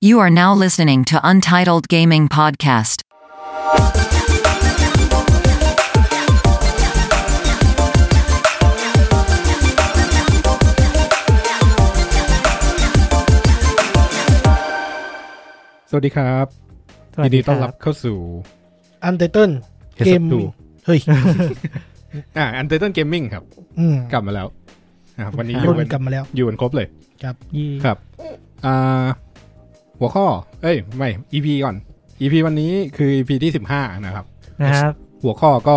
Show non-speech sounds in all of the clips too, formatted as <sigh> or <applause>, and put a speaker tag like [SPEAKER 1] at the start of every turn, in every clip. [SPEAKER 1] You are now listening to Untitled Gaming Podcast.
[SPEAKER 2] สวัสดีครับยินดีต้อนรับเข้าสู่
[SPEAKER 3] อันเตอร์
[SPEAKER 2] Heads Up
[SPEAKER 3] เกม
[SPEAKER 2] To <laughs>
[SPEAKER 3] เฮ้ย
[SPEAKER 2] อ่าอันเตอร์เกมมิ่งครับ
[SPEAKER 3] อืม
[SPEAKER 2] กลับมาแล้วนะครับวันนี้อ
[SPEAKER 3] รุ่
[SPEAKER 2] ยู่กัน
[SPEAKER 3] นกลับมาแล้ว
[SPEAKER 2] อยู่กันครบเลย
[SPEAKER 4] ยี่
[SPEAKER 2] ครับ อ่า หัวข้อ เอ้ย ไม่ EP ก่อน EP วันนี้คือ EP ที่ 15 นะครับ
[SPEAKER 4] นะครับ
[SPEAKER 2] หัวข้อก็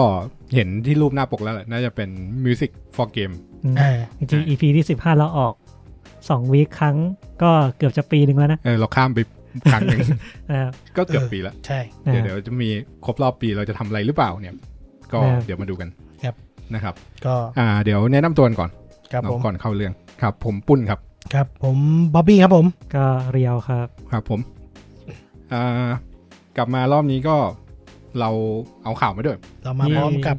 [SPEAKER 2] เห็นที่รูปหน้าปกแล้วแหละน่าจะเป็น Music for Game
[SPEAKER 4] อืม
[SPEAKER 3] อ่า
[SPEAKER 4] จริงๆ EP ที่สิบห้าเราออกสองวีคครั้งก็เกือบจะปีหนึ่งแล้วนะ
[SPEAKER 2] เออเราข้ามไปครั้ <laughs> งหนึ่ง
[SPEAKER 4] นะครับ
[SPEAKER 2] ก็เกือบ
[SPEAKER 3] เออ
[SPEAKER 2] ปีละ
[SPEAKER 3] ใช่
[SPEAKER 4] นะ
[SPEAKER 2] เดี๋ยว
[SPEAKER 4] ค
[SPEAKER 2] เดี๋
[SPEAKER 4] รับ
[SPEAKER 2] ยวจะมีครบรอบปีเราจะทำอะไรหรือเปล่าเนี่ย ก็
[SPEAKER 4] ครับ
[SPEAKER 2] เดี๋ยวมาดูกัน
[SPEAKER 3] ครับ
[SPEAKER 2] นะครับ
[SPEAKER 3] ก็
[SPEAKER 2] อ่า เดี๋ยวแนะนำตัวกันก่อน
[SPEAKER 3] ครับผม
[SPEAKER 2] ก่อนเข้าเรื่องครับ ผมปุ้นครับ
[SPEAKER 3] ครับผมบ๊อบบี้ครับผม
[SPEAKER 4] ก็เรียวครับ
[SPEAKER 2] ครับผมอ่ากลับมารอบนี้ก็เราเอาข่าวมาด้วย
[SPEAKER 3] เรามา
[SPEAKER 4] นี่
[SPEAKER 3] พร้อมกับ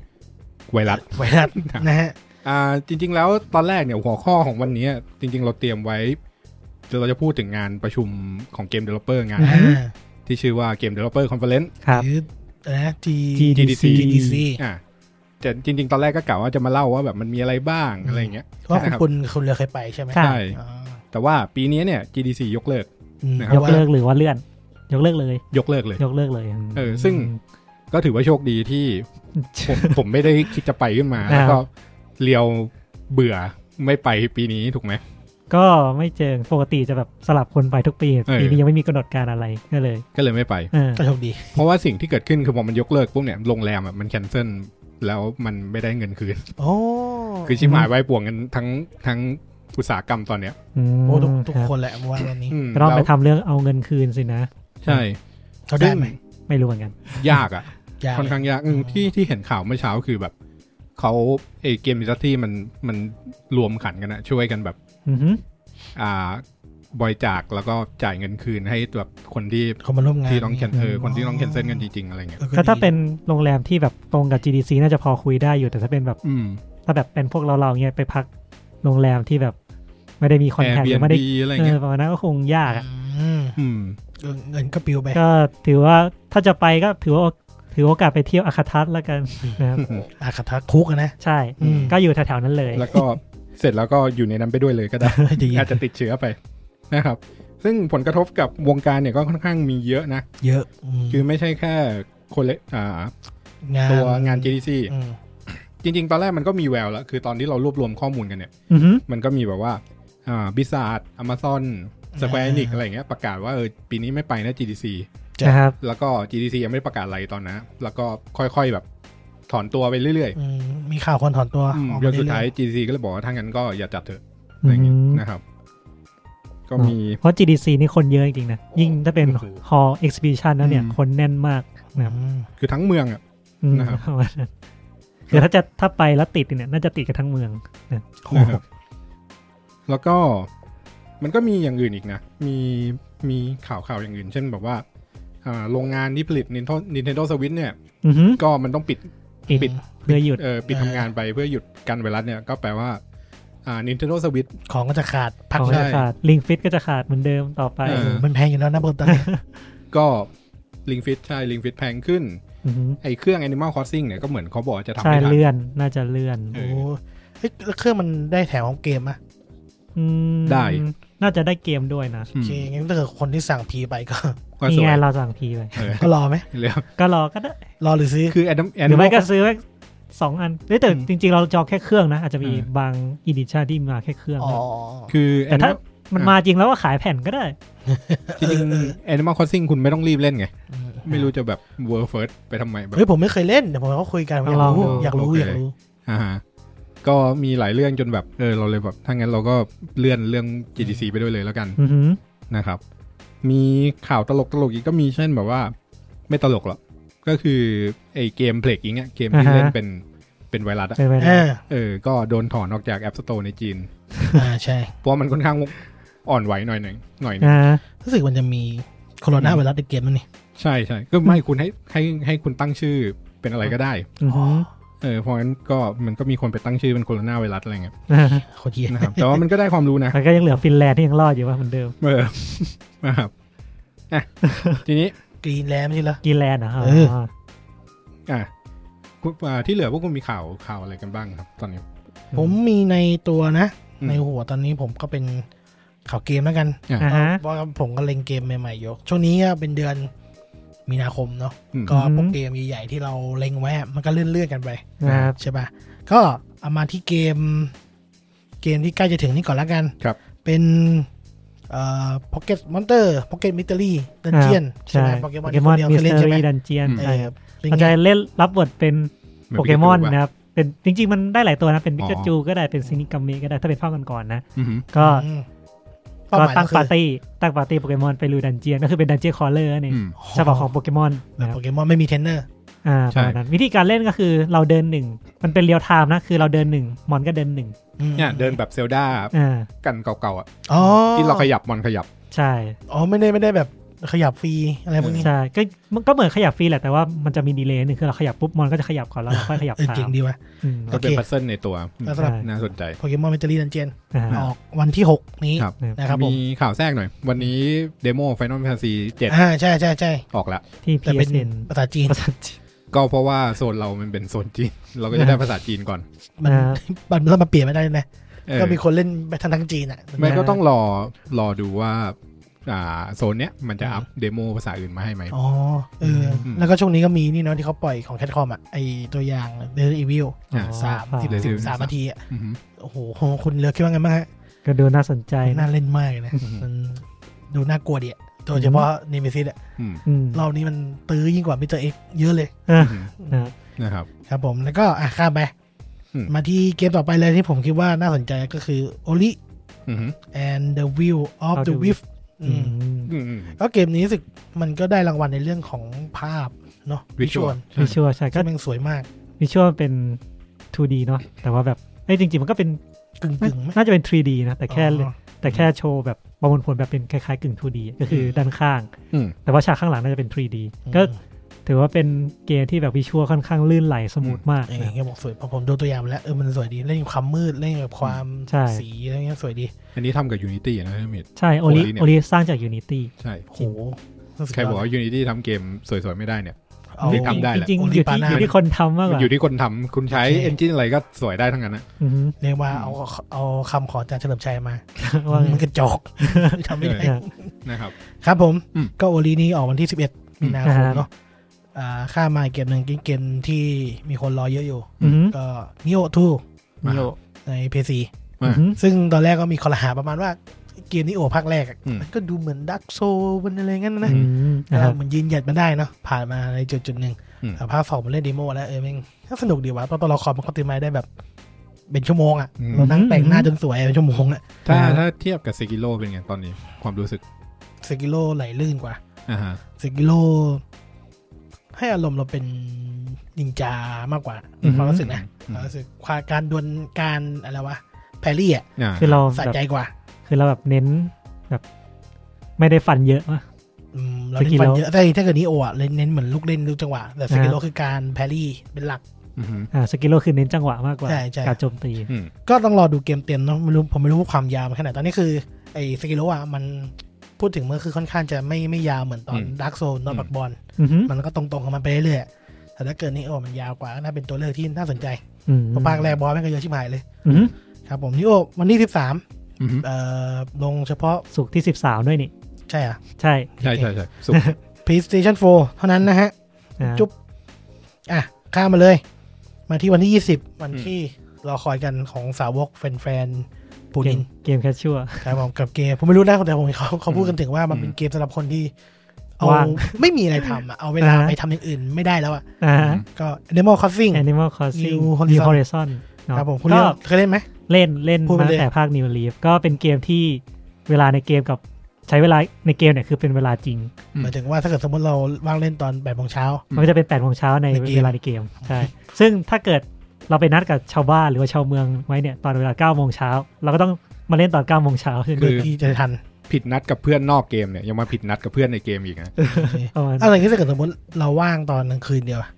[SPEAKER 2] ไวรัส
[SPEAKER 3] ไวรัส
[SPEAKER 2] ครับ
[SPEAKER 3] นะฮะ
[SPEAKER 2] อ่าจริง ๆ แล้วตอนแรกเนี่ยหัวข้อของวันนี้ จริง ๆ เราเตรียมไว้เดี๋ยวเราจะพูดถึงงานประชุมของเกม developer งาน
[SPEAKER 3] <laughs> อ่า
[SPEAKER 2] ที่ชื่อว่าเกม developer conference
[SPEAKER 4] ครับ
[SPEAKER 3] หรืออะไรนะ G
[SPEAKER 4] GDC
[SPEAKER 3] GDC
[SPEAKER 2] อ่าแต่จริง ๆ ตอนแรกก็กะว่าจะมาเล่าว่าแบบมันมีอะไรบ้าง
[SPEAKER 3] อืม
[SPEAKER 2] อะไรอย่างเงี้ย
[SPEAKER 3] เพราะว่า
[SPEAKER 2] ใช่
[SPEAKER 3] คุณ
[SPEAKER 2] ครับ
[SPEAKER 3] คุณคุณเรือเคยไปใช่ไหม
[SPEAKER 4] ใช่
[SPEAKER 2] ใช่
[SPEAKER 3] อ่า
[SPEAKER 2] แต่ว่าปีนี้เนี่ย GDC ยกเลิก
[SPEAKER 3] อืม
[SPEAKER 2] นะค
[SPEAKER 3] เพ
[SPEAKER 2] รับ
[SPEAKER 4] ยก
[SPEAKER 3] ราะว่า
[SPEAKER 4] เลิกหรือว่าเลื่อน ยกเลิกเลย
[SPEAKER 2] ยกเลิกเลย
[SPEAKER 4] ยกเลิกเลยม
[SPEAKER 2] เออซึ่ง ก็ถือว่าโชคดี <laughs> ที่ผมผมไม่ได้คิดจะไปขึ้นมาแล้วก็เลียวเบื่อไม่ไปปีนี้ถูกไหม
[SPEAKER 4] ก็ไม่เจอปกติจะแบบสลับคนไปทุกปี
[SPEAKER 2] เออ
[SPEAKER 4] ปีนี้ยังไม่มีกำหนดการอะไรก็เลย
[SPEAKER 2] ก็เลยไม่ไป
[SPEAKER 4] เออ
[SPEAKER 3] ก็โชคดี
[SPEAKER 2] เพราะว่าสิ่งที่เกิดขึ้นคือพอมันยกเลิกปุ๊บเนี่ยโรงแรมอ่ะมันแคนเซิลแล้วมันไม่ได้เงินคืน
[SPEAKER 3] โอ้
[SPEAKER 2] คือชิมหายไว้ป่วงกันทั้งทั้งอุตสาหกรรมตอนเนี้ย
[SPEAKER 4] ม
[SPEAKER 3] โอ้ทุกทุก
[SPEAKER 4] รับ
[SPEAKER 3] คนแหละเมื่อวานวันนี้
[SPEAKER 2] อืม
[SPEAKER 4] ก็ต้องไป
[SPEAKER 2] แล้ว
[SPEAKER 4] ทำเรื่องเอาเงินคืนสินะ
[SPEAKER 2] ใช่
[SPEAKER 3] เขาได้ไหม
[SPEAKER 4] ไม่รู้เหมือนกัน
[SPEAKER 2] ยากอ่ะ
[SPEAKER 3] ยาก
[SPEAKER 2] ค่อนข้างยากอืมที่ที่เห็นข่าวเมื่อเช้าคือแบบเขาเอเกมอินดัสทรีมันมันรวมขันกันนะช่วยกันแบบ
[SPEAKER 4] อือหือ
[SPEAKER 2] อ่าบริจาคแล้วก็จ่ายเงินคืนให้แบบคนที่
[SPEAKER 3] เขามาร่วมงาน
[SPEAKER 2] ที่ต้องแคนเออคนที่ต้องแคนเซิลกันจริงๆอะไรเงี้ย
[SPEAKER 3] ออก็
[SPEAKER 4] ก็ถ้า
[SPEAKER 3] ดี
[SPEAKER 4] เป็นโรงแรมที่แบบตรงกับ GDC น่าจะพอคุยได้อยู่แต่ถ้าเป็นแบบ
[SPEAKER 2] อืม
[SPEAKER 4] ถ้าแบบเป็นพวกเราเราๆเงี้ยไปพักโรงแรมที่แบบไม่ได้มีคอน
[SPEAKER 2] แอ
[SPEAKER 4] แท
[SPEAKER 2] ร์
[SPEAKER 4] ค
[SPEAKER 2] บี
[SPEAKER 4] ห
[SPEAKER 2] แอน
[SPEAKER 4] รือไม่ได้
[SPEAKER 2] บีอะไร
[SPEAKER 4] เอ
[SPEAKER 2] เงี้
[SPEAKER 4] อย ประมาณนั้นก็คงยากอะ
[SPEAKER 3] อืม
[SPEAKER 2] อืม
[SPEAKER 3] เออเงินก็ปลิวไป
[SPEAKER 4] ก็ถือว่าถ้าจะไปก็ถือว่าถือโอกาสไปเที่ยวอาคาทัศแล้วกันนะครับ
[SPEAKER 3] อาคาทาคุกอะนะ
[SPEAKER 4] ใช่
[SPEAKER 3] อืม
[SPEAKER 4] ก็อยู่แถวๆนั้นเลย
[SPEAKER 2] แล้วก็เสร็จแล้วก็อยู่ในนั้นไปด้วยเลยก็ได้
[SPEAKER 3] จะเย
[SPEAKER 2] อาจ
[SPEAKER 3] อะ
[SPEAKER 2] จะติดเชื้อไปนะครับ ซึ่งผลกระทบกับวงการเนี่ยก็ค่อนข้างมีเยอะนะ
[SPEAKER 3] เยอะอืม
[SPEAKER 2] คือไม่ใช่แค่คนเลอ่าง
[SPEAKER 3] าน
[SPEAKER 2] ตัวงาน GDC
[SPEAKER 3] อืม
[SPEAKER 2] จริง ๆ ตอนแรกมันก็มีแววแล้ว คือตอนที่เรารวบรวมข้อมูลกันเนี่ย
[SPEAKER 4] อือหือ
[SPEAKER 2] มันก็มีแบบว่าอ่าบิซาร์ดอเมซอนสแควร์
[SPEAKER 3] อ่า
[SPEAKER 2] เนิกอะไรอย่างเงี้ยประกาศว่าเออปีนี้ไม่ไปนะ GDC
[SPEAKER 3] จ้ะ
[SPEAKER 4] นะครับ
[SPEAKER 2] แล้วก็ GDC ยังไม่ได้ประกาศอะไรตอนนั้นแล้วก็ค่อยๆแบบถอนตัวไปเรื่อย
[SPEAKER 3] อืมมีข่าวคนถอนตัว
[SPEAKER 2] ๆอืม
[SPEAKER 3] ออก
[SPEAKER 2] จ
[SPEAKER 3] มาน เรื่
[SPEAKER 2] สุด
[SPEAKER 3] อ
[SPEAKER 2] ท้าย ย GDC ก็เลยบอกว่าถ้างั้นก็อย่าจัดเถอะอะไรอย่างเงี้ย
[SPEAKER 4] อืม
[SPEAKER 2] นะครับ ก็มี
[SPEAKER 4] เพราะ GDC นี่คนเยอะจริงๆนะ ยิ่งถ้าเป็น
[SPEAKER 2] โอ้โห
[SPEAKER 4] hall exhibition แล้วเนี่ย
[SPEAKER 2] อืม
[SPEAKER 4] คนแน่นมาก
[SPEAKER 3] ๆ
[SPEAKER 4] นะครับ
[SPEAKER 3] อืม
[SPEAKER 2] คือทั้งเมืองอ่ะ
[SPEAKER 4] อืม
[SPEAKER 2] นะครับ
[SPEAKER 4] ประมาณนั้นคือถ้าจะถ้าไปแล้วติดเนี่ยน่าจะติดกันทั้งเมืองนะ
[SPEAKER 3] โอ้
[SPEAKER 2] นะ
[SPEAKER 3] โห
[SPEAKER 2] ครับแล้วก็มันก็มีอย่างอื่นอีกนะ มีมีข่าวข่าวอย่างอื่น เช่นแบบว่าอ่าโรงงานที่ผลิต Nintendo, Nintendo Switch เนี่ย
[SPEAKER 4] อือหือ
[SPEAKER 2] ก็มันต้องปิด
[SPEAKER 4] ปิด
[SPEAKER 2] ปิด
[SPEAKER 4] เพื่อหยุด
[SPEAKER 2] เอ่อปิดทำงานไปเพื่อหยุดการไวรัสเนี่ย ก็แปลว่าอ่า Nintendo Switch
[SPEAKER 3] ของก็จะขาดพัก
[SPEAKER 4] ของ
[SPEAKER 3] เล
[SPEAKER 2] ใช่
[SPEAKER 4] จะ
[SPEAKER 3] ย
[SPEAKER 4] ขาดลิงฟิตก็จะขาดเหมือนเดิมต่อไป
[SPEAKER 2] เออ
[SPEAKER 3] มันแพงอยู่แล้วนะเบอร์ตันเนี่ย
[SPEAKER 2] ก็ลิงฟิตใช่ลิงฟิตแพงขึ้น
[SPEAKER 4] อหือ
[SPEAKER 2] ไอ้เครื่อง Animal Crossing เนี่ยก็เหมือนเขาบอกว่าจะทำ
[SPEAKER 4] ใช่
[SPEAKER 2] ไม่ทัน
[SPEAKER 4] เลื่อนน่าจะเลื่อน
[SPEAKER 2] เอ
[SPEAKER 3] โอ้
[SPEAKER 2] อ
[SPEAKER 3] โหเฮ้ยแล้วเครื่องมันได้แถมของเกมอะ
[SPEAKER 4] ม
[SPEAKER 2] ได้
[SPEAKER 4] น่าจะได้เกมด้วยนะ
[SPEAKER 2] อื
[SPEAKER 3] โอ
[SPEAKER 2] ม
[SPEAKER 3] เคงั้นถ้าเกิดคนที่สั่งพีไปก็
[SPEAKER 2] ก็สว
[SPEAKER 4] นี่
[SPEAKER 2] ย
[SPEAKER 4] ไงเราสั่งพีไป
[SPEAKER 2] เออ
[SPEAKER 3] ก็รอไหม
[SPEAKER 2] เรื่อง
[SPEAKER 4] ก็รอก็ได้
[SPEAKER 3] รอหรือซื้อ
[SPEAKER 2] คือ Adam
[SPEAKER 4] หรือ
[SPEAKER 2] Animal
[SPEAKER 4] ไม่ก็ซื้อไว้สองอันเฮ้ยแต่
[SPEAKER 3] อืม
[SPEAKER 4] จริงๆ เราจองแค่เครื่องนะ อาจจะมี
[SPEAKER 2] เออ
[SPEAKER 4] บางอีดิชันที่มาแค่เครื่อง
[SPEAKER 3] อ๋อ
[SPEAKER 2] คือ
[SPEAKER 4] แต่ถ้า
[SPEAKER 2] Animal
[SPEAKER 4] มัน
[SPEAKER 2] อ่ะ
[SPEAKER 4] มาจริงแล้วก็ขายแผ่นก็ได้
[SPEAKER 2] จริงๆ Animal Crossing คุณไม่ต้องรีบเล่นไง
[SPEAKER 3] อืม
[SPEAKER 2] ไม่รู้จะแบบ world first ไปทำไมแบบ
[SPEAKER 3] เฮ้ยผมไม่เคยเล่นเดี๋ยวผมก็คุยกันผม
[SPEAKER 4] ล
[SPEAKER 3] อ
[SPEAKER 4] อย
[SPEAKER 3] าง ก
[SPEAKER 4] ดู
[SPEAKER 3] รู้อยากรู้
[SPEAKER 2] โอเค
[SPEAKER 3] อยากรู้
[SPEAKER 2] อ่าฮะก็มีหลายเรื่องจนแบบ เออ เราเลยแบบถ้างั้นเราก็เลื่อนเรื่อง GDC ไปด้วยเลยแล้วกัน
[SPEAKER 4] อือหือ
[SPEAKER 2] นะครับ มีข่าวตลกตลกๆอีกก็มีเช่นแบบว่า ไม่ตลกหรอก ก็คือไอเกมเพลกอิงเนี่ยเกมที่เล่นเป็นเป็นไวรัสอะ
[SPEAKER 4] เป็นไปได้
[SPEAKER 3] อ่า
[SPEAKER 2] เออ ก็โดนถอนออกจาก App Store ในจีน
[SPEAKER 3] อ่าใช่
[SPEAKER 2] เพราะว่ามันค่อนข้างอ่อนไหวหน่อยหนึ่งหน่อยหนึง
[SPEAKER 4] อ่า
[SPEAKER 3] รู้สึกมันจะมีโคโรนาไวรัสในเกมนั่นนี่
[SPEAKER 2] ใช่ใช่ก็ไม่คุณให้ให้ให้คุณตั้งชื่อเป็นอะไรก็ได้
[SPEAKER 4] อือหือ
[SPEAKER 2] เออเพราะงั้นก็มันก็มีคนไปตั้งชื่อเป็นโคโรนาไวรัสอะไร
[SPEAKER 3] <laughs>
[SPEAKER 2] เงี้ย
[SPEAKER 4] อ่า
[SPEAKER 3] โคตรเหี้ย
[SPEAKER 2] นะครับแต่ว่ามันก็ได้ความรู้นะ
[SPEAKER 4] แล้วก็ยังเหลือฟินแลนด์ที่ยังรอดอยู่ว่าเหมือนเดิม
[SPEAKER 2] <laughs> เออนะครับ ทีนี้
[SPEAKER 3] กรีนแลนด์ไม่ใช่เหรอ
[SPEAKER 4] กรีนแลนด์เหรอฮะ
[SPEAKER 3] เออ
[SPEAKER 4] อ๋อ
[SPEAKER 2] อ่ะคุณอ่าที่เหลือพวกคุณมีข่าวข่าวอะไรกันบ้างครับ ตอนนี้
[SPEAKER 3] ผมมีในตัวนะ
[SPEAKER 2] อืม
[SPEAKER 3] ในหัวตอนนี้ผมก็เป็นข่าวเกมแล้วกัน
[SPEAKER 4] อ่าฮะ
[SPEAKER 3] เพราะว่าผมก็เล่นเกมใหม่ๆอยู่ช่วงนี้ก็เป็นเดือนมีนาคมเนาะ
[SPEAKER 2] อืม
[SPEAKER 3] ก็พว
[SPEAKER 4] อื
[SPEAKER 3] ก
[SPEAKER 4] ม
[SPEAKER 3] เกมใหญ่ๆที่เราเล็งไว้อะมันก็เลื่อนๆกันไป
[SPEAKER 4] นะครับ
[SPEAKER 3] ใช่ปะก็เอามาที่เกม เกมที่ใกล้จะถึงนี่ก่อนละกัน
[SPEAKER 2] ครับ
[SPEAKER 3] เป็นเอ่อ Pocket Monster Pocket Mystery Dungeon ใช่ไหม Pokemon
[SPEAKER 4] เกมอน
[SPEAKER 3] ที่
[SPEAKER 4] มิ
[SPEAKER 3] ค
[SPEAKER 4] ส
[SPEAKER 3] น
[SPEAKER 4] เต
[SPEAKER 3] เดียวเค
[SPEAKER 4] อ
[SPEAKER 3] ยเล่นใช่ไหม
[SPEAKER 4] รี่ดันเจียน
[SPEAKER 2] อืม
[SPEAKER 3] เออเป็น
[SPEAKER 4] เรา
[SPEAKER 3] ไง
[SPEAKER 4] จะเล่นรับบทเป็น
[SPEAKER 2] หมื
[SPEAKER 4] โปเกมอน
[SPEAKER 2] พิาจูป
[SPEAKER 4] นะครับเป็นจริง ๆ มันได้หลายตัวนะ เป็น
[SPEAKER 2] อ๋
[SPEAKER 4] ปิ
[SPEAKER 2] อ
[SPEAKER 4] กาจูก็ได้เป็นซินิกามิก็ได้ถ้าเป็นภาคก่อนๆนะ
[SPEAKER 2] อือหือ
[SPEAKER 4] ก็
[SPEAKER 3] อืม
[SPEAKER 4] ก็
[SPEAKER 3] เป้าหมาย
[SPEAKER 4] ตั้ง
[SPEAKER 3] ก็คือ
[SPEAKER 4] ปาร์ตี้ตั้งปาร์ตี้โปเกมอนไปลุยดันเจียนก็คือเป็นดันเจียนคอร์เลอร์นี่
[SPEAKER 2] อืม
[SPEAKER 4] ฉบับของโปเกมอน
[SPEAKER 3] แบบ
[SPEAKER 4] นะครับ
[SPEAKER 3] โปเกมอนไม่มีเทรนเนอร์
[SPEAKER 4] อ่า
[SPEAKER 2] ใช่
[SPEAKER 4] ประมาณนั้นวิธีการเล่นก็คือเราเดินหนึ่งมันเป็นเรียลไทม์นะคือเราเดินหนึ่งมอนก็เดินหนึ่ง
[SPEAKER 2] เนี่ยเดินแบบเซลดา
[SPEAKER 4] อ่า
[SPEAKER 2] กันเก่าๆอ่ะ
[SPEAKER 3] อ๋อ
[SPEAKER 2] ที่เราขยับมอนขยับ
[SPEAKER 4] ใช่
[SPEAKER 3] อ๋อไม่ได้ไม่ได้แบบขยับฟรีอะไรพวกนี้
[SPEAKER 4] ใช่ก็มันก็เหมือนขยับฟรีแหละแต่ว่ามันจะมีดีเลย์หนึงคือเราขยับปุ๊บมอนก็จะขยับก่อนแล้วเราค่อยขยับ
[SPEAKER 3] เออ
[SPEAKER 4] ตาม
[SPEAKER 3] เจ๋งดีว่ะ
[SPEAKER 4] อืม
[SPEAKER 2] ก็เป็น
[SPEAKER 3] โอเค
[SPEAKER 2] พัซเซิลในตัวอืม
[SPEAKER 3] แล้วสำหรับ
[SPEAKER 2] น่าสนใจ
[SPEAKER 3] Pokemon Mystery Dungeon
[SPEAKER 4] อ่าฮะ
[SPEAKER 3] ออกวันที่ 6 นี้
[SPEAKER 2] ครับ
[SPEAKER 3] นะครับผม
[SPEAKER 2] มีข่าวแทรกหน่อย วันนี้เดโม Final Fantasy 7
[SPEAKER 3] อ่าใช่ใช่ใช่
[SPEAKER 2] ออกแล้ว
[SPEAKER 4] ที่
[SPEAKER 3] แต่เป็น
[SPEAKER 4] PSN
[SPEAKER 3] ภาษาจีน
[SPEAKER 4] ภาษาจีน
[SPEAKER 2] ก็เพราะว่าโซนเรามันเป็นโซนจีน เราก็จะได้ภาษาจีนก่อน
[SPEAKER 3] มัน
[SPEAKER 4] อ่า
[SPEAKER 3] มันแล้วมันเปลี่ยนไม่ได้เลยนะ
[SPEAKER 2] เออ
[SPEAKER 3] ก็มีคนเล่นไปทางทั้งจีนอ่ะ
[SPEAKER 2] ไม่ก็ต้องรอรอดูว่า อ่าโซนเนี้ยมันจะ
[SPEAKER 3] อืม
[SPEAKER 2] อัพเดโมภาษาอื่นมาให้ไหม
[SPEAKER 3] อ๋อ เอออ
[SPEAKER 2] ม
[SPEAKER 3] แล้วก็ช่วงนี้ก็มีนี่เนาะที่เขาปล่อยของแคทคอมอ่ะ ไอตัวอย่างเดล e v วิล
[SPEAKER 2] อ่า
[SPEAKER 3] สาม
[SPEAKER 4] อ๋อ
[SPEAKER 3] สิบ
[SPEAKER 2] เดี๋ยว
[SPEAKER 3] สิ
[SPEAKER 2] ดู
[SPEAKER 3] บสามนาทีอ่ะ
[SPEAKER 2] อือหือ
[SPEAKER 3] โอ้โห คุณเลือกคิดว่าไงบ้างฮะ
[SPEAKER 4] ก็ดูน่าสนใจนะ
[SPEAKER 3] น่าเล่นมากเลยนะ
[SPEAKER 2] อืม
[SPEAKER 3] มันดูน่ากลัวดีอ่ะโดยเฉพาะนิมิซิตอ่ะ
[SPEAKER 2] อืม
[SPEAKER 4] อืม
[SPEAKER 3] รอบนี้มันตื้อยิ่งกว่ามิสเตอร์เอ็กเยอะเลย
[SPEAKER 4] อ่ะ
[SPEAKER 2] อืม
[SPEAKER 4] นะ
[SPEAKER 2] นะครับ
[SPEAKER 3] ครับผม แล้วก็อ่ะข้ามไป
[SPEAKER 2] อืม
[SPEAKER 3] มาที่เกมต่อไปเลยที่ผมคิดว่าน่าสนใจก็คือ Oli
[SPEAKER 2] อือหือ
[SPEAKER 3] and the Will of the Wisp อืม
[SPEAKER 2] อืมอืม
[SPEAKER 3] ก็เกมนี้รู้สึกมันก็ได้รางวัลในเรื่องของภาพเนาะ
[SPEAKER 2] Visual
[SPEAKER 3] วล
[SPEAKER 4] วิชวลใช่ก็
[SPEAKER 3] ก็มันสวยมาก
[SPEAKER 4] วิชวลเป็น 2D เนาะแต่ว่าแบบเอ้ยจริง ๆ มันก็เป็น
[SPEAKER 3] กึ่งกึ่งๆไหม
[SPEAKER 4] น่าจะเป็น 3D นะแต่แค่
[SPEAKER 3] อ๋อ
[SPEAKER 4] แต่แค่โชว์แบบประมวลผลแบบเป็นคล้ายๆกึ่ง 2D ก็คือด้านข้าง
[SPEAKER 2] อืม
[SPEAKER 4] แต่ว่าฉากข้างหลังน่าจะเป็น 3D ก็ถือว่าเป็นเกมที่แบบวิชวลค่อนข้างลื่นไหลสมูทมาก
[SPEAKER 3] เออ
[SPEAKER 4] นะ
[SPEAKER 3] แกบอกสวยพอผมดูตัวอย่างมาแล้วเออมันสวยดีเล่นกับความมืดเล่นกับความสีอะไรเงี้ยสวยดี
[SPEAKER 2] อันนี้ทำกับ Unity นะพี่มิด
[SPEAKER 4] ใช่โอลิ
[SPEAKER 2] โอลิเนี่ย
[SPEAKER 4] โอลิสร้างจาก Unity
[SPEAKER 2] ใช่
[SPEAKER 3] โห
[SPEAKER 2] ใครบอกว่า Unity ทำเกมสวยๆไม่ได้เนี่ย
[SPEAKER 3] เอา
[SPEAKER 2] ทำได้แห
[SPEAKER 4] จ
[SPEAKER 2] ละ
[SPEAKER 4] ริง
[SPEAKER 3] โอ
[SPEAKER 4] ๆ
[SPEAKER 3] ลิ
[SPEAKER 4] อยู่
[SPEAKER 3] ปา
[SPEAKER 4] ที่
[SPEAKER 3] น่า
[SPEAKER 4] อยู่ที่คนทำมากก
[SPEAKER 2] มัน
[SPEAKER 4] ว่า
[SPEAKER 2] อยู่ที่คนทำคุณใช้
[SPEAKER 3] โอเค
[SPEAKER 2] เอนจินอะไรก็สวยได้ทั้งนั้นนะ
[SPEAKER 4] อือฮึ
[SPEAKER 3] เรียกว่าเอาเอาคำขออาจารย์เฉลิมชัยมา
[SPEAKER 4] ว่าไง
[SPEAKER 3] มันกระจอกทำไม่ได้
[SPEAKER 2] เออ
[SPEAKER 4] นะ
[SPEAKER 2] นะครับ
[SPEAKER 3] ครับผม
[SPEAKER 2] อืม
[SPEAKER 3] ก็โอลีนี้ออกวันที่ 11 มีนาคม
[SPEAKER 4] อ่า
[SPEAKER 3] เนาะอ่าข้ามมาอีกเกมหนึ่งเกมที่มีคนรอเยอะอยู่
[SPEAKER 4] อือฮึ
[SPEAKER 3] ก็มิโอทู
[SPEAKER 2] มา
[SPEAKER 3] ในเพซี
[SPEAKER 4] อือฮึ
[SPEAKER 3] ซึ่งตอนแรกก็มีคอรหาประมาณว่าเกมนี้โอภาคแรกอะ
[SPEAKER 2] อืม
[SPEAKER 3] มันก็ดูเหมือนดักโซมันอะไรงั้นนะ
[SPEAKER 4] อืมนะค
[SPEAKER 3] แล้
[SPEAKER 4] รั
[SPEAKER 3] ว
[SPEAKER 4] บ
[SPEAKER 3] มันยืนหยัดมาได้เนาะผ่านมาในจุดจุดๆหนึ่ง
[SPEAKER 2] อืม
[SPEAKER 3] แต่ภาคสองมันเล่นเดโมแล้วเออแม่งก็สนุกดีวะเพราะตัวละครมันก็ติมายได้แบบเป็นชั่วโมงอ่ะ
[SPEAKER 2] อืม
[SPEAKER 3] เรานั่งแต่งหน้าจนสวยเป็นชั่วโมงอ่ะ
[SPEAKER 2] ถ้าถ้าเทียบกับเซกิโ o เป็นไงตอนนี้ความรู้สึก
[SPEAKER 3] สกิโลไหลลื่นกว่า
[SPEAKER 2] อ่าฮะ
[SPEAKER 3] สกิโลให้อารมณ์เราเป็นนินจามากกว่าความรู้สึกนะ
[SPEAKER 2] อืม
[SPEAKER 3] ความรู้สึกความการดวลการอะไรวะแพรรี่อ่ะ
[SPEAKER 2] อ่า
[SPEAKER 4] คือเรา
[SPEAKER 3] สะ
[SPEAKER 4] แบบ
[SPEAKER 3] ใจกว่า
[SPEAKER 4] คือเราแบบเน้นแบบ ไม่ได้ฟันเยอะวะ
[SPEAKER 3] อืมเราเล่นฟันเยอะแต่ถ้าเกิดนี้โออ่ะเล่นเน้นเหมือนลูกเล่นลูกจังหวะ แต่สกิลโล
[SPEAKER 4] อ่า
[SPEAKER 3] คือการแพรรี่เป็นหลัก
[SPEAKER 2] อือหือ
[SPEAKER 4] อ่าสกิลโลคือเน้นจังหวะมากกว่า
[SPEAKER 3] ใช่ใช่
[SPEAKER 4] การโจมตี
[SPEAKER 2] อืม
[SPEAKER 3] ก็ต้องรอดูเกมเต็มเนาะไม่รู้ผมไม่รู้ว่าความยาวมันแค่ไหนตอนนี้คือไอ้สกิลโลอ่ะมันพูดถึงมันคือค่อนข้างจะไม่ไม่ยาวเหมือนตอน
[SPEAKER 2] อืม
[SPEAKER 3] ดาร์กโซนตอน
[SPEAKER 2] อืม
[SPEAKER 3] บักบอล
[SPEAKER 4] อือฮึ
[SPEAKER 3] มันก็ตรงๆของมันไปเรื่อยๆแต่ถ้าเกิดนี้โอมันยาวกว่าก็น่าเป็นตัวเลือกที่น่าสนใจ
[SPEAKER 4] อืม
[SPEAKER 3] เพราะภาคแรกบอสแม่งก็เยอะชิบหายเลย
[SPEAKER 4] อือฮึ
[SPEAKER 3] ครับผมนี่โอวันที่สิบสาม
[SPEAKER 2] อือหือ
[SPEAKER 3] เอ่อลงเฉพาะ
[SPEAKER 4] สุกร์ที่สิบสามด้วยนี่
[SPEAKER 3] ใช่อ่ะ
[SPEAKER 4] ใช่
[SPEAKER 2] ใช่ใช่ใช่สุก
[SPEAKER 3] PlayStation 4 เท่านั้นนะฮะ
[SPEAKER 4] อ่า
[SPEAKER 3] จุ๊บ อ่ะ ข้ามมาเลย มาที่วันที่ 20 วันที่รอคอยกันของสาวกแฟนๆปู
[SPEAKER 4] เก
[SPEAKER 3] นิ
[SPEAKER 4] ม
[SPEAKER 3] น
[SPEAKER 4] เกมแคชชัว
[SPEAKER 3] ครับผมกับเกมผมไม่รู้นะแต่ผมเขาเขาพูดกันถึงว่ามันเป็นเกมสำหรับคนที่เอา
[SPEAKER 4] ว่าง
[SPEAKER 3] ไม่มีอะไรทำ
[SPEAKER 4] <laughs>
[SPEAKER 3] อ่ะ เอาเวลา
[SPEAKER 4] อ่าฮะ
[SPEAKER 3] ไปทำอย่างอื่นไม่ได้แล้วอ่ะ
[SPEAKER 4] อ่า
[SPEAKER 3] ก็ Animal Crossing
[SPEAKER 4] แอนิมอลคอสซิ่ง
[SPEAKER 3] New Horizon
[SPEAKER 4] นิวฮอริซอน
[SPEAKER 3] ครับผมคุณ
[SPEAKER 4] ก็
[SPEAKER 3] เล่นเคยเล่นไหม
[SPEAKER 4] เล่นเล่น
[SPEAKER 3] พูดไป
[SPEAKER 4] มา
[SPEAKER 3] เลย
[SPEAKER 4] ตั้งแต่ภาคนิวลีฟก็เป็นเกมที่เวลาในเกมกับใช้เวลาในเกมเนี่ยคือเป็นเวลาจริง
[SPEAKER 2] อืม
[SPEAKER 3] หมายถึงว่าถ้าเกิดสมมติเราว่างเล่นตอน8โมงเช้า
[SPEAKER 4] มันก็จะเป็น8ปดโมงเช้าใน
[SPEAKER 3] ในเกม
[SPEAKER 4] เวลาในเกมใช่ ซึ่งถ้าเกิดเราไปนัดกับชาวบ้านหรือว่าชาวเมืองไว้เนี่ยตอนเวลา9ก้าโมงเช้าเราก็ต้องมาเล่นตอน9ก้าโมงเช้าเช่น
[SPEAKER 2] คื
[SPEAKER 4] เดิ
[SPEAKER 2] อ
[SPEAKER 4] ม
[SPEAKER 3] ที่จะ
[SPEAKER 4] <laughs>
[SPEAKER 3] ทัน
[SPEAKER 2] ผิดนัดกับเพื่อนนอกเกมเนี่ยยังมาผิดนัดกับเพื่อนในเกมอีกนะ
[SPEAKER 4] ประมาณ
[SPEAKER 3] อะไรที่ถ้าเกิดสมมติเราว่างตอนกลางคืนเดียวอะ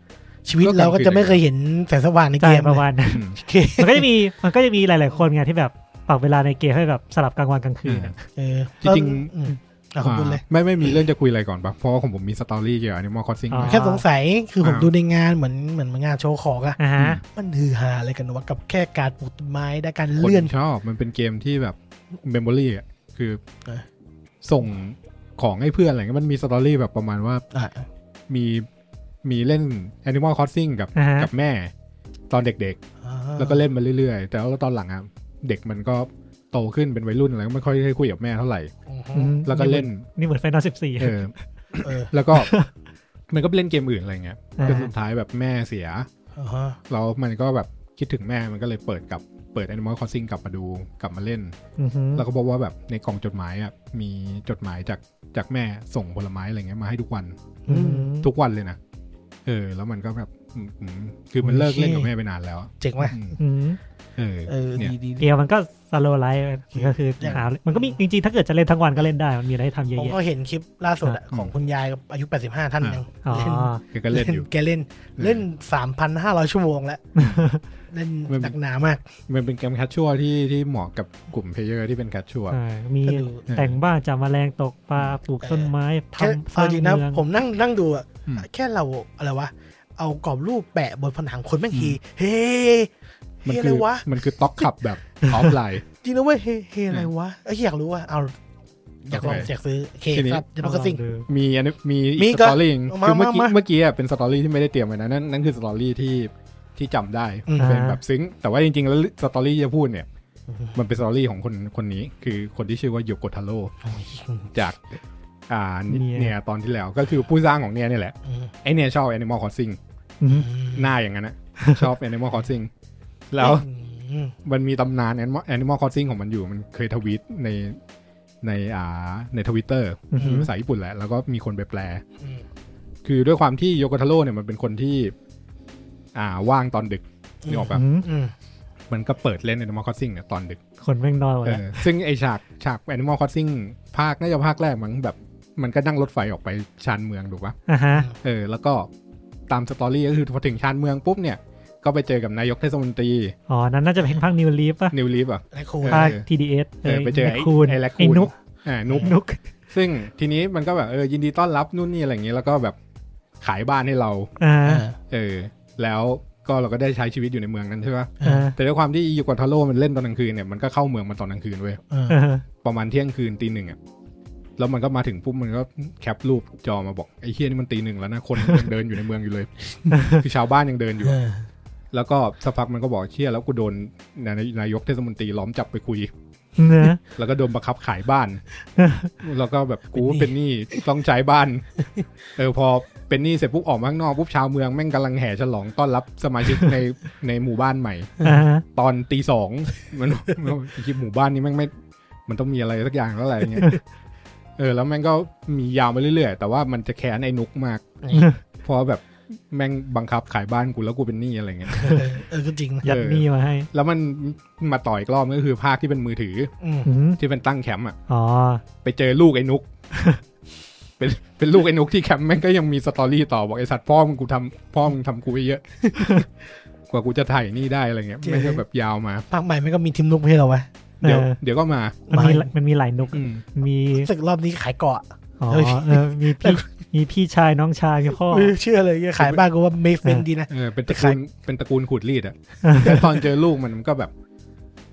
[SPEAKER 3] ชีวิต
[SPEAKER 2] ก็กลาง
[SPEAKER 3] เราก็จะไม่
[SPEAKER 2] คืนเลย
[SPEAKER 3] เคยเห็นแสงสว่างในเก
[SPEAKER 4] ใช่
[SPEAKER 3] ม
[SPEAKER 4] ประมาณนั้น
[SPEAKER 2] อืม
[SPEAKER 3] โอเค
[SPEAKER 4] มันก็จะมีมันก็จะ
[SPEAKER 2] <coughs>
[SPEAKER 4] มีหลาย ๆ คนไงที่แบบปรับเวลาในเกมให้แบบสลับกลางวันกลางคืนอะ
[SPEAKER 3] เออ
[SPEAKER 2] จริง
[SPEAKER 3] อืม อ่ะขอบคุณเลย
[SPEAKER 2] อ่าไม่ไม่มีเรื่องจะคุยอะไรก่อนปะเพราะว่าของผมมีสตอรี่เกี่ยวกับ Animal Crossing
[SPEAKER 4] อ๋อ
[SPEAKER 2] ด้วย
[SPEAKER 3] แค่สงสัยคือผม
[SPEAKER 2] อ่า
[SPEAKER 3] ดูในงานเหมือนเหมือนงานโชว์ของอะ
[SPEAKER 4] อ่าฮะ
[SPEAKER 3] มันฮือฮาอะไรกันวะกับแค่การปลูกต้นไม้ได้การ
[SPEAKER 2] คน
[SPEAKER 3] เลื่อน
[SPEAKER 2] ชอบมันเป็นเกมที่แบบเมมโมรี่อะคือ
[SPEAKER 3] เออ
[SPEAKER 2] ส่งของให้เพื่อนอะไรเงี้ยมันมีสตอรี่แบบประมาณว่า
[SPEAKER 3] อ่ะ
[SPEAKER 2] มีมีเล่น Animal Crossing กับ
[SPEAKER 4] อ่าฮะ
[SPEAKER 2] กับแม่ ตอนเด็ก
[SPEAKER 3] อ่า
[SPEAKER 2] ๆ แล้วก็เล่นมาเรื่อยๆ แต่ว่าตอนหลังอะเด็กมันก็โตขึ้นเป็นวัยรุ่นอะไรก็ไม่ค่อยได้คุยกับแม่เท่าไหร่
[SPEAKER 3] อือฮึ
[SPEAKER 4] อืม
[SPEAKER 2] แล้วก็เล่
[SPEAKER 3] <laughs>
[SPEAKER 2] น
[SPEAKER 4] นี่เหมือนแฟนตาสิบสี่
[SPEAKER 2] เออ
[SPEAKER 3] เออ
[SPEAKER 2] แล้วก็ มันก็ไปเล่นเกมอื่นอะไรเงี้ย
[SPEAKER 4] อ่าฮะ
[SPEAKER 2] จนสุดท้ายแบบแม่เสีย
[SPEAKER 3] อ่าฮะ
[SPEAKER 2] แล้วมันก็แบบคิดถึงแม่มันก็เลยเปิดกลับเปิด Animal Crossing กลับมาดูกลับมาเล่น แล้วก็บอกว่าแบบในกล่องจดหมายอ่ะมีจดหมายจากจากแม่ส่งผลไม้อะไรเงี้ยมาให้ทุกวัน ทุกวันเลยนะเออ แล้วมันก็แบบอืมอืมคือมันเลิกเล่นกับแม่ไปนานแล้ว
[SPEAKER 3] เจ๋งไหม
[SPEAKER 2] อืมเออ
[SPEAKER 3] เออ
[SPEAKER 2] เนี่ย
[SPEAKER 3] ดีดีดี
[SPEAKER 4] เกมมันก็สโลไลฟ์ก็คือ
[SPEAKER 3] อย่าง
[SPEAKER 4] หามันก็มีจริงๆ ถ้าเกิดจะเล่นทั้งวันก็เล่นได้ มันมีอะไรให้ทำเย
[SPEAKER 3] ผม
[SPEAKER 4] อะ
[SPEAKER 3] ก็เห็นคลิปล่าสุดอะของคุณยายกับอายุ 85 ท่านหนึง
[SPEAKER 4] ๆอ๋อ
[SPEAKER 3] เล่น
[SPEAKER 2] คือก็เล่นอยู่
[SPEAKER 3] แกเล่นเล่น 3,500 ชั่วโมงแล้ว เล่น
[SPEAKER 2] มัน
[SPEAKER 3] หนักหนามาก
[SPEAKER 2] มันเป็นเกมแคชชัวที่ที่เหมาะกับกลุ่มเพลเยอร์ที่เป็นแคชชัว
[SPEAKER 4] ใช่มี
[SPEAKER 3] ก็ดู
[SPEAKER 4] แต่งบ้านจับแมลงตกปลาปลูกต้นไม้
[SPEAKER 3] แค่
[SPEAKER 4] ทำส
[SPEAKER 3] เอา
[SPEAKER 4] ร้าง
[SPEAKER 3] จริง
[SPEAKER 4] เมื
[SPEAKER 3] นะ
[SPEAKER 4] อง
[SPEAKER 3] ผมนั่งนั่งดูอะ
[SPEAKER 2] อืม
[SPEAKER 3] แค่เราอะไรวะ เอากรอบรูปแปะบนผนังคนบางที เฮ้
[SPEAKER 2] มั
[SPEAKER 3] เฮ้อะไร
[SPEAKER 2] คื
[SPEAKER 3] วะ
[SPEAKER 2] มันคือต็อกขับ
[SPEAKER 3] <laughs>
[SPEAKER 2] แบบออฟไลน์
[SPEAKER 3] จริงนะเว้ยเฮ้เฮ้อะไรวะเอ้ยอยากรู้ว่าเอาอยากลอง
[SPEAKER 2] โอเค
[SPEAKER 3] อยากซื้อโอเค
[SPEAKER 2] ทีนี้
[SPEAKER 3] ครับเดี๋ยว
[SPEAKER 4] ลอ
[SPEAKER 3] มั
[SPEAKER 4] น ง
[SPEAKER 3] ก็สิ่ง
[SPEAKER 4] ดู
[SPEAKER 2] มีอันนี้มีอีก
[SPEAKER 3] มี
[SPEAKER 2] ส
[SPEAKER 3] ก็
[SPEAKER 2] ตอรี่หนึ่ง
[SPEAKER 3] เอามา
[SPEAKER 2] คือเมื่อกี้
[SPEAKER 3] มามา
[SPEAKER 2] เมื่อกี้อะเป็นสตอรี่ที่ไม่ได้เตรียมไว้นะนั่นนั่นคือสตอรี่ที่ที่จำได้
[SPEAKER 3] อืม
[SPEAKER 2] เป็นแบบซึ้งแต่ว่าจริงๆแล้วสตอรี่ที่จะพูดเนี่ย มันเป็นสตอรี่ของคนคนนี้ คือคนที่ชื่อว่าโยโกทาโร่
[SPEAKER 3] โอ้ย
[SPEAKER 2] จากอ่าเนี่ยตอนที่แล้วก็คือผู้สร้างของเนี่ยนี่แหละ
[SPEAKER 3] อืม
[SPEAKER 2] ไอเนี่ยชอบ Animal Crossing
[SPEAKER 4] อืม
[SPEAKER 2] หน้าอย่างนั้นนะชอบ Animal Crossing แล้ว
[SPEAKER 3] อืม
[SPEAKER 2] มันมีตำนาน Animal Animal Crossing ของมันอยู่ มันเคยทวีตในในอ่าในทวิตเตอร์ภาษาญี่ปุ่นแหละ แล้วก็มีคนไปแปล
[SPEAKER 3] อืม
[SPEAKER 2] คือด้วยความที่โยโกทาโร่เนี่ยมันเป็นคนที่ อ่าว่างตอนดึก
[SPEAKER 3] อืม
[SPEAKER 2] นี่ออกแบบ
[SPEAKER 4] อืม
[SPEAKER 3] อืม
[SPEAKER 2] มันก็เปิดเล่น Animal Crossing เนี่ยตอนดึก
[SPEAKER 4] คนแม่งนอนหมด
[SPEAKER 2] เอ
[SPEAKER 4] แล้ว
[SPEAKER 2] อซึ่งไอฉากฉาก Animal Crossing ภาคน่าจะภาคแรกมั้งแบบ มันก็นั่งรถไฟออกไปชานเมืองถูกปะ
[SPEAKER 4] อ่าฮะ
[SPEAKER 2] เออแล้วก็ตามสตอรี่ก็คือพอถึงชานเมืองปุ๊บเนี่ย ก็ไปเจอกับนายกเทศมนตรี
[SPEAKER 4] อ๋อ นั้นน่าจะเป็นภาคนิวลีฟป่ะ
[SPEAKER 2] นิวลีฟอ่ะ
[SPEAKER 3] ไอ้ครู
[SPEAKER 2] เอ
[SPEAKER 4] ภา
[SPEAKER 2] อ
[SPEAKER 4] ค TDS
[SPEAKER 2] เออไปเจอไอ้
[SPEAKER 4] คูน
[SPEAKER 2] ไอ้แล
[SPEAKER 4] ไอ้
[SPEAKER 2] คูน
[SPEAKER 4] นุก
[SPEAKER 2] อ่านุก
[SPEAKER 4] นุก
[SPEAKER 2] ซึ่งทีนี้มันก็แบบเออยินดีต้อนรับนู่นนี่อะไรอย่างเงี้ยแล้วก็แบบขายบ้านให้เรา
[SPEAKER 4] อ่า
[SPEAKER 3] อ่า
[SPEAKER 2] เออ แล้วก็เราก็ได้ใช้ชีวิตอยู่ในเมืองนั้นใช่ปะ
[SPEAKER 3] เออ
[SPEAKER 4] อ่า
[SPEAKER 2] แต่ด้วยความที่อยู่กับทาโร่มันเล่นตอนกลางคืนเนี่ยมันก็เข้าเมืองมาตอนกลางคืนเว้ย
[SPEAKER 3] อ่า
[SPEAKER 4] เออ
[SPEAKER 2] ประมาณเที่ยงคืนตีหนึ่งอ่ะ แล้วมันก็มาถึงปุ๊บมันก็แคปรูปจอมาบอกไอ้เฮียนี่มันตีหนึ่งแล้วนะ คนยังเดินอยู่ในเมืองอยู่เลย คือชาวบ้านยังเดินอยู่
[SPEAKER 3] เออ
[SPEAKER 2] แล้วก็สักพักมันก็บอกเฮียแล้วกูโดนนายนายกเทศมนตรีล้อมจับไปคุย
[SPEAKER 4] เนอะ
[SPEAKER 2] แล้วก็โดนบังคับขายบ้าน แล้วก็แบบกูเป็นหนี้ต้องใช้บ้าน เออพอเป็นหนี้เสร็จปุ๊บออกมาข้างนอกปุ๊บชาวเมืองแม่งกำลังแห่ฉลองต้อนรับสมาชิกในในหมู่บ้านใหม่
[SPEAKER 4] อ่าฮะ
[SPEAKER 2] ตอนตีสอง <laughs> มันมันคิดหมู่บ้านนี้แม่งไม่ มันต้องมีอะไรสักอย่างแล้วอะไรเงี้ย <laughs> เออ แล้วแม่งก็มียาวมาเรื่อยๆ แต่ว่ามันจะแค้นไอ้นุกม <laughs> าก เพราะแบบแม่งบังคับขายบ้านกูแล้วกูเป็นหนี้อะไรเงี้ย <laughs>
[SPEAKER 3] เออเออก็จริงนะ
[SPEAKER 4] ยัดหนี่มาให้
[SPEAKER 2] แล้วมันมาต่ออีกรอบก็คือภาคที่เป็นมือถือ
[SPEAKER 3] อืม
[SPEAKER 4] อืม
[SPEAKER 2] ที่เป็นตั้งแคมป์อ่ะ
[SPEAKER 4] อ๋อ
[SPEAKER 2] ไปเจอลูกไอ้นุก <laughs> เป็นเป็นลูกไอ้นุกที่แคมป์แม่งก็ยังมีสตอรี่ต่อบอกไอ้สัตว์พ่อมึงกูทำพ่อมึงทำกูไปเยอะ <laughs> กว่ากูจะถ่ายหนี่ได้อะไรเงี้ยแม่งก็แบบยาวมา
[SPEAKER 3] ภาคใหม่ไม่ก็มีทีมนุกไม่ใช่เหรอวะ
[SPEAKER 2] เดี๋ยว
[SPEAKER 4] เออ
[SPEAKER 2] เดี๋ยวก็มา
[SPEAKER 4] มันมี
[SPEAKER 3] ไม่
[SPEAKER 4] มันมีหลายนุก
[SPEAKER 2] อืม
[SPEAKER 4] มี
[SPEAKER 3] รู้สึกรอบนี้ขายเกาะ
[SPEAKER 4] อ๋อ
[SPEAKER 3] เฮ้ย
[SPEAKER 4] เออมีพี่มีพี่ชายน้องชายมีพ่อ
[SPEAKER 3] ไม่เชื่อเลยขายบ้านกูว่าเมฟเฟนดีนะ
[SPEAKER 2] เออเป็นตระกูลเป็นตระกูลขูดรีด
[SPEAKER 3] <laughs>
[SPEAKER 2] อะแล้วตอนเจอลูกมันมันก็แบบ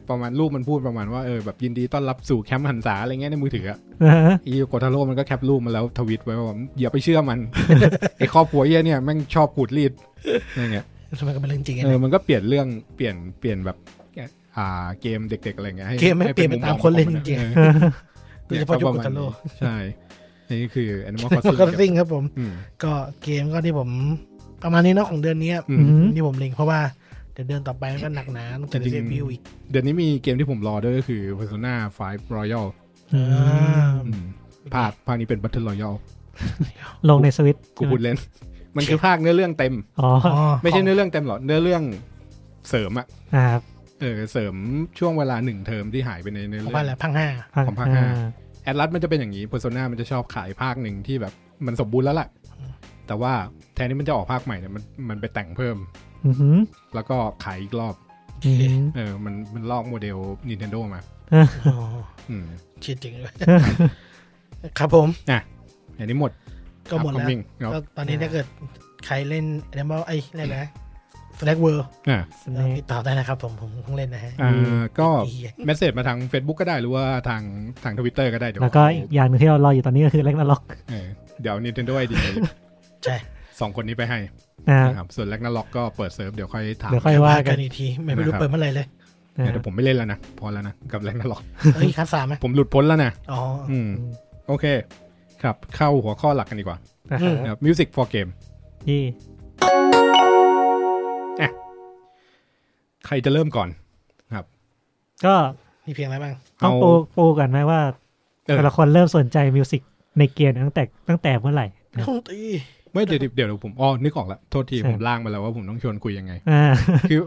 [SPEAKER 2] ประมาณลูกมันพูดประมาณว่าเออแบบยินดีต้อนรับสู่แคมป์หันษาอะไรเงี้ยในมือถืออะ
[SPEAKER 4] อ่าฮะ
[SPEAKER 2] อีโกทาโร่มันก็แคปรูปมาแล้วทวิตไว้ว่าอย่าไปเชื่อมัน ไอครอบครัวเหี้ยเนี่ยแม่งชอบขูดรีดอะไรเงี้ย
[SPEAKER 3] ทำไมก็เป็นเรื่องจริงอะ
[SPEAKER 2] เออ
[SPEAKER 3] นะ
[SPEAKER 2] มันก็เปลี่ยนเรื่องเปลี่ยนเปลี่ยนแบบอ่าเกมเด็กๆอะไรเงี้ยให้
[SPEAKER 3] เกมไม่
[SPEAKER 2] ให้
[SPEAKER 3] เปลี่ยนไป
[SPEAKER 2] มุ
[SPEAKER 3] ตาม
[SPEAKER 2] มอง
[SPEAKER 3] คนเล่น
[SPEAKER 2] ข
[SPEAKER 3] จ
[SPEAKER 2] องมั
[SPEAKER 3] ริง
[SPEAKER 2] เออ
[SPEAKER 3] ๆ โดยเฉพาะ
[SPEAKER 2] นี่
[SPEAKER 3] ยุคโกทาโร่
[SPEAKER 2] ประมณนี้ใช่นี่คือ Animal
[SPEAKER 3] ปก
[SPEAKER 2] Crossing
[SPEAKER 3] ติงครับผม
[SPEAKER 2] อืม
[SPEAKER 3] ก็เกมก็ที่ผมประมาณนี้เนาะของเดือนนี้
[SPEAKER 2] อื
[SPEAKER 4] อื
[SPEAKER 2] ม
[SPEAKER 4] ม
[SPEAKER 3] ที่ผมเล็งเพราะว่าเดี๋ยวเดือนต่อไปมันก็หนักหนาต้องเจอ
[SPEAKER 2] จริงๆ
[SPEAKER 3] เซฟิวอีก
[SPEAKER 2] เดี๋ยวนี้มีเกมที่ผมรอด้วยก็คือ Persona 5 Royal
[SPEAKER 4] อืม
[SPEAKER 3] อ่า
[SPEAKER 2] อืม ภาคภาคนี้เป็น Battle Royale
[SPEAKER 4] ลงในสวิตช์
[SPEAKER 2] กูพูดเล่น มันคือภาคเนื้อเรื่องเต็ม
[SPEAKER 4] อ๋อ
[SPEAKER 3] อ๋อ
[SPEAKER 2] ไม่ใช่เนื้อเรื่องเต็มหรอกเนื้อเรื่องเสริมอะ
[SPEAKER 4] อ่า
[SPEAKER 2] เออเสริมช่วงเวลาหนึ่งเทอมที่หายไปในเนื้อ
[SPEAKER 3] ข
[SPEAKER 2] เรื่
[SPEAKER 3] อง
[SPEAKER 2] อ
[SPEAKER 3] บ้านแหละ
[SPEAKER 2] ง
[SPEAKER 3] พังห้า
[SPEAKER 2] ของภาคห้า แอดลัสมันจะเป็นอย่างนี้ Persona มันจะชอบขายภาคหนึ่งที่แบบมันสมบูรณ์แล้วล่ะ แต่ว่าแทนที่มันจะออกภาคใหม่เนี่ยมันมันไปแต่งเพิ่ม
[SPEAKER 4] อืมอืม
[SPEAKER 2] แล้วก็ขายอีกรอบ
[SPEAKER 4] อืม
[SPEAKER 2] เออมันมันลอกโมเดล Nintendo มา
[SPEAKER 3] อ๋อ
[SPEAKER 2] อืม
[SPEAKER 3] เชียจริงเลย ครับผม
[SPEAKER 2] อ่ะอันนี้หมด
[SPEAKER 3] ก็หมดแล้ว
[SPEAKER 2] วิ่งเนาะ
[SPEAKER 3] ก็ตอนนี้ถ้าเกิดใครเล่น Animal ไอ้เล่นอะไรนะ Snack World
[SPEAKER 2] อ่ะ
[SPEAKER 3] ก็
[SPEAKER 4] เน
[SPEAKER 3] ติดต่อได้นะครับผมผมเพิ่งเล่นนะฮะ
[SPEAKER 2] อ่าก็
[SPEAKER 3] ไอ้เหี้ย
[SPEAKER 2] เมสเซจมาทาง Facebook ก็ได้หรือว่าทางทางทวิตเตอร์ก็ได้เดี๋ยว
[SPEAKER 4] แล้วก็อีกอย่างหนึ่งที่เรารออยู่ตอนนี้ก็คือเล็กนาล็อก
[SPEAKER 2] เออเดี๋ยว Nintendo ID
[SPEAKER 3] ใช่
[SPEAKER 2] สองคนนี้ไปให้
[SPEAKER 4] นะครับ
[SPEAKER 2] นะครับส่วนแลกนาล็อกก็เปิดเซิร์ฟเดี๋ยวค่อยถาม
[SPEAKER 4] เดี๋ยวค่อยว่ากัน
[SPEAKER 3] อีกที ไม่รู้เปิดเมื่อไหร่เลย
[SPEAKER 4] นะ
[SPEAKER 2] แต่ผมไม่เล่นแล้วนะพอแล้วนะกับแลกนาล็อก
[SPEAKER 3] เอ้ยคัสสามไหม
[SPEAKER 2] ผมหลุดพ้นแล้วนะ
[SPEAKER 3] อ๋อ
[SPEAKER 2] อืมโอเค ครับเข้าหัวข้อหลักกันดีกว่า
[SPEAKER 4] นะ
[SPEAKER 3] อืม
[SPEAKER 2] นะ
[SPEAKER 4] ครับ
[SPEAKER 2] ครับ Music for Game
[SPEAKER 4] ยี่
[SPEAKER 2] ใครจะเริ่มก่อน
[SPEAKER 4] ก็
[SPEAKER 3] มีเพียงอะไรบ้าง
[SPEAKER 4] ต้อง
[SPEAKER 2] เอา
[SPEAKER 4] ปูปูกันไหมว่า
[SPEAKER 2] เออ
[SPEAKER 4] แต่ละคนเริ่มสนใจมิวสิกในเกมตั้งแต่ตั้งแต่เมื่อไหร่นะ
[SPEAKER 3] ต้องตี
[SPEAKER 2] ไม่เดี๋ยวเดี๋ยวเดี๋ยวผมอ๋อนึกออกละโทษที
[SPEAKER 4] ใช่
[SPEAKER 2] ผมล่างมาแล้วว่าผมต้องชวนคุยยังไง
[SPEAKER 4] อ่า
[SPEAKER 2] คือ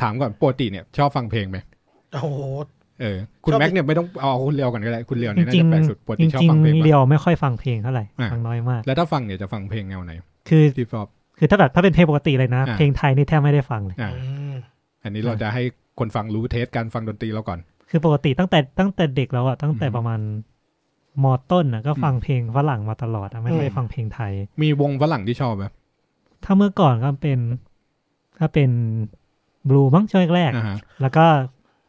[SPEAKER 2] ถามก่อนปกติเนี่ยชอบฟังเพลงไหม
[SPEAKER 3] โอ้โห
[SPEAKER 2] เออคุณ
[SPEAKER 3] ชอบ
[SPEAKER 2] แม็กเนี่ยไม่ต้องเอาคุณเลียวก่อนก็ได้คุณเลียว
[SPEAKER 4] จ
[SPEAKER 2] เนี่ยน่า
[SPEAKER 4] ริง
[SPEAKER 2] จะแปลกสุดปกติ
[SPEAKER 4] ๆ
[SPEAKER 2] ชอบ
[SPEAKER 4] จริง
[SPEAKER 2] ฟังเพลง
[SPEAKER 4] ๆ
[SPEAKER 2] ปะ
[SPEAKER 4] เดียวไม่ค่อยฟังเพลงเท่าไหร่
[SPEAKER 2] อ่ะ
[SPEAKER 4] ฟังน้อยมาก
[SPEAKER 2] แล้วถ้าฟังเนี่ยจะฟังเพลงแนวไหน
[SPEAKER 4] คือ
[SPEAKER 2] ที่ชอบ
[SPEAKER 4] คือถ้าแบบถ้าเป็นเพลงปกติเลยนะ
[SPEAKER 2] อ่ะ
[SPEAKER 4] เพลงไทยนี่แทบไม่ได้ฟังเลย
[SPEAKER 2] อ่า
[SPEAKER 3] อืม
[SPEAKER 2] อันนี้เราจะให้คนฟังรู้เทสการฟังดนตรีเราก่อน
[SPEAKER 4] คือปกติตั้งแต่ตั้งแต่เด็กแล้วอะตั้งแต่
[SPEAKER 2] อืม
[SPEAKER 4] ประมาณมต้นอะก็ฟังเพลงฝรั่งมาตลอดอะไม่
[SPEAKER 2] อืม
[SPEAKER 4] ค่อยฟังเพลงไทย
[SPEAKER 2] มีวงฝรั่งที่ชอบไหม
[SPEAKER 4] ถ้าเมื่อก่อนก็เป็นก็เป็นบลูมั้งช่วงแรกๆ
[SPEAKER 2] อ่าฮะ
[SPEAKER 4] แล้วก็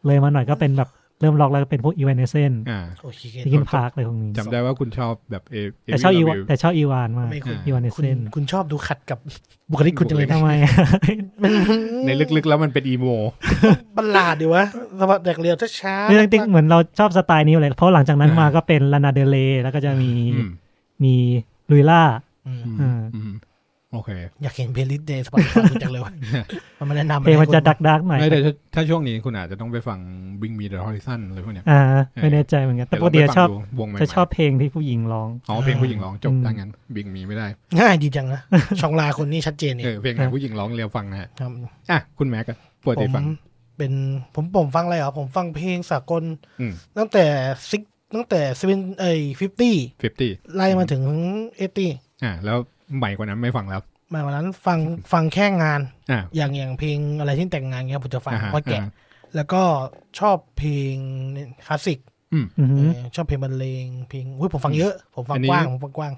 [SPEAKER 4] เลยมาหน่อยก็เป็นแบบเริ่มล็อกแล้วก็เป็นพวกอีวานเซน
[SPEAKER 2] อ่า
[SPEAKER 3] โอ้ยเกต
[SPEAKER 4] ดิกินพาร์คอะไรพวกนี้
[SPEAKER 2] จำได้ว่าคุณชอบแบบเอ
[SPEAKER 4] แต่ชอบอีวานแต่ชอบอีวานมาก
[SPEAKER 3] ไม่คุณ
[SPEAKER 4] อีวาน
[SPEAKER 3] คุ
[SPEAKER 4] เซ
[SPEAKER 3] ณ
[SPEAKER 4] น
[SPEAKER 3] คุณชอบดูขัดกับ <laughs> บุคลิกคุณจังเลยนะ
[SPEAKER 4] ทำไม
[SPEAKER 2] ในลึกๆแล้วมันเป็นอีโม
[SPEAKER 3] บัลลาดดีวะ <laughs> สวัสดีเรียวช้าๆ
[SPEAKER 4] เรื่องจริงๆเหมือนเราชอบสไตล์นี้อยู่เลยเพราะหลังจากนั้นมาก็เป็นลานาเดเลแล้วก็จะมี
[SPEAKER 2] อืม
[SPEAKER 4] มีลุยล่า
[SPEAKER 3] อืม
[SPEAKER 2] อื
[SPEAKER 4] อ่า
[SPEAKER 2] มอืมโอเค
[SPEAKER 3] อยากเห็นเพลย์ลิสต์เดย์สปอนเซอร์คุณจั <laughs> งเลยวะมันมาแนะนำ
[SPEAKER 4] เพลงมันจะดักดักๆหน่อย
[SPEAKER 2] ไม่แต่ถ้าถ้าช่วงนี้คุณอาจจะต้องไปฟัง Bring Me the Horizon อะไรพวกเนี้ย
[SPEAKER 4] อ่า
[SPEAKER 2] เออ
[SPEAKER 4] ไม่แน่ใจเหมือนกันแต่ปกติ
[SPEAKER 2] เดี๋ยว
[SPEAKER 4] จะชอบ
[SPEAKER 2] เราไปฟังดูวงใหม่ๆ
[SPEAKER 4] จะชอบเพลงที่ผู้หญิงร้อง
[SPEAKER 2] อ๋อเพลงผู้หญิงร้องจบดังนั้น Bring Me ไม่ได้
[SPEAKER 3] ง่ายดีจัง <laughs> นะ ชองลาคนนี้ชัดเจนเอ
[SPEAKER 2] เอง อเพลงไห
[SPEAKER 4] ครั
[SPEAKER 2] น
[SPEAKER 4] บ
[SPEAKER 2] ผู้หญิงร้องเรียวฟังนะฮะ
[SPEAKER 3] ครับ
[SPEAKER 2] อ่ะคุณแม็กอะเปิด
[SPEAKER 3] ผ
[SPEAKER 2] ให้
[SPEAKER 3] ม
[SPEAKER 2] ฟัง
[SPEAKER 3] เป็นผมผมฟังอะไรเหรอผมฟังเพลงสากล
[SPEAKER 2] อืม
[SPEAKER 3] ตั้งแต่ซิกตั้งแต่ซเวนเอ้ฟิฟตี้
[SPEAKER 2] ฟิฟตี้
[SPEAKER 3] ไล่มาถึงเอตี้
[SPEAKER 2] อ่ะแล้วใหม่กว่านั้นไม่ฟังแล้ว
[SPEAKER 3] มาวันนั้นฟังฟังแค่งาน
[SPEAKER 2] อ่ะ
[SPEAKER 3] อย่างอย่างเพลงอะไรที่แต่งงานเงี้ยผมจะฟัง
[SPEAKER 2] ฮ
[SPEAKER 3] เพราะแกะ
[SPEAKER 2] ฮ
[SPEAKER 3] แล้วก็ชอบเพลงคลาสสิก
[SPEAKER 4] อือหือ
[SPEAKER 3] เออชอบเพลงบรรเลงเพลงอุ้ยผมฟังเยอะ ผมฟังกว้างผมฟังกว้าง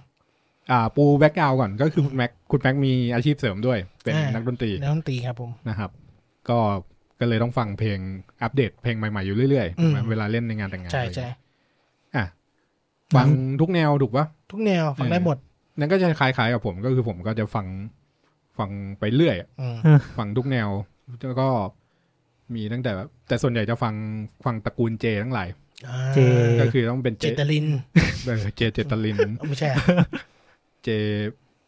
[SPEAKER 2] อ่าปูแบ็กกราวก่อนก็คือคุณแม็กคุณแม็กมีอาชีพเสริมด้วย เป็น
[SPEAKER 3] อ่านั
[SPEAKER 2] นักดนตรี
[SPEAKER 3] แล้วดนตรีครับผม
[SPEAKER 2] นะครับ ก็ก็เลยต้องฟังเพลงอัปเดตเพลงใหม่ๆอยู่เรื่อย
[SPEAKER 3] อืม
[SPEAKER 2] ๆเวลาเล่นในงานแต่งงาน
[SPEAKER 3] ใช่
[SPEAKER 2] อะไร
[SPEAKER 3] ใช่
[SPEAKER 2] อ่ะฟัง
[SPEAKER 3] หนัง
[SPEAKER 2] ทุกแนวถูกปะ
[SPEAKER 3] ทุกแนวฟังได้
[SPEAKER 2] เออ
[SPEAKER 3] หมด
[SPEAKER 2] นั่นก็จะคล้ายๆกับผมก็คือผมก็จะฟังฟังไปเรื่อยอะ
[SPEAKER 3] อืม
[SPEAKER 2] ฟังทุกแนวแล้วก็มีตั้งแต่แบบแต่ส่วนใหญ่จะฟังฟังตระกูลเจทั้งหลาย
[SPEAKER 4] เจ
[SPEAKER 2] ก็คือต้องเป็น
[SPEAKER 3] เจ
[SPEAKER 2] เจ
[SPEAKER 3] ตลิน
[SPEAKER 2] เออเจเจตลิน
[SPEAKER 3] เอ้าไม่ใช่อะ
[SPEAKER 2] เจ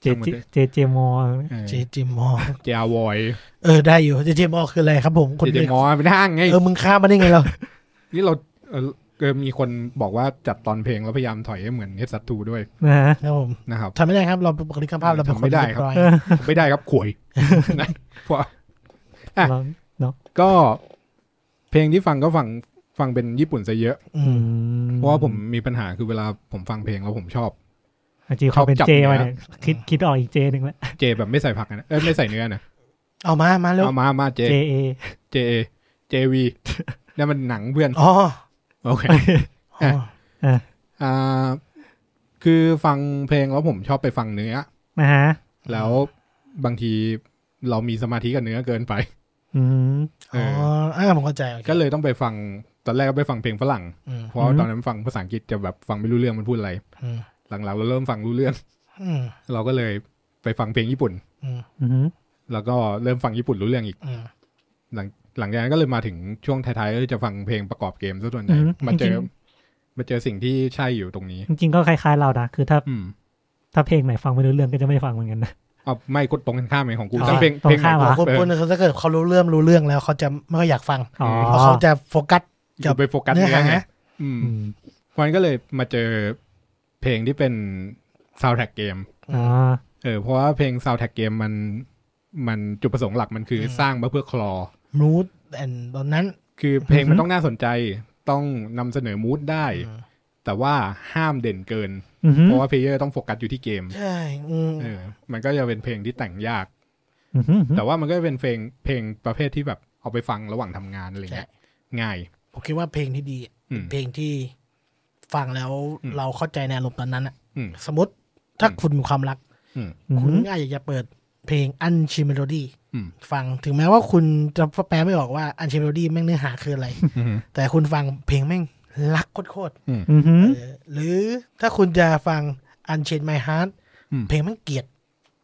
[SPEAKER 4] เจเจเจเจมอล
[SPEAKER 2] เออ
[SPEAKER 3] เจจิมอ
[SPEAKER 2] เจอาวอย
[SPEAKER 3] เออได้อยู่เจจิมอคืออะไรครับผมคน
[SPEAKER 2] เจเจ
[SPEAKER 3] เดียว
[SPEAKER 2] มอเป็นห้างไง
[SPEAKER 3] เออมึงข้ามมาได้ไงเรา
[SPEAKER 2] นี่เราเออเออมีคนบอกว่าจัดตอนเพลงแล้วพยายามถอยให้เหมือนเฮดซัตทูด้วย
[SPEAKER 4] นะฮะ
[SPEAKER 3] ครับผม
[SPEAKER 2] นะครับ
[SPEAKER 4] <laughs>
[SPEAKER 3] ทำไม่ได้ครับเราเป็นบุคลิกภาพเราเป็นคน
[SPEAKER 2] ทำไม่ได้ครับ
[SPEAKER 3] เยอย
[SPEAKER 2] ไม่ได้ครับขวยนะเพราะ อ่ะ
[SPEAKER 4] เรา
[SPEAKER 2] ก็เพลงที่ฟังก็ฟังฟังเป็นญี่ปุ่นซะเยอะ
[SPEAKER 3] อื
[SPEAKER 4] อื
[SPEAKER 3] ม
[SPEAKER 4] ม
[SPEAKER 2] เพราะว่าผมมีปัญหาคือเวลาผมฟังเพลงแล้วผมชอบ
[SPEAKER 4] จริงๆเขาเป็น
[SPEAKER 2] ชอบจับ
[SPEAKER 4] เจ
[SPEAKER 2] เนื้อ
[SPEAKER 4] มาเนี่ยคิดคิดออกอีกเจหนึ่งแล้ว
[SPEAKER 2] เจแบบไม่ใส่ผักนะเอ้ยไม่ใส่เนื้อนะ
[SPEAKER 3] เอามามาเร็ว
[SPEAKER 2] เอามามาเจ
[SPEAKER 4] เจเอ
[SPEAKER 2] เจเจ
[SPEAKER 4] <laughs>
[SPEAKER 2] วีนั่นมันหนังเพื่อน
[SPEAKER 3] อ๋อ
[SPEAKER 2] โอเค
[SPEAKER 3] อ๋อ
[SPEAKER 2] อ่า คือฟังเพลงแล้วผมชอบไปฟังเนื้อ
[SPEAKER 4] นะฮะ
[SPEAKER 2] แล้วบางทีเรามีสมาธิกับเนื้อเกินไป
[SPEAKER 4] อืม
[SPEAKER 2] เอ
[SPEAKER 3] อ๋อ
[SPEAKER 2] อ
[SPEAKER 3] อ่าผมเข้าใจโอค
[SPEAKER 2] ก็เลยต้องไปฟัง ตอนแรกก็ไปฟังเพลงฝรั่ง
[SPEAKER 3] อืม
[SPEAKER 2] เพราะว่า
[SPEAKER 4] อืม
[SPEAKER 2] ตอนนั้นฟังภาษาอังกฤษจะแบบฟังไม่รู้เรื่องมันพูดอะไร
[SPEAKER 3] อืม
[SPEAKER 2] หลังๆเราเริ่มฟังรู้เรื่อง
[SPEAKER 3] อืม
[SPEAKER 2] เราก็เลยไปฟังเพลงญี่ปุ่น
[SPEAKER 3] อืม
[SPEAKER 4] อืม
[SPEAKER 2] แล้วก็เริ่มฟังญี่ปุ่นรู้เรื่องอีก
[SPEAKER 3] อืม
[SPEAKER 2] หลังหลังจากนั้นก็เลยมาถึงช่วงท้ายๆก็จะฟังเพลงประกอบเกมซะส่วนใหญ่มาเจอมาเจอสิ่งที่ใช่อยู่ตรงนี้
[SPEAKER 4] จริงๆก็คล้ายๆเรานะคือถ้า
[SPEAKER 2] อืม
[SPEAKER 4] ถ้าเพลงไหนฟังไม่รู้เรื่องก็จะไม่ฟังเหมือนกันนะ
[SPEAKER 2] อ๋อไม่กดตรงกันข้ามเองของกู
[SPEAKER 4] อ๋อ
[SPEAKER 2] ตั้งเพลง
[SPEAKER 4] ตร
[SPEAKER 2] เพลง
[SPEAKER 4] ง
[SPEAKER 2] ไหน
[SPEAKER 4] ข้าม
[SPEAKER 2] ก็
[SPEAKER 4] เหรอ
[SPEAKER 3] คน
[SPEAKER 2] เอ
[SPEAKER 3] ค
[SPEAKER 2] อน
[SPEAKER 3] หนึ่งถ้าเกิดเขารู้เรื่องรู้เรื่องแล้วเขาจะไม่ค่อยอยากฟัง
[SPEAKER 4] อ๋อ
[SPEAKER 3] เพราะเขาจะโฟกัส
[SPEAKER 2] กูไปโฟกัสเนื้อไงอืม
[SPEAKER 4] อืม
[SPEAKER 2] เพราะฉะนั้นก็เลยมาเจอเพลงที่เป็นซาวด์แท็กเกม
[SPEAKER 4] อ๋อ
[SPEAKER 2] เออเพราะว่าเพลงซาวด์แท็กเกมมันมันจุดประสงค์หลักมันคือสร้างมาเพื่อคลอ
[SPEAKER 3] มูดแอนตอนนั้น
[SPEAKER 2] คือเพลงมันต้องน่าสนใจต้องนำเสนอมูดได้ แต่ว่าห้ามเด่นเกิน
[SPEAKER 4] อืม
[SPEAKER 2] เพราะว่าเพลเยอร์ต้องโฟกัสอยู่ที่เกม
[SPEAKER 3] ใช่อืม
[SPEAKER 2] เออมันก็จะเป็นเพลงที่แต่งยาก
[SPEAKER 4] อืม
[SPEAKER 2] แต่ว่ามันก็เป็นเพลงเพลงประเภทที่แบบเอาไปฟังระหว่างทำงานอะไรเงี้ยง่าย
[SPEAKER 3] ผมคิดว่าเพลงที่ดี
[SPEAKER 2] อืม
[SPEAKER 3] เพลงที่ ฟังแล้ว
[SPEAKER 2] อืม
[SPEAKER 3] เราเข้าใจในอารมณ์ตอนนั้นอะ
[SPEAKER 2] อืม
[SPEAKER 3] สมมติถ้าคุณมีความรัก
[SPEAKER 2] อืม
[SPEAKER 4] อืม
[SPEAKER 3] คุณอาจจะเปิดเพลงอันชิเมโลดี้
[SPEAKER 2] อืม
[SPEAKER 3] ฟังถึงแม้ว่าคุณจะแปลไม่ออกว่าอันชิเมโลดี้แม่งเนื้อหาคืออะไร
[SPEAKER 2] อืม
[SPEAKER 3] แต่คุณฟังเพลงแม่งรักโคตร
[SPEAKER 4] อือหือ
[SPEAKER 3] ๆเออหรือถ้าคุณจะฟังอันเชนไมฮาร์ด
[SPEAKER 2] อืม
[SPEAKER 3] เพลงแม่งเกลียด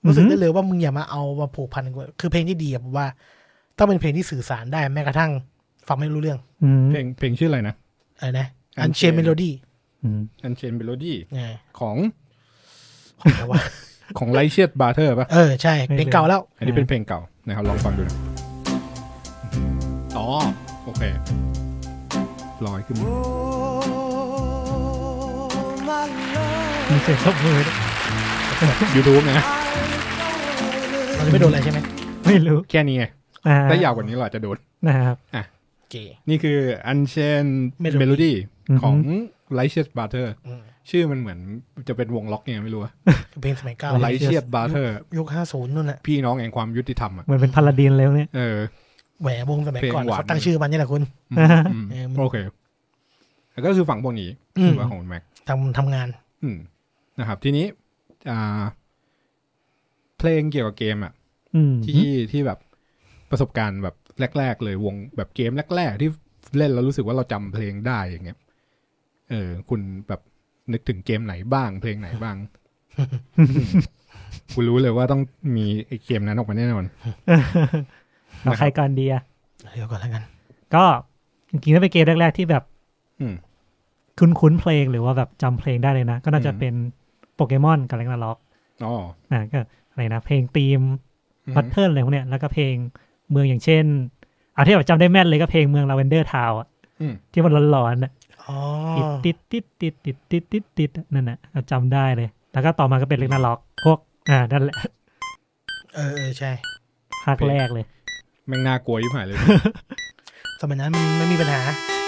[SPEAKER 4] อือฮึ
[SPEAKER 3] รู้สึกได้เลยว่ามึงอย่ามาเอามาผูกพันกันคือเพลงที่ดีอะผมว่า ต้องเป็นเพลงที่สื่อสารได้แม้กระทั่งฟังไม่รู้เรื่อง
[SPEAKER 4] อืม
[SPEAKER 2] เพลงเพลงชื่ออะไรนะ
[SPEAKER 3] อะไรนะอันเชน
[SPEAKER 2] Unchained
[SPEAKER 3] เมโลดี้
[SPEAKER 4] อืม
[SPEAKER 2] อันเชนเบโลดี้
[SPEAKER 3] เนี่ย
[SPEAKER 2] ของ
[SPEAKER 3] ของอะไร
[SPEAKER 2] <laughs>
[SPEAKER 3] วะ
[SPEAKER 2] ของไลเชียดบาร์เทอร์ป่ะ
[SPEAKER 3] เออใช่เพลงเก่าแล้ว
[SPEAKER 2] อันนี้เป็นเพลงเก่านะครับลองฟังดูนะอ๋อโอเคลอยขึ้นมา
[SPEAKER 4] มีเสียงตบมือด้วย
[SPEAKER 2] YouTube นะ
[SPEAKER 3] เราจะไม่โดนอะไรใช่ไหม
[SPEAKER 4] ไม่รู้
[SPEAKER 2] แค่นี้ไง
[SPEAKER 4] อ่า
[SPEAKER 2] ถ้ายาวกว่านี้เราอาจจะโดน
[SPEAKER 4] นะครับ
[SPEAKER 3] โอเค
[SPEAKER 2] นี่คือ Unchained
[SPEAKER 3] Melody
[SPEAKER 2] Melody
[SPEAKER 4] อือหือ
[SPEAKER 2] ของ l i g h t s h e d Butter
[SPEAKER 3] อืม
[SPEAKER 2] ชื่อมันเหมือนจะเป็นวงล็อกยังไงไม่รู้อะ
[SPEAKER 3] คือเพลงสมัยเก่า
[SPEAKER 2] l i g h t s h e d Butter
[SPEAKER 3] ยุคห้าศูนย์นู่นแหละ
[SPEAKER 2] พี่น้องแห่งความยุติธรรมอะ
[SPEAKER 4] เหมือนเป็นพาราดีนแล้วเนี่ย
[SPEAKER 2] เออ
[SPEAKER 3] แหวะวงสมัยก่อน
[SPEAKER 2] เพลงหวาน
[SPEAKER 3] เขาตั้งชื่อมันนี่แหละคุณ
[SPEAKER 2] อื
[SPEAKER 4] อ่าฮะ
[SPEAKER 2] ม
[SPEAKER 3] เออมัน
[SPEAKER 2] โอเคแล้วก็คือฝั่งพวกนี้
[SPEAKER 3] อืม
[SPEAKER 2] คือว่าของแม็ก
[SPEAKER 3] ทำทำงาน
[SPEAKER 2] อืมนะครับ ทีนี้ อ่า เพลงเกี่ยวกับเกมอะ
[SPEAKER 4] อืม
[SPEAKER 2] ที่ที่แบบประสบการณ์แบบแรก ๆ เลยวงแบบเกมแรก ๆ ที่เล่นแล้วรู้สึกว่าเราจำเพลงได้อย่างเงี้ยเออ คุณแบบนึกถึงเกมไหนบ้างเพลงไหน
[SPEAKER 4] <laughs>
[SPEAKER 2] บ้างกูรู้เลยว่าต้องมีไอ้เกมนั้นออกมาแน่นอน
[SPEAKER 4] เอาใครก่อนดีอะ
[SPEAKER 3] เดี๋ยวก่อนแล้วกัน
[SPEAKER 4] ก็จริงๆถ้าเป็นเกมแรก ๆ ที่แบบ
[SPEAKER 2] อืม
[SPEAKER 4] คุ้นๆเพลงหรือว่าแบบจำเพลงได้เลยนะ ก็น่าจะ
[SPEAKER 2] อืม
[SPEAKER 4] เป็นโปเกมอนกับแรงนาล็อก
[SPEAKER 2] อ๋อ
[SPEAKER 4] นะก็อะไรนะ เพลงธีม
[SPEAKER 2] อืม
[SPEAKER 4] พัตเทิร์นอะไรพวกเนี้ยแล้วก็เพลงเมืองอย่างเช่นอาที่แบบจำได้แม่นเลยก็เพลงเมืองลาเวนเดอร์ทาว
[SPEAKER 2] อืม
[SPEAKER 4] ที่มันร้อนๆอะ
[SPEAKER 3] อ๋อ
[SPEAKER 4] ติดติดติดติดติดติดติดอะนั่นน่ะจำได้เลย แล้วก็ต่อมาก็เป็นเล็กนาล็อกพวกอ่านั่นแหละ
[SPEAKER 3] เออเออใช่
[SPEAKER 4] ภาคแรกเลย
[SPEAKER 2] แม่งน่ากลัวยิ่งหายเลย
[SPEAKER 3] สมัยนั้นมันไม่มีปัญหา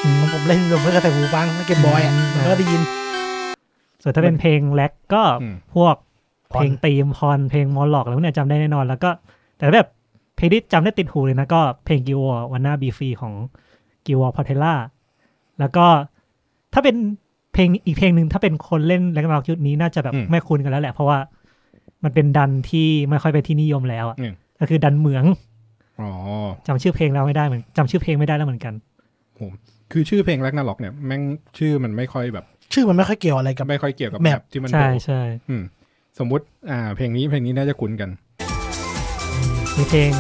[SPEAKER 4] อืม
[SPEAKER 3] ผมเล่นผมเพื่อใส่หูฟังไม่เก็บบอยอ่ะ
[SPEAKER 4] อืม
[SPEAKER 3] มันก็ได้ยิน
[SPEAKER 4] ส่วนถ้าเป็นเพลงแร็กก็
[SPEAKER 2] อืม
[SPEAKER 4] พวก
[SPEAKER 3] พร
[SPEAKER 4] เพลงตีมพรเพลงมอลล็อกอะไรพวกเนี้ยจำได้แน่นอนแล้วก็ แต่แบบเพลงที่จำได้ติดหูเลยนะ ก็เพลงกิวอวันนาบีฟรีของกิวอพอเทล่าแล้วก็ถ้าเป็นเพลงอีกเพลงหนึ่งถ้าเป็นคนเล่นแร็กนาล็อกยุคนี้น่าจะแบบ
[SPEAKER 2] อืม
[SPEAKER 4] ไม่คุ้นกันแล้วแหละ เพราะว่ามันเป็นดันที่ไม่ค่อยเป็นที่นิยมแล้วอะ
[SPEAKER 2] อืม
[SPEAKER 4] ก็คือดันเหมือง
[SPEAKER 2] อ๋อ
[SPEAKER 4] จำชื่อเพลงเราไม่ได้เหมือนจำชื่อเพลงไม่ได้แล้วเหมือนกัน
[SPEAKER 2] คือชื่อเพลงแรกนาล็อกเนี่ยแม่งชื่อมันไม่ค่อยแบบ
[SPEAKER 3] ชื่อมันไม่ค่อยเกี่ยวอะไรกับ
[SPEAKER 2] ไม่ค่อยเกี่ยวกับ
[SPEAKER 3] แม
[SPEAKER 2] แม
[SPEAKER 3] ป
[SPEAKER 2] ปที่มัน
[SPEAKER 4] ใช่
[SPEAKER 2] โผล่
[SPEAKER 4] ใช่
[SPEAKER 2] อืม สมมุติอ่า เพลงนี้เพลงนี้น่าจะคุ้นกัน
[SPEAKER 4] มีเพลง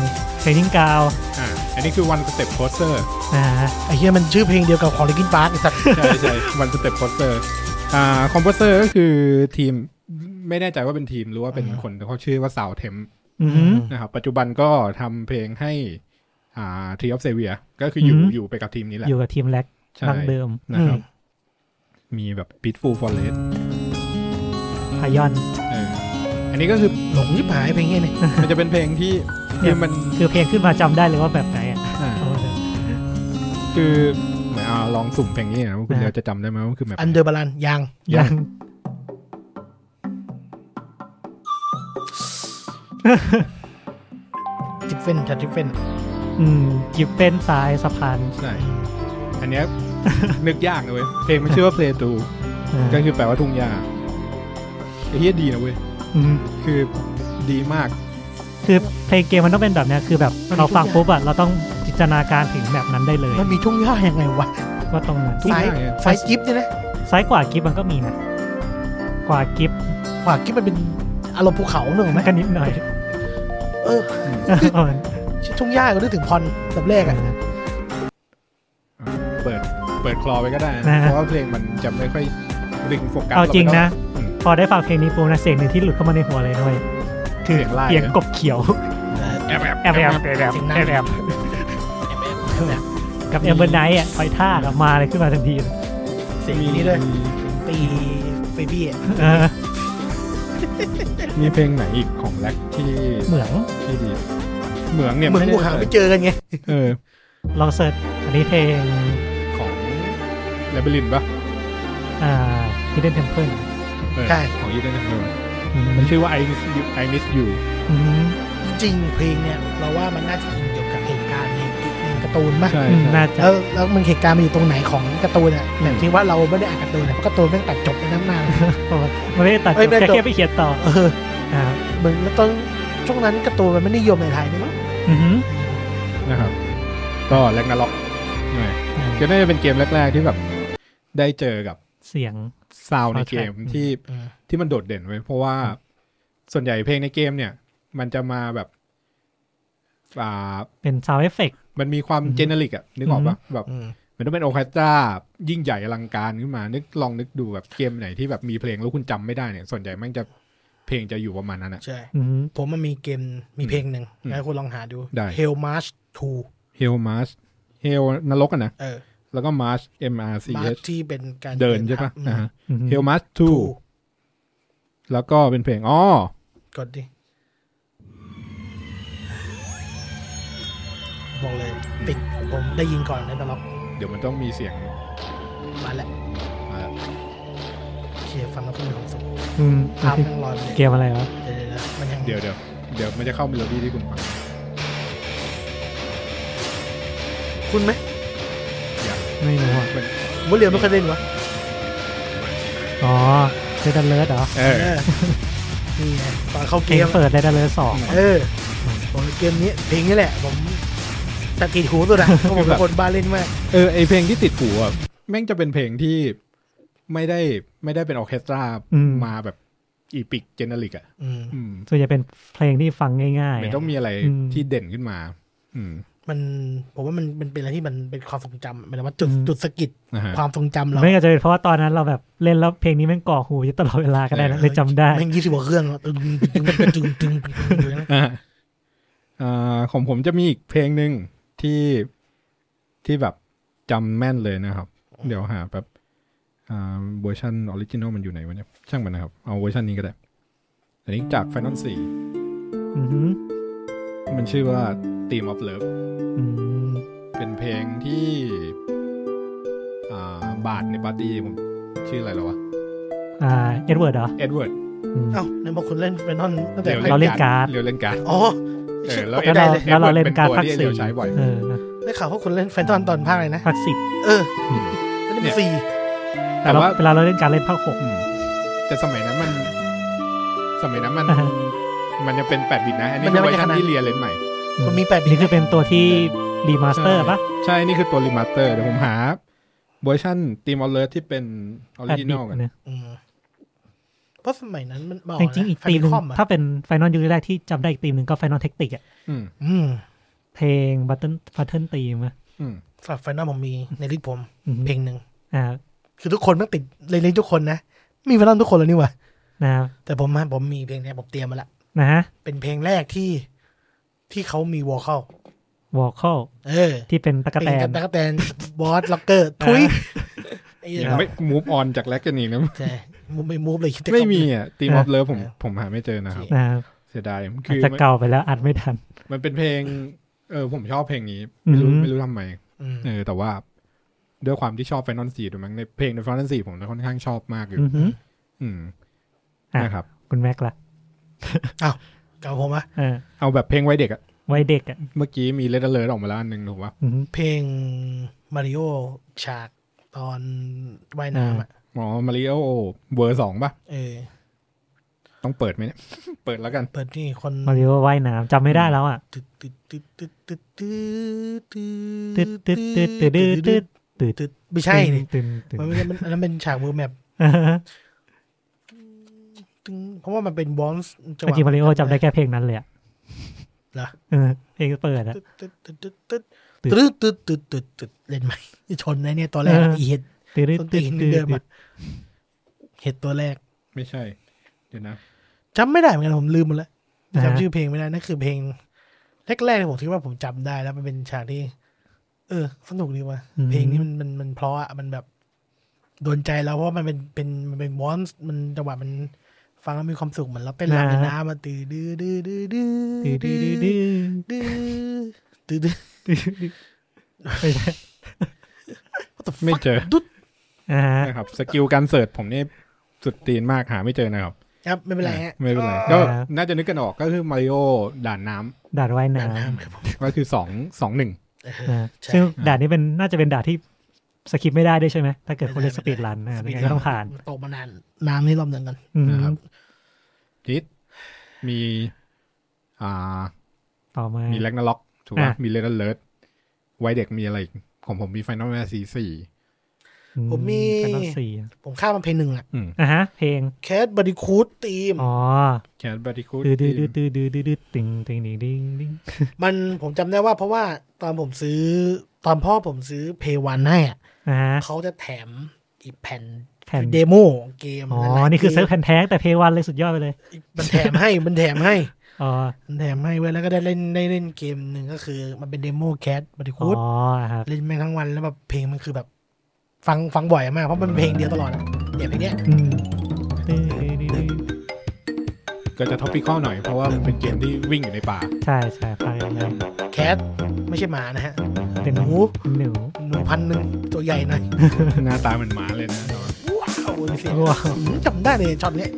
[SPEAKER 4] เพลงนิ่งกาว
[SPEAKER 2] อ่า อันนี้คือ one step closer
[SPEAKER 4] อ่าฮะ
[SPEAKER 3] ไอ้เฮียมันชื่อเพลงเดียวกับของลิกินพาร์คไอ้สัตว์
[SPEAKER 2] ใช่ใช่วันสเต็ปโพสเตอร์อ่าคอมโพเซอร์ก็คือทีมไม่แน่ใจว่าเป็นทีมหรือว่าเป็น
[SPEAKER 3] อ่า
[SPEAKER 2] คนแต่เขาชื่อว่าสาวเทม
[SPEAKER 4] อือหือ
[SPEAKER 2] นะครับปัจจุบันก็ทำเพลงให้อ่าทีออฟเซเวียก็คืออยู่
[SPEAKER 4] อือหือ
[SPEAKER 2] อ
[SPEAKER 4] อ
[SPEAKER 2] ยู่ไปกับทีมนี้แหละ
[SPEAKER 4] อยู่กับทีมแร็ก
[SPEAKER 2] ใช่
[SPEAKER 4] ดังเดิม
[SPEAKER 2] นะครับ มีแบบ Pitful Forest
[SPEAKER 4] พายอน
[SPEAKER 2] เอออันนี้ก็คือ
[SPEAKER 3] หลงยิบหายเพลงเฮียเนี่ย
[SPEAKER 2] มันจะเป็นเพลงที่คือมัน
[SPEAKER 4] คือเพลงขึ้นมาจำได้เลยว่าแบบไหนอ่ะ
[SPEAKER 2] อ่า
[SPEAKER 4] เอาเลย
[SPEAKER 2] คือเหมือนอ่าลองสุ่มเพลงนี้หนะว่าคุณ
[SPEAKER 4] อ่า
[SPEAKER 2] เดียวจะจำได้ไหมว่าคือแบบ
[SPEAKER 3] อันเดอร์บาลานยัง
[SPEAKER 4] ยัง
[SPEAKER 3] ทิฟเฟนจากทิฟเฟน
[SPEAKER 4] อืมกิบเป็นซ้ายสะพาน
[SPEAKER 2] ใช่อันเนี้ย นึกยากนะเว้ยเพลงมันชื่อว่า Play To
[SPEAKER 4] อ่า
[SPEAKER 2] ก็คือแปลว่าทุ่งหญ้าไอ้เฮียดีนะเว้ย
[SPEAKER 4] ม
[SPEAKER 2] คือดีมาก
[SPEAKER 4] คือเพลงเกมมันต้องเป็นแบบเนี้ยคือแบบเราฟังปุ๊บอ่ะเราต้องจินตนาการถึงแบบนั้นได้เลย
[SPEAKER 3] มันมีทุ่งหญ้ายังไงวะ
[SPEAKER 4] ว่าตรงนั้น
[SPEAKER 2] ทุ่งห
[SPEAKER 3] ซ้าย
[SPEAKER 2] ญ้าไง
[SPEAKER 3] ซ้ายกิฟเนี่ยนะ
[SPEAKER 4] ซ้ายกว่ากิบมันก็มีนะกว่ากิบ
[SPEAKER 3] ขวากิฟมันเป็นอารมณ์ภูเขาหนึ่งไหม
[SPEAKER 4] ก็นิดหน่อย
[SPEAKER 3] เออ
[SPEAKER 4] ประมาณ
[SPEAKER 3] ชื่อทุ่งหญ้าก็นึกถึงพรแบบแรกอ่ะ
[SPEAKER 2] เปิด เปิดคลอไปก็ได้นะ
[SPEAKER 4] ะ
[SPEAKER 2] เพราะว่าเพลงมันจะไม่ค่อยดึงโฟกัส
[SPEAKER 4] เอาจริงนะ
[SPEAKER 2] อืม
[SPEAKER 4] พอได้ฟังเพลงนี้ปุ๊บนะเสียงหนึ่งที่หลุดเข้ามาในหัวเลยด้วยคือ
[SPEAKER 2] เสียงไล่
[SPEAKER 4] เสียงกบเขียว
[SPEAKER 2] แอบแอบ
[SPEAKER 4] แอบแอบแอบแอบ
[SPEAKER 3] เสียงน้ำ
[SPEAKER 4] แอบแอบ
[SPEAKER 3] แบบ
[SPEAKER 4] กับแอบเบอร์ไนท์อ่ะคอยท่ากับมาเลยขึ้นมาทันทีเลย
[SPEAKER 3] เสียงนี้ด้วยตีเฟบี้อะ
[SPEAKER 4] เออ
[SPEAKER 2] มีเพลงไหนอีกของแล็กที่
[SPEAKER 4] เหมือง
[SPEAKER 2] ที่ดี เหมืองเนี่ย
[SPEAKER 3] เหมือนกูหาไม่เจอกันไง
[SPEAKER 2] เออ
[SPEAKER 4] ลองเสิร์ชอันนี้เพลง
[SPEAKER 2] ของแลบลินปะ
[SPEAKER 4] อ่า Hidden Temple
[SPEAKER 2] เออ
[SPEAKER 3] ใช่
[SPEAKER 2] ของยูเดนเทอร์
[SPEAKER 4] อืม
[SPEAKER 2] มันชื่อว่า I miss you I miss you
[SPEAKER 4] อืม
[SPEAKER 3] จริงๆเพลงเนี่ยเราว่ามันน่าจะอิงเกี่ยวกับเหตุการณ์ในใน การ์ตูนป่ะ
[SPEAKER 2] ใช่
[SPEAKER 4] อืม
[SPEAKER 2] ใช่
[SPEAKER 4] น่าจะ
[SPEAKER 3] แล้วแล้วมันเหตุการณ์มันอยู่ตรงไหนของการ์ตูนอ่ะแบบที่ว่าเราไม่ได้อ่านการ์ตูนอะเพราะการ์ตูนแม่งตัดจบไปน้ำนาน
[SPEAKER 4] มันไม่ได้ตัดจ
[SPEAKER 3] เอ้ย
[SPEAKER 4] บ
[SPEAKER 3] ไม่ได้
[SPEAKER 4] แค่
[SPEAKER 3] จบ
[SPEAKER 4] แค่ไปเขียนต่อ
[SPEAKER 3] เออ
[SPEAKER 4] อ่า
[SPEAKER 3] เหมือนแล้วตอนช่วงนั้นการ์ตูนมันไม่นิยมในไทยนี่มั้ง
[SPEAKER 4] อือหือ
[SPEAKER 2] นะครับ ก็แรงนาล็อก
[SPEAKER 4] อืม
[SPEAKER 2] ก็น่าจะเป็นเกมแรก ๆ ที่แบบได้เจอกับ
[SPEAKER 4] เสียง
[SPEAKER 2] ซาวด์ในเกม
[SPEAKER 4] Soundtrack อืม
[SPEAKER 2] ที่
[SPEAKER 3] อืม
[SPEAKER 2] ที่มันโดดเด่นไว้ยเพราะว่าส่วนใหญ่เพลงในเกมเนี่ย มันจะมาแบบ อ่า
[SPEAKER 4] เป็นซาวเอฟเฟก
[SPEAKER 2] มันมีความ
[SPEAKER 4] อืม
[SPEAKER 2] เจเนริกอะนึกออกปะแบบ
[SPEAKER 3] อืม
[SPEAKER 2] มันต้องเป็นโอเคสตรายิ่งใหญ่อลังการขึ้นมา นึกลองนึกดูแบบเกมไหนที่แบบมีเพลงแล้วคุณจำไม่ได้เนี่ย ส่วนใหญ่แม่งจะเพลงจะอยู่ประมาณนั้นอะ
[SPEAKER 3] ใช่
[SPEAKER 4] ือหือ
[SPEAKER 3] ผมมันมีเกมมีเพลงหนึ่ง
[SPEAKER 2] อืม
[SPEAKER 3] นะคุณลองหาดู
[SPEAKER 2] ได้
[SPEAKER 3] Hell March
[SPEAKER 2] เฮลมาร์ชเฮลนรกอะนะ
[SPEAKER 3] 2เออ
[SPEAKER 2] แล้วก็มาร์ช M R C
[SPEAKER 3] มาร์ช
[SPEAKER 2] H
[SPEAKER 3] ที่เป็นการ
[SPEAKER 2] เดินใช่ปะ
[SPEAKER 3] อืม
[SPEAKER 2] อ่าฮะ
[SPEAKER 4] อือหือ
[SPEAKER 2] เฮลมาร์ช
[SPEAKER 3] ทู
[SPEAKER 2] 2 แล้วก็เป็นเพลงอ๋อก
[SPEAKER 3] ดดิบอกเลยติดผมได้ยินก่อนในตลอด
[SPEAKER 2] เดี๋ยวมันต้องมีเสียง
[SPEAKER 3] มาแล้ว
[SPEAKER 2] มาแล้ว
[SPEAKER 3] เชียร์ฟังแล้วก็มีความสุข
[SPEAKER 4] อืม
[SPEAKER 3] ภาพนั่งลอยไปเลย
[SPEAKER 4] เกมอะไรวะ
[SPEAKER 3] เดี๋ยวๆๆมันยัง
[SPEAKER 2] เดี๋ยวเดี๋ยวเดี๋ยวมันจะเข้าเมโลดี้ที่คุณฟัง
[SPEAKER 3] คุณไหม
[SPEAKER 2] อย่าง
[SPEAKER 4] ไม่รู้อ่ะ
[SPEAKER 2] มัน
[SPEAKER 3] บุเรียวไม่เคยเล่นวะ
[SPEAKER 4] อ๋อเรดันเลิร์ดเหรอ
[SPEAKER 2] เออ
[SPEAKER 3] เออนี่ไงตอนเข้า
[SPEAKER 4] เพ
[SPEAKER 3] เก
[SPEAKER 4] ลง
[SPEAKER 3] ม
[SPEAKER 4] เปิดเรดันเลิร์ดสอง
[SPEAKER 3] เออผมเกมนี้เพลงนี้แหละ ผมตะกีดหูตัวนะเพราะผมเป็นคนบ้าเล่นมาก
[SPEAKER 2] เออไอเพลงที่ติดหูอ่ะแม่งจะเป็นเพลงที่ไม่ได้ไม่ได้เป็นออร์เคสตรา
[SPEAKER 4] อืม
[SPEAKER 2] มาแบบอีปิกเจเนริกอ่ะ
[SPEAKER 3] อืม
[SPEAKER 2] อืม
[SPEAKER 4] ส่วนใหญ่เป็นเพลงที่ฟังง่ายๆ
[SPEAKER 2] มัน
[SPEAKER 4] อะ
[SPEAKER 2] ต้องมีอะไร
[SPEAKER 4] อืม
[SPEAKER 2] ที่เด่นขึ้นมา อืม
[SPEAKER 3] มันผมว่ามันมันเป็นอะไรที่มันเป็นความทรงจำหมายถึงว่าจุด
[SPEAKER 4] อืม
[SPEAKER 3] จุดสะกิด
[SPEAKER 2] นะฮะ
[SPEAKER 3] ความทรงจำเรา
[SPEAKER 4] ไม่อาจจะเป็นเพราะว่าตอนนั้นเราแบบเล่นแล้วเพลงนี้แม่งก่อหูอยู่ตลอดเวลาก็ได้นะเลยจำได้
[SPEAKER 3] แม่งยี่สิบกว่าเครื่องแล้วตึงตึงตึงตึงตึงตึงอยู่นะ
[SPEAKER 2] อ่าอ่าของผมจะมีอีกเพลงหนึ่งที่ที่แบบจำแม่นเลยนะครับ เดี๋ยวหาแบบอ่าเวอร์ชันออริจินอลมันอยู่ไหนวะเนี่ย ช่างมันนะครับ เอาเวอร์ชันนี้ก็ได้ อันนี้จาก Final
[SPEAKER 4] อือหือ
[SPEAKER 2] 4 มันชื่อว่า Team of Love
[SPEAKER 4] อืม
[SPEAKER 2] เป็นเพลงที่อ่าบาทในปาร์ตี้ผมชื่ออะไรแล้ววะ
[SPEAKER 4] อ่าเอ็ดเวิร์ดเหรอ
[SPEAKER 2] เอ็ดเวิร์ด
[SPEAKER 4] อืม
[SPEAKER 3] เอ้าในบอกคุณเล่นเฟนนอนตั้งแต่
[SPEAKER 2] เดี๋ยว
[SPEAKER 4] เราเล่นการ์ด
[SPEAKER 2] เดี๋ยวเล่นการ์ด
[SPEAKER 3] อ๋อ
[SPEAKER 2] เอ
[SPEAKER 3] เชื่
[SPEAKER 2] อ
[SPEAKER 3] อ
[SPEAKER 2] แล้ว
[SPEAKER 4] แล้
[SPEAKER 2] เอ็
[SPEAKER 4] ว
[SPEAKER 2] ดเวิร์ด
[SPEAKER 4] เราแล้วเราเล่น
[SPEAKER 2] เป็น
[SPEAKER 4] การ
[SPEAKER 2] ตัว
[SPEAKER 4] ภาค
[SPEAKER 2] ที่เอ็ด
[SPEAKER 4] สี่
[SPEAKER 2] เดี๋ยวใช้บ่อย
[SPEAKER 4] เออ
[SPEAKER 3] ได้ข่าวว่าคุณเล่นแฟนตอนตอนภาคอะไรนะ
[SPEAKER 4] ภาคสิบ
[SPEAKER 3] เออเล่น
[SPEAKER 2] เนี่ย
[SPEAKER 3] เป็นสี่
[SPEAKER 4] แต่
[SPEAKER 2] แต่
[SPEAKER 4] ว่า
[SPEAKER 2] ว่า
[SPEAKER 4] เวลาเราเล่นการเล่นภาคหก
[SPEAKER 2] อืมแต่สมัยนั้นมัน สมัยนั้นมัน
[SPEAKER 4] อ่าฮะ
[SPEAKER 2] มันจะเป็นแปดบิตนะ อันนี้เป็นเวอร์ชันที่เรียนเลนส์ใหม่
[SPEAKER 3] คุณมีแปดปี
[SPEAKER 4] นี่คือเป็นตัวที่รีมาสเตอร์ปะ
[SPEAKER 2] ใช่นี่คือตัวรีมาสเตอร์เดี๋ยวผมหาเวอร์ชันตีมออเลอร์ที่เป็นออริ
[SPEAKER 4] แปด
[SPEAKER 2] จิน
[SPEAKER 4] บิ
[SPEAKER 2] อ
[SPEAKER 4] ต
[SPEAKER 2] ลกัน
[SPEAKER 4] เนอะ
[SPEAKER 3] อืมเพราะสมัยนั้นมันบอก
[SPEAKER 4] จริงๆอีกตีมหนึง
[SPEAKER 3] คอมอ่ะ
[SPEAKER 4] ถ้าเป็นไฟนอลยุคแรกที่จำได้อีกตีมหนึ่งก็ไฟนอลเทคนิคอะ
[SPEAKER 2] อืม
[SPEAKER 3] อืม
[SPEAKER 4] เพลงบัตเทิลบัตเทิลตีมอะ
[SPEAKER 2] อืม
[SPEAKER 3] สำหรับแฟนนอนผมมีในลิสต์ผม
[SPEAKER 4] อือหือ
[SPEAKER 3] เพลงหนึ่ง
[SPEAKER 4] อ่า
[SPEAKER 3] คือทุกคนแม่งติดในลิสต์ทุกคนนะมีแฟนนอนทุกคนแล้วนี่หว่า
[SPEAKER 4] นะ
[SPEAKER 3] แต่ผมมาผมมีเพลงเนี้ยผมเตรียมมาละ
[SPEAKER 4] นะฮะ
[SPEAKER 3] เป็นเพลงแรกที่ที่เขามีวอลเข้า
[SPEAKER 4] วอลคอล
[SPEAKER 3] เออ
[SPEAKER 4] ที่เป็นตะกะ
[SPEAKER 3] เป็
[SPEAKER 4] แต
[SPEAKER 3] น
[SPEAKER 4] น
[SPEAKER 3] ตะกะแตนบอสล็อกเกอร์ทุยไอ้เหี้ย
[SPEAKER 2] ไม่มูฟออนจากแลกกันอีกนะ
[SPEAKER 3] ใช่มูฟไม่มูฟเลยคิดแต่
[SPEAKER 2] ไม่มีอ่ะตีมออ
[SPEAKER 4] อ่ะ
[SPEAKER 2] เลอร์ผม
[SPEAKER 3] อ่ะ
[SPEAKER 2] ผมหาไม่เจอนะครับ
[SPEAKER 4] นะ
[SPEAKER 2] เสียดาย
[SPEAKER 4] อา
[SPEAKER 2] คื
[SPEAKER 4] จ
[SPEAKER 2] อ
[SPEAKER 4] จะ
[SPEAKER 2] มัน
[SPEAKER 4] เก่าไปแล้วอัดไม่ทัน
[SPEAKER 2] มันเป็นเพลง เออ ผมชอบเพลงนี้ ไม่รู้
[SPEAKER 4] อืม
[SPEAKER 2] ไม่รู้ทำไม
[SPEAKER 3] อืม
[SPEAKER 2] เออ แต่ว่า ด้วยความที่ชอบแฟนนอนสีด้วยมั้งในเพลงในแฟนนอนสีผมค่อนข้างชอบมากอยู่
[SPEAKER 4] อือหือ
[SPEAKER 2] อืม
[SPEAKER 4] อ่ะ
[SPEAKER 2] นะครับ
[SPEAKER 4] คุณแม็กซ์ล่ะ
[SPEAKER 3] เก่าผมอะ
[SPEAKER 4] เออ
[SPEAKER 2] เอาแบบเพลงวัยเด็กอะ
[SPEAKER 4] วัยเด็กอะ
[SPEAKER 2] เมื่อกี้มีเลดเ l อร์ออกมาแล้วอันหนึ่งถูกปะ
[SPEAKER 4] อือหือ
[SPEAKER 3] เพลงมาริโอฉากตอนว่ายน้ำอะ
[SPEAKER 2] อ๋อมาริโอเวอร์สองปะ
[SPEAKER 3] เออ
[SPEAKER 2] ต้องเปิดไหมเนี่ย <laughs> เปิดแล้วกัน
[SPEAKER 3] เปิดนี่คน
[SPEAKER 4] มาริโอว่ายน้ำจำไม่ได้แล้วอ่ะ
[SPEAKER 3] ตึ๊ดตึ๊ดตึ๊ดตึ๊ดตึ๊ดตึ๊ดตึ๊
[SPEAKER 4] ตึ๊
[SPEAKER 3] ด
[SPEAKER 4] ดตึ๊ดตึ๊ดตึ๊ดตึ๊ดตึ๊ด
[SPEAKER 3] ตึ๊ดไม่ใช่นี่
[SPEAKER 4] ตึ๊ดตึ๊ด
[SPEAKER 3] มันไม่ใช่มันอันนั้นเป็นฉากเวอร์แมป
[SPEAKER 4] เออ
[SPEAKER 3] ตึ๊งเพราะว่ามันเป็นบอนส์จังห
[SPEAKER 4] จ
[SPEAKER 3] วะ
[SPEAKER 4] ริงๆมาริโอจำได้แค่เพลงนั้นเลยอ่ะ
[SPEAKER 3] เหรอ
[SPEAKER 4] เออเพลงเปิดอ่ะ
[SPEAKER 3] ตึ๊ดตึ๊ดตึ๊ดตึ๊ดตึ๊ดตึ๊ดตึ๊ดตึ๊ดตึ๊ดตึ๊ดเล่นไหมนี่ชนนะเนี่ยตัวแรก
[SPEAKER 4] เออ
[SPEAKER 3] อีเห็ด
[SPEAKER 4] ตึ๊ด
[SPEAKER 3] ต้นตี
[SPEAKER 4] ตึ๊ดตึ๊
[SPEAKER 3] น
[SPEAKER 4] ด
[SPEAKER 3] เดิม
[SPEAKER 4] ตึ๊
[SPEAKER 3] อะ
[SPEAKER 4] ด
[SPEAKER 3] เห็ดตัวแรก
[SPEAKER 2] ไม่ใช่ เดี๋ยวนะ
[SPEAKER 3] จำไม่ได้เหมือนกันผมลืมหมดแล้วจำชื่อเพลงไม่ได้นั่นคือเพลงแรกๆที่ผมคิดว่าผมจำได้แล้วมันเป็นฉากที่ เออ สนุกดีว่ะเพลงนี้มันมันมันเพราะอะมันแบบโดนใจเราเพราะว่ามันเป็นเป็นมันเป็นวอนส์มันจังหวะมันฟังแล้วมีความสุขเหมือนเราเต้นรำในน้ำมาตื้อดื้อดื้อดื้อดื้อ
[SPEAKER 4] ตึ๊ดตึ๊ด
[SPEAKER 3] ดื้อ
[SPEAKER 4] ตึ๊ดตึ๊ด
[SPEAKER 3] ดื้อดื้อดื้อดื้อ
[SPEAKER 4] ไม่ใช่
[SPEAKER 3] What the fuck?
[SPEAKER 2] ไม่เจอ
[SPEAKER 3] ดุ๊ด
[SPEAKER 4] อ่าฮะ
[SPEAKER 2] นะครับ สกิลการเสิร์ชผมนี่สุดตีนมากหาไม่เจอนะครับ
[SPEAKER 3] ครับไม่เป็นไรฮะ
[SPEAKER 2] ไม่เป็นไร
[SPEAKER 3] ก็
[SPEAKER 2] ก็น่าจะนึกกันออกก็คือมาริโอด่านน้ำ
[SPEAKER 4] ด่านว่ายน้
[SPEAKER 3] น้ำครับผม
[SPEAKER 2] ก็คือสองสองหนึ่ง
[SPEAKER 4] อ่า
[SPEAKER 3] ใช่
[SPEAKER 4] ซึ่งด่านนี้เป็นน่าจะเป็นด่านที่สกิปไม่ได้ด้วยใช่ไหมถ้าเกิดคนเล่นสปีดรันอ่า
[SPEAKER 3] สปี
[SPEAKER 4] ยังไง
[SPEAKER 3] ดรัน
[SPEAKER 4] ก็ต้องผ่าน
[SPEAKER 3] ตกมานานน้ำนี่รอบหนึ่งกัน
[SPEAKER 4] อืม
[SPEAKER 2] นะครับ จิตมีอ่า
[SPEAKER 4] ต่อมา
[SPEAKER 2] มีแลกนาล็อกถูกป่ะ
[SPEAKER 4] อ่ะ
[SPEAKER 2] มีเลนเลิร์ดไวเด็กมีอะไรอีกของผมมีไฟนอลแมสซีสี่
[SPEAKER 3] ผมมี
[SPEAKER 4] แฟนตาซี
[SPEAKER 3] ผมข้ามมาเพลงหนึ่งอะ
[SPEAKER 4] อ่ะฮะ เพลง
[SPEAKER 3] แคสบริคูดตีม
[SPEAKER 4] อ๋อ
[SPEAKER 2] แคนบาริคูด
[SPEAKER 4] ดื้อดื้อดื้อดื้อดื้อดื้อดื้อติงติงดิงดิงดิง
[SPEAKER 3] มันผมจำได้ว่าเพราะว่าตอนผมซื้อตอนพ่อผมซื้อเพย์วันให้อะ
[SPEAKER 4] อ่ะฮะ
[SPEAKER 3] เขาจะแถมอีกแผ่น
[SPEAKER 4] แผ่น
[SPEAKER 3] เดโมเกม
[SPEAKER 4] อ๋อ
[SPEAKER 3] หละ
[SPEAKER 4] นี่คือเซิร์ฟแผ่นแท้แต่เพลงวันเลยสุดยอดไปเลย
[SPEAKER 3] มันแถมให้มันแถมให้
[SPEAKER 4] อ๋อ
[SPEAKER 3] มันแถมให้เว้ยแล้วก็ได้เล่นได้เล่นเกมหนึ่งก็คือ มันเป็นเดโมแคสบริ
[SPEAKER 4] อ๋
[SPEAKER 3] คูด
[SPEAKER 4] อครับ
[SPEAKER 3] เล่นแม่งทั้งวันแล้วแบบเพลงมันคือแบบ ฟังฟังบ่อยมากเพราะมันเป็นเพลงเดียวตลอดอะเนี่ยเพลงเนี้ย
[SPEAKER 4] อืมดื้อดื้อดื้อดื้อ
[SPEAKER 2] ก็จะท็อปิคอลหน่อยเพราะว่ามันเป็นเกมที่วิ่งอยู่ในป่า
[SPEAKER 4] ใช่ใช่ฟังยังไง
[SPEAKER 3] แคสไม่ใช่หมานะฮะ
[SPEAKER 4] เป็น
[SPEAKER 3] หนู
[SPEAKER 4] หนู
[SPEAKER 3] หนูพันหนึ่งตัวใหญ่หน่อย
[SPEAKER 2] หน้าตาเหมือนหมาเลยนะแต่ว่า
[SPEAKER 3] ว้าวมีเสียง
[SPEAKER 4] ว้าว
[SPEAKER 3] จำได้เลยช็อตเนี้ย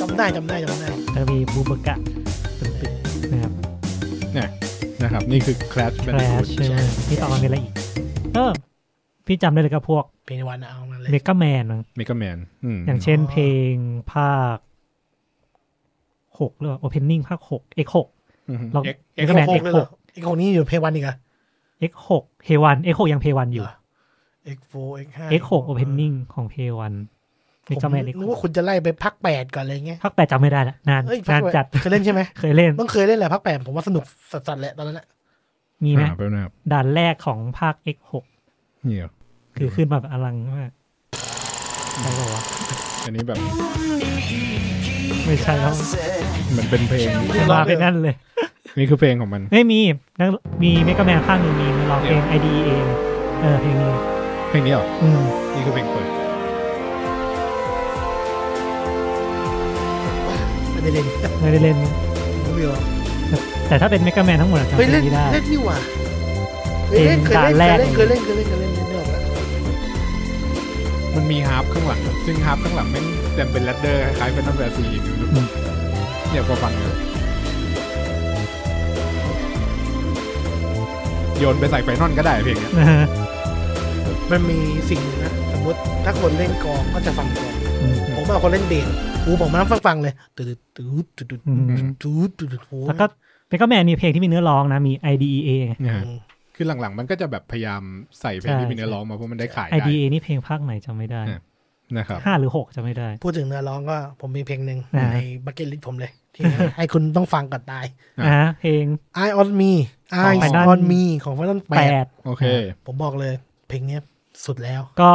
[SPEAKER 3] จำได้จำได้จำได้
[SPEAKER 4] แล้วมีบูเบกะตึ๊ดตึ๊ดนะครับ
[SPEAKER 2] เนี่ยนะครับ นี่คือ Crash
[SPEAKER 4] แคล
[SPEAKER 2] Bandicoot
[SPEAKER 4] ชใช่ไหมพี่ต่อมาเป็นอะไรอีกเออพี่จำได้เลยกับพวก
[SPEAKER 3] เพลงในวันเอามาเลย
[SPEAKER 4] เมกาแมน
[SPEAKER 2] Mega Man อืม
[SPEAKER 4] อย่างเช่น
[SPEAKER 3] อ๋อ
[SPEAKER 4] เพลงภาคหกหรือโอเพนนิ่งภาคหก X หก
[SPEAKER 2] อืม
[SPEAKER 4] ลอง
[SPEAKER 2] เอ็กซ์
[SPEAKER 3] เอกหก
[SPEAKER 4] X6
[SPEAKER 3] เลยเหรอเอกหกนี่อยู่เพย์วันอีกเหรอะ
[SPEAKER 4] X หกเพวัน X หกยังเพวันอยู่
[SPEAKER 3] เหรอ เอกโฟเอกห้า
[SPEAKER 4] X หกโอเพนนิ่งของเพวันเมกาแมน X
[SPEAKER 3] นึก
[SPEAKER 4] หก
[SPEAKER 3] ว่าคุณจะไล่ไปพักแปดก่อนเลยเงี้ย
[SPEAKER 4] ภาคแปดจำไม่ได้ละนาน
[SPEAKER 3] เอ้ย
[SPEAKER 4] นาน
[SPEAKER 3] ภคแป
[SPEAKER 4] จัด
[SPEAKER 3] เคยเล่นใช่ไหม
[SPEAKER 4] เคยเล่น
[SPEAKER 3] ต้องเคยเล่นแหละพักแปดผมว่าสนุกสัสๆแหละตอนนั้นอะ
[SPEAKER 4] มีไหม
[SPEAKER 2] อ่าแป๊บนะครับ
[SPEAKER 4] ด่านแรกของภาค X หก
[SPEAKER 2] เนี่ย
[SPEAKER 4] คือขึ้นมาแบบอลังมากใช่ป่าวะ
[SPEAKER 2] อันนี้แบบ
[SPEAKER 4] ไม่ใช่แล้ว
[SPEAKER 2] มันเป็นเพลง
[SPEAKER 4] มาเป็นนั่นเลย
[SPEAKER 2] นี่คือเพลงของมัน
[SPEAKER 4] ไม่มีนักมีเมกาแมนข้างหนึ่งมีนักร้องเพลง IDE เองเออเพลงนี้
[SPEAKER 2] เพลงนี้เหรอ
[SPEAKER 4] อืม
[SPEAKER 2] นี่คือเพลงเปิด
[SPEAKER 3] ไม่ได้เล่น
[SPEAKER 4] ไม่ได้เล่น
[SPEAKER 3] ผมไม่รู้
[SPEAKER 4] แต่ถ้าเป็นเมกาแมนทั้งหมดอะจำเพ
[SPEAKER 3] เฮ้ย
[SPEAKER 4] ล
[SPEAKER 3] เล่
[SPEAKER 4] ง
[SPEAKER 3] น
[SPEAKER 4] นี้ได้
[SPEAKER 3] เล่นนี่หว่าเฮ้ยเล่นเคยเล่น
[SPEAKER 4] เกมด่านแรก
[SPEAKER 3] เคยเล่นเคยเล่นเคยเล่นเคยเล่นเล่นเรื่องแล้ว
[SPEAKER 2] มันมีฮาร์ปข้างหลัง ซึ่งฮาร์ปข้างหลังแม่งเต็มเป็นแรดเดอร์คล้ายๆเป็นนักแบซีอยู่
[SPEAKER 4] อืม
[SPEAKER 2] เนี่ยก็ฟังเลยโยนไปใส่ไฟนอนก็ได้เพลงเนี้ย
[SPEAKER 4] นะฮะ
[SPEAKER 3] มันมีสิ่งหนึงนะสมมติถ้าคนเล่นกองก็จะฟังกองผมเอาคนเล่นเบสอูผมมานั่งฟังๆเลยตืดตืดตืดตืด
[SPEAKER 4] อืม
[SPEAKER 3] ตืดตืดตืดโอ้โห
[SPEAKER 4] แล้วก็เมกาแมนมีเพลงที่มีเนื้อร้องนะมี IDEA
[SPEAKER 2] เนี่ย
[SPEAKER 3] อื
[SPEAKER 2] ฮะ
[SPEAKER 3] ม
[SPEAKER 2] คือหลังๆ มันก็จะแบบพยายามใส่เพลงที่มีเนื้อร้องมาเพราะมันได้ขายได้
[SPEAKER 4] IDEA นี่เพลงภาคไหนจำไม่ได้
[SPEAKER 2] อ่ะ นะครับ
[SPEAKER 4] ห้าหรือหกจำไม่ได้
[SPEAKER 3] พูดถึงเนื้อร้องก็ผมมีเพลงหนึ่ง
[SPEAKER 4] อ่า
[SPEAKER 3] ในบักเก็ตลิสผมเลยที่ให้คุณต้องฟังก่อนตาย
[SPEAKER 2] อ่ะ
[SPEAKER 4] นะฮะเพลง
[SPEAKER 3] Eye on me
[SPEAKER 4] ของ
[SPEAKER 3] Eyes
[SPEAKER 4] Final
[SPEAKER 3] on me ของฟันตันแป
[SPEAKER 4] แป
[SPEAKER 3] ด
[SPEAKER 4] ด
[SPEAKER 2] โอเค
[SPEAKER 3] ผมบอกเลย เพลงเนี้ยสุดแล้ว
[SPEAKER 4] ก็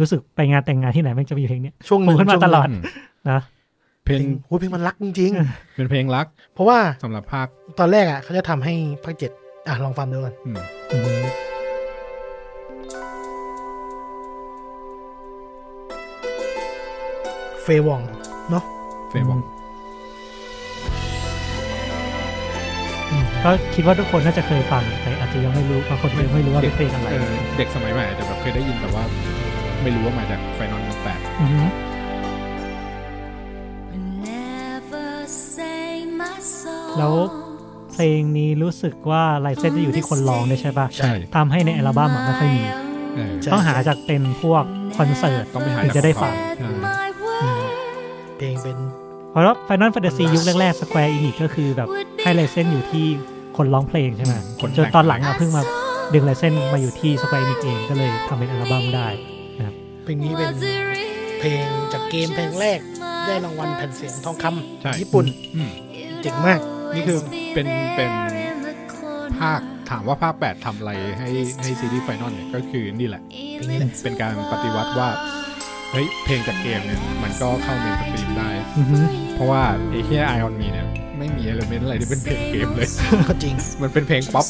[SPEAKER 4] รู้สึกไปงานแต่งงานที่ไหนแม่งจะมีเพลงเนี้ย
[SPEAKER 3] ช่วงห
[SPEAKER 4] โผล่
[SPEAKER 3] นึ่ง
[SPEAKER 4] ขึ้นมา
[SPEAKER 3] ช่วง
[SPEAKER 4] ต
[SPEAKER 3] หนึ่ง
[SPEAKER 4] ลอด
[SPEAKER 2] อืม
[SPEAKER 4] นะ
[SPEAKER 2] เพล
[SPEAKER 3] เพล
[SPEAKER 2] ง
[SPEAKER 3] งโอ้ยเพลงมันรักจริง
[SPEAKER 2] เป็นเพลงรัก
[SPEAKER 3] ๆ เพราะว่า
[SPEAKER 2] สำหรับภาค
[SPEAKER 3] ตอนแรกอ่ะเขาจะทำให้ภาคเจ็ดอ่ะ ลองฟังดูกัน
[SPEAKER 2] อืม
[SPEAKER 3] เฟยหวอง เนาะ
[SPEAKER 2] เฟยบอก
[SPEAKER 4] ก็คิดว่าทุกคนน่าจะเคยฟังแต่อาจจะยังไม่รู้บางคนยังไม่รู้ว่าเป็นเพลงอะไร
[SPEAKER 2] เออเด็กสมัยใหม่อาจจะแบบเคยได้ยินแต่ว่า ไม่รู้ว่ามาจากไฟนอนแปด
[SPEAKER 4] ฮึ
[SPEAKER 5] Never say my
[SPEAKER 4] แล้ว
[SPEAKER 5] song.
[SPEAKER 4] เพลงนี้รู้สึกว่าลายเส้นจะอยู่ที่คนร้องด้วยใช่ปะ
[SPEAKER 2] ใช่
[SPEAKER 4] ทำให้ในอัลบั้มอะไม่ค่อยมี
[SPEAKER 2] เออ
[SPEAKER 3] ใช่
[SPEAKER 4] ต้องหาจากเป็นพวกคอนเสิร์ต
[SPEAKER 2] ต้องไปหา
[SPEAKER 4] ถึงจะได้ฟัง
[SPEAKER 2] จากของเขา
[SPEAKER 5] My word
[SPEAKER 3] เพลงเป็น
[SPEAKER 4] เพราะว่า Final Fantasy ยุคแรกๆ Square Enix ก็คือแบบให้ลายเส้นอยู่ที่คนร้องเพลงใช่ไหม
[SPEAKER 2] คนแต่ง
[SPEAKER 4] จนตอนหลังอะเพิ่งมาดึงลายเส้นมาอยู่ที่ Square Enix เองก็เลยทำเป็นอัลบั้มได้นะครับ
[SPEAKER 3] เพลงนี้เป็น
[SPEAKER 5] was it real?
[SPEAKER 3] เพลงจากเกมเพลงแรก ได้รางวัลแผ่นเสียงทองค
[SPEAKER 2] ใช่
[SPEAKER 3] ำญี่ปุ่น
[SPEAKER 2] อืม
[SPEAKER 3] เจ๋งมาก <laughs>
[SPEAKER 2] นี่คือเป็นเป็น ภาคถามว่าภาค 8ทำอะไรให้ให้ซีรีส์ไฟนอลเนี่ยก็คือนี่แหละ เป็นการปฏิวัติว่า เฮ้ย เพลงจากเกมเนี่ย มันก็เข้าเมนสตรีมได้
[SPEAKER 4] อือฮึ
[SPEAKER 2] เพราะว่าไอ้แค่ไอออนมีเนี่ย ไม่มีเอลเมนต์อะไรที่เป็นเพลงเกม
[SPEAKER 3] <laughs>
[SPEAKER 2] เลย
[SPEAKER 3] ก็จริง
[SPEAKER 2] มันเป็นเพลงป๊อป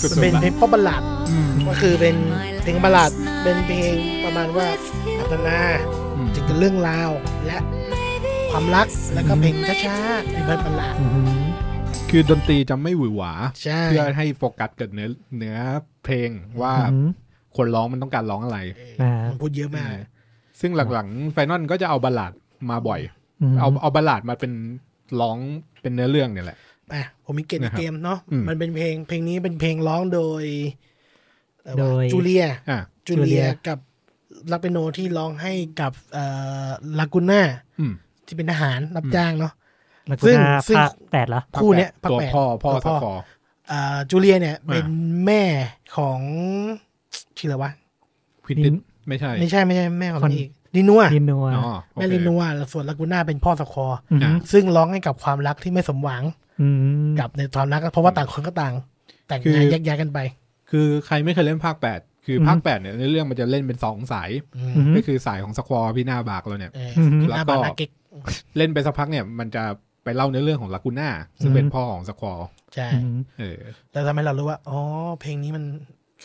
[SPEAKER 2] สุด
[SPEAKER 3] เป็
[SPEAKER 2] ๆ
[SPEAKER 3] น
[SPEAKER 2] ละ
[SPEAKER 3] เพลงป๊อปบัลลาดก็คือเป็นเพลงบัลลาดเป็นเพลงประมาณว่าพัฒนา
[SPEAKER 2] อืม
[SPEAKER 3] ถึงกับเรื่องราวและความรักแล้วก็เพลงช้าๆในเบิร์ดบัลลาด
[SPEAKER 4] อือฮึ
[SPEAKER 2] คือดนตรีจะไม่หวือหวา
[SPEAKER 3] ใช่
[SPEAKER 2] เพื่อให้โฟกัสกับเนื้อเนื้อเพลงว่า
[SPEAKER 4] อือฮึ
[SPEAKER 2] คนร้องมันต้องการร้องอะไร
[SPEAKER 4] อ่า
[SPEAKER 3] มันพูดเยอะมาก
[SPEAKER 2] ซึ่งหลังๆไฟนอลก็จะเอาบัลลาดมาบ่อย
[SPEAKER 4] ม
[SPEAKER 2] เอาเอาบัลลาดมาเป็นร้องเป็นเนื้อเรื่องเนี่ยแหละ
[SPEAKER 3] อ่ะผมมีเกต
[SPEAKER 2] นะครับ
[SPEAKER 3] เกมเนาะ
[SPEAKER 2] อืม
[SPEAKER 3] มันเป็นเพลง เพลงนี้เป็นเพลงร้องโดยเอ่อ
[SPEAKER 4] โดย
[SPEAKER 3] จูเลีย
[SPEAKER 2] อ่ะ
[SPEAKER 3] จูเลีย
[SPEAKER 4] Julia
[SPEAKER 3] กับลักเปโนที่ร้องให้กับเอ่อลากูน่า
[SPEAKER 2] อืม
[SPEAKER 3] ที่เป็นทหารรับ
[SPEAKER 2] อืม
[SPEAKER 3] จ้างเนาะ
[SPEAKER 4] แล้ว
[SPEAKER 3] ซึ่
[SPEAKER 4] ก็
[SPEAKER 3] ง
[SPEAKER 4] น่า
[SPEAKER 3] ซึ่ง
[SPEAKER 4] ภาคแปดเหรอ
[SPEAKER 3] คู่เนี้ย
[SPEAKER 2] ตัว
[SPEAKER 3] ภาคแปด
[SPEAKER 2] พ่อพ่อ
[SPEAKER 3] ตัว
[SPEAKER 2] ส
[SPEAKER 3] พ่อ
[SPEAKER 2] กอร์
[SPEAKER 3] อ่าจูเลียเนี่ย
[SPEAKER 2] อ่า
[SPEAKER 3] เป็นแม่ของชื่ออะไรวะ
[SPEAKER 2] ควินดิ
[SPEAKER 4] ลิ
[SPEAKER 2] น
[SPEAKER 4] น
[SPEAKER 2] ไม่ใช่
[SPEAKER 3] ไม่ใช่ไม่ใช่แม่ของ
[SPEAKER 4] คน
[SPEAKER 3] นอีกลินัว
[SPEAKER 4] ยินนัว
[SPEAKER 2] อ๋อโอเค
[SPEAKER 3] แม่ลินัวส่วนลากูน่าเป็นพ่อสคอ
[SPEAKER 4] อืม
[SPEAKER 3] ซึ่งร้องให้กับความรักที่ไม่สมหวัง
[SPEAKER 4] อืม
[SPEAKER 3] กับในความรักเพราะว่าต่างคนก็ต่าง แต่งงานแยกย้ายกันไป
[SPEAKER 2] คือใครไม่เคยเล่นภาค 8 คือภาค 8 เนี่ยในเรื่องมันจะเล่นเป็นสองสาย
[SPEAKER 3] อืม
[SPEAKER 4] อืม
[SPEAKER 2] ก็คือสายของสควอพี่หน้าบากเราเนี่ย
[SPEAKER 3] เออ
[SPEAKER 4] ม
[SPEAKER 3] ห
[SPEAKER 2] แล้
[SPEAKER 3] น้าว
[SPEAKER 2] ก็
[SPEAKER 3] บานนาเก็ก
[SPEAKER 2] เล่นไปสักพักเนี่ยมันจะไปเล่าเนื้อเรื่องของลากูน่าซึ่งเป็นพ่อของสควอ
[SPEAKER 3] ใช่
[SPEAKER 4] อืม
[SPEAKER 2] เออ
[SPEAKER 3] แล้วทำให้เรารู้ว่า อ๋อ เพลงนี้มัน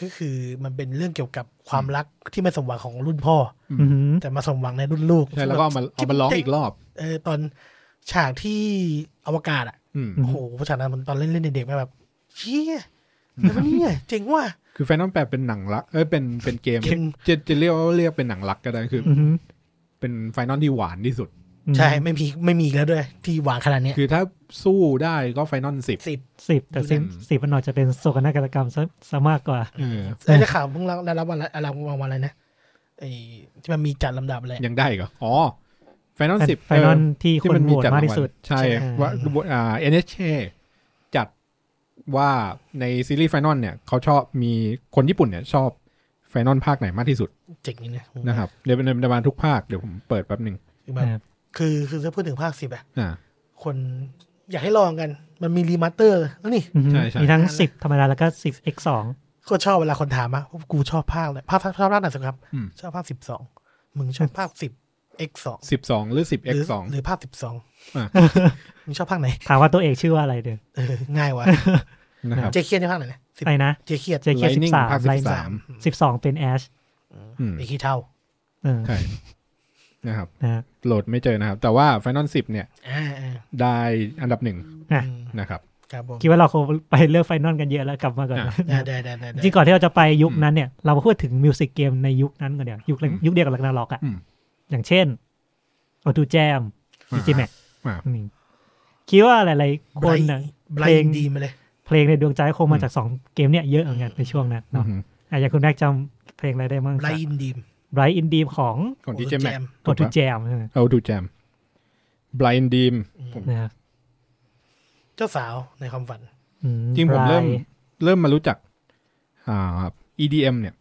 [SPEAKER 3] ก็คือมันเป็นเรื่องเกี่ยวกับความรักที่ไม่สมหวังของรุ่นพ่อ
[SPEAKER 4] อืม
[SPEAKER 3] แต่มาสมหวังในรุ่นลูก
[SPEAKER 2] ใช่แล้วก็เอามาเอามาร้องอีกรอบ
[SPEAKER 3] เออตอนฉากที่อวกาศอ่ะ
[SPEAKER 2] อืม
[SPEAKER 3] โอ้โหฉากนั้นผมตอนเล่นเล่นเด็กๆมาแบบเชี่ยแล้วมันเนี่ยเจ๋งว่ะ
[SPEAKER 2] คือแฟนตอมแปดเป็นหนังรัก เอ้ย เป็น เป็นเกม
[SPEAKER 3] เกม
[SPEAKER 2] จะจะเรียกว่าเรียกเป็นหนังรักก็ได้ คืออ
[SPEAKER 4] อืม
[SPEAKER 2] เป็นไฟนอลที่หวานที่สุด
[SPEAKER 3] ใช่ไม่มีไม่มีอีกแล้วด้วย ที่หวานขนาดเนี้ย
[SPEAKER 2] คือถ้าสู้ได้ก็ไฟนอลสิบ
[SPEAKER 3] สิบ
[SPEAKER 4] สิบแต่สิบ
[SPEAKER 2] อืม
[SPEAKER 4] สิบมันหน่อยจะเป็นโศกนาฏกรรมซะซะมากกว่า
[SPEAKER 2] เออ
[SPEAKER 3] เอ้ยได้ข่าวเพิ่งรับได้รับวันละอะไรรางวัลอะไรนะไอ้ที่มันมีจัดลำดับอะไร
[SPEAKER 2] ยังได้อีกเหรอ อ๋อ ไฟนอลสิบ
[SPEAKER 4] ไฟนอลที่คนโหวตมากที่สุด
[SPEAKER 2] ใช่
[SPEAKER 3] ใช่
[SPEAKER 2] ว่าอ่าเอ็นเอชจัดว่าในซีรีส์ไฟนอลเนี่ย เขาชอบมีคนญี่ปุ่นเนี่ย ชอบไฟนอลภาคไหนมากที่สุด
[SPEAKER 3] เจ๋งนี่นะ
[SPEAKER 2] นะครับ เดี๋ยวเป็นประมาณทุกภาค เดี๋ยวผมเปิดแป๊บหนึ่ง
[SPEAKER 3] คือแบบคือคือถ้าพูดถึงภาคสิบอะ
[SPEAKER 2] อ่า
[SPEAKER 3] คนอยากให้ลองกัน มันมีรีมาสเตอร์แล้วนี่
[SPEAKER 4] อืม
[SPEAKER 2] ใช่ใช่
[SPEAKER 4] มีทั้งสิบธรรมดาแล้วก็สิบ x สอง
[SPEAKER 3] ก็ชอบเวลาคนถามอะกูชอบภาคเลยภาคชอบภาคไหนสุดครับ
[SPEAKER 2] อืม
[SPEAKER 3] ชอบภาคสิบสองมึงชอบภาคสิบ x สอง
[SPEAKER 2] สิบสองหรือสิบ
[SPEAKER 3] ห
[SPEAKER 2] เอ็ก
[SPEAKER 3] รือ
[SPEAKER 2] สอง
[SPEAKER 3] หรือภาคสิบสอง
[SPEAKER 2] อ่ะ
[SPEAKER 3] <laughs> มึงชอบภาคไหน
[SPEAKER 4] ถามว่าตัวเอกชื่อว่าอะไรเด้อ
[SPEAKER 3] เออง่ายวะ
[SPEAKER 2] นะครับ
[SPEAKER 3] เจเคียนในภาคไหนนะสิบ
[SPEAKER 4] อะไรนะ
[SPEAKER 3] เจเคียน
[SPEAKER 4] เจเคียสิบ
[SPEAKER 2] Lightning
[SPEAKER 4] สาม
[SPEAKER 2] ภาค
[SPEAKER 4] ไล
[SPEAKER 2] สิบสาม
[SPEAKER 4] สิบสองเป็นแอช
[SPEAKER 2] อืม
[SPEAKER 3] ไอ้ขี้เท่า
[SPEAKER 4] เออ
[SPEAKER 2] ใช่ นะครับ
[SPEAKER 4] นะฮะ
[SPEAKER 2] โหลดไม่เจอนะครับ แต่ว่า Final 10 เนี่ย
[SPEAKER 3] อ่าอ่า
[SPEAKER 2] ได้อันดับหนึ่ง
[SPEAKER 4] อ่ะ
[SPEAKER 3] อืม
[SPEAKER 2] นะครับ
[SPEAKER 3] ครับผม
[SPEAKER 4] คิดว่าเราคงไปเลือกไฟนอลกันเยอะแล้วกลับมาก่อน
[SPEAKER 2] อ่ะ
[SPEAKER 3] ได้ได้ได้ได้ได้
[SPEAKER 4] จริงก่อนที่เราจะไปยุคนั้นเนี่ย เรามาพูดถึงมิวสิกเกมในยุคนั้นก่อนเดี๋ยวยุคยุคเดียวกับลักนาล็อกอ่ะ
[SPEAKER 2] อืม
[SPEAKER 4] อย่างเช่นโอทูแจมดิจิแมก
[SPEAKER 2] อ่า
[SPEAKER 4] คิดว่าหลายๆคนน่ะ
[SPEAKER 3] ไบ
[SPEAKER 4] เพล
[SPEAKER 3] ร
[SPEAKER 4] ง
[SPEAKER 3] ดีมาเลย
[SPEAKER 4] เพลงในดวงใจคงมาจากสองเกมเนี่ยเยอะเหมือนกันในช่วงนั้นเนาะ
[SPEAKER 2] อือฮึ
[SPEAKER 4] อะอย่างคุณแม็กจำเพลงอะไรได้บ้าง
[SPEAKER 3] ไบรอินดีม
[SPEAKER 4] ไบรท์อินดีมของ
[SPEAKER 2] ก่อนที่
[SPEAKER 3] โอ้
[SPEAKER 2] เจมแม็ก
[SPEAKER 3] แจม
[SPEAKER 4] กดทูแจมใช่ไหม
[SPEAKER 2] เอาดูแจม Blind Dream ผม
[SPEAKER 4] นะครับ
[SPEAKER 3] เจ้าสาวในความฝัน
[SPEAKER 4] อื
[SPEAKER 2] จริงผมเริ่ม
[SPEAKER 4] ไบท์
[SPEAKER 2] เริ่มมารู้จัก อ่า EDM เนี่ย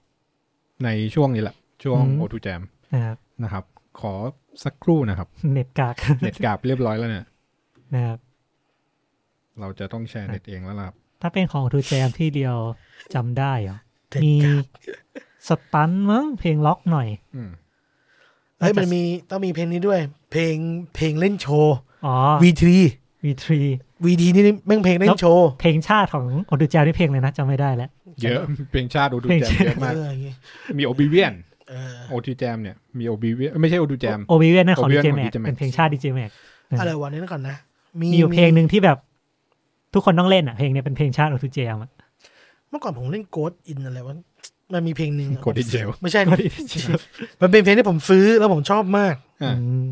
[SPEAKER 2] ในช่วงนี้แหละ ช่วงโอทูแจม
[SPEAKER 4] นะครับ
[SPEAKER 2] นะครับ ขอสักครู่นะครับ
[SPEAKER 4] เน็ตกาก
[SPEAKER 2] เน็ตกราบเรียบร้อยแล้วเนี่ย
[SPEAKER 4] นะครับ
[SPEAKER 2] เราจะต้องแชร์เน็ตเองแล้วล่ะครับ
[SPEAKER 4] ถ้าเป็นของทูแจมที่เดียวจำได้เหรอ
[SPEAKER 3] เด็ด
[SPEAKER 4] มี
[SPEAKER 3] กาด
[SPEAKER 4] สตันมั้งเพลงล็อกหน่อย
[SPEAKER 2] อืม
[SPEAKER 3] เฮ้ยมันมีต้องมีเพลงนี้ด้วย เพลงเพลงเล่นโชว์
[SPEAKER 4] อ๋อ
[SPEAKER 3] VT
[SPEAKER 4] วีทรี
[SPEAKER 3] VT นี่แม่งเพลงเล่
[SPEAKER 4] แล้
[SPEAKER 3] น
[SPEAKER 4] ว
[SPEAKER 3] โชว์
[SPEAKER 4] เพลงชาติของโอดูแจมนี่เพลงเลยนะจำไม่ได้แล้ว
[SPEAKER 2] เยอะ เพลงชาติโอทูแจม
[SPEAKER 4] เพลงชาติ
[SPEAKER 2] เยอะมาก
[SPEAKER 3] เอออย่างงี้
[SPEAKER 2] มี Oblivion
[SPEAKER 3] เออ
[SPEAKER 2] โอทูแจมเนี่ย มี Oblivion ไม่ใช่โอทูแจม
[SPEAKER 4] โอบิเวนนั่นของดี
[SPEAKER 2] Oblivion
[SPEAKER 4] เจ
[SPEAKER 2] ของ DJ Max
[SPEAKER 4] แม็กเป็นเพลงชาติดีเจแม็ก นะ
[SPEAKER 3] อะไรวะเนี่ยวก่อนนะ
[SPEAKER 4] มีอยู่เพลงหนึ่งที่แบบ ทุกคนต้องเล่นอ่ะเพลงเนี้ยเป็นเพลงชาติโอทูแจมอ่ะ
[SPEAKER 3] เมื่อก่อนผมเล่นโกดอินอะไรวะมันมีเพลง
[SPEAKER 4] <laughs>
[SPEAKER 3] หนึ่ง
[SPEAKER 2] Ghost in Jail
[SPEAKER 3] ไม่ใช่นะ <laughs> มันเป็นเพลงที่ผมซื้อแล้วผมชอบมาก
[SPEAKER 2] อ่ะ
[SPEAKER 4] อืม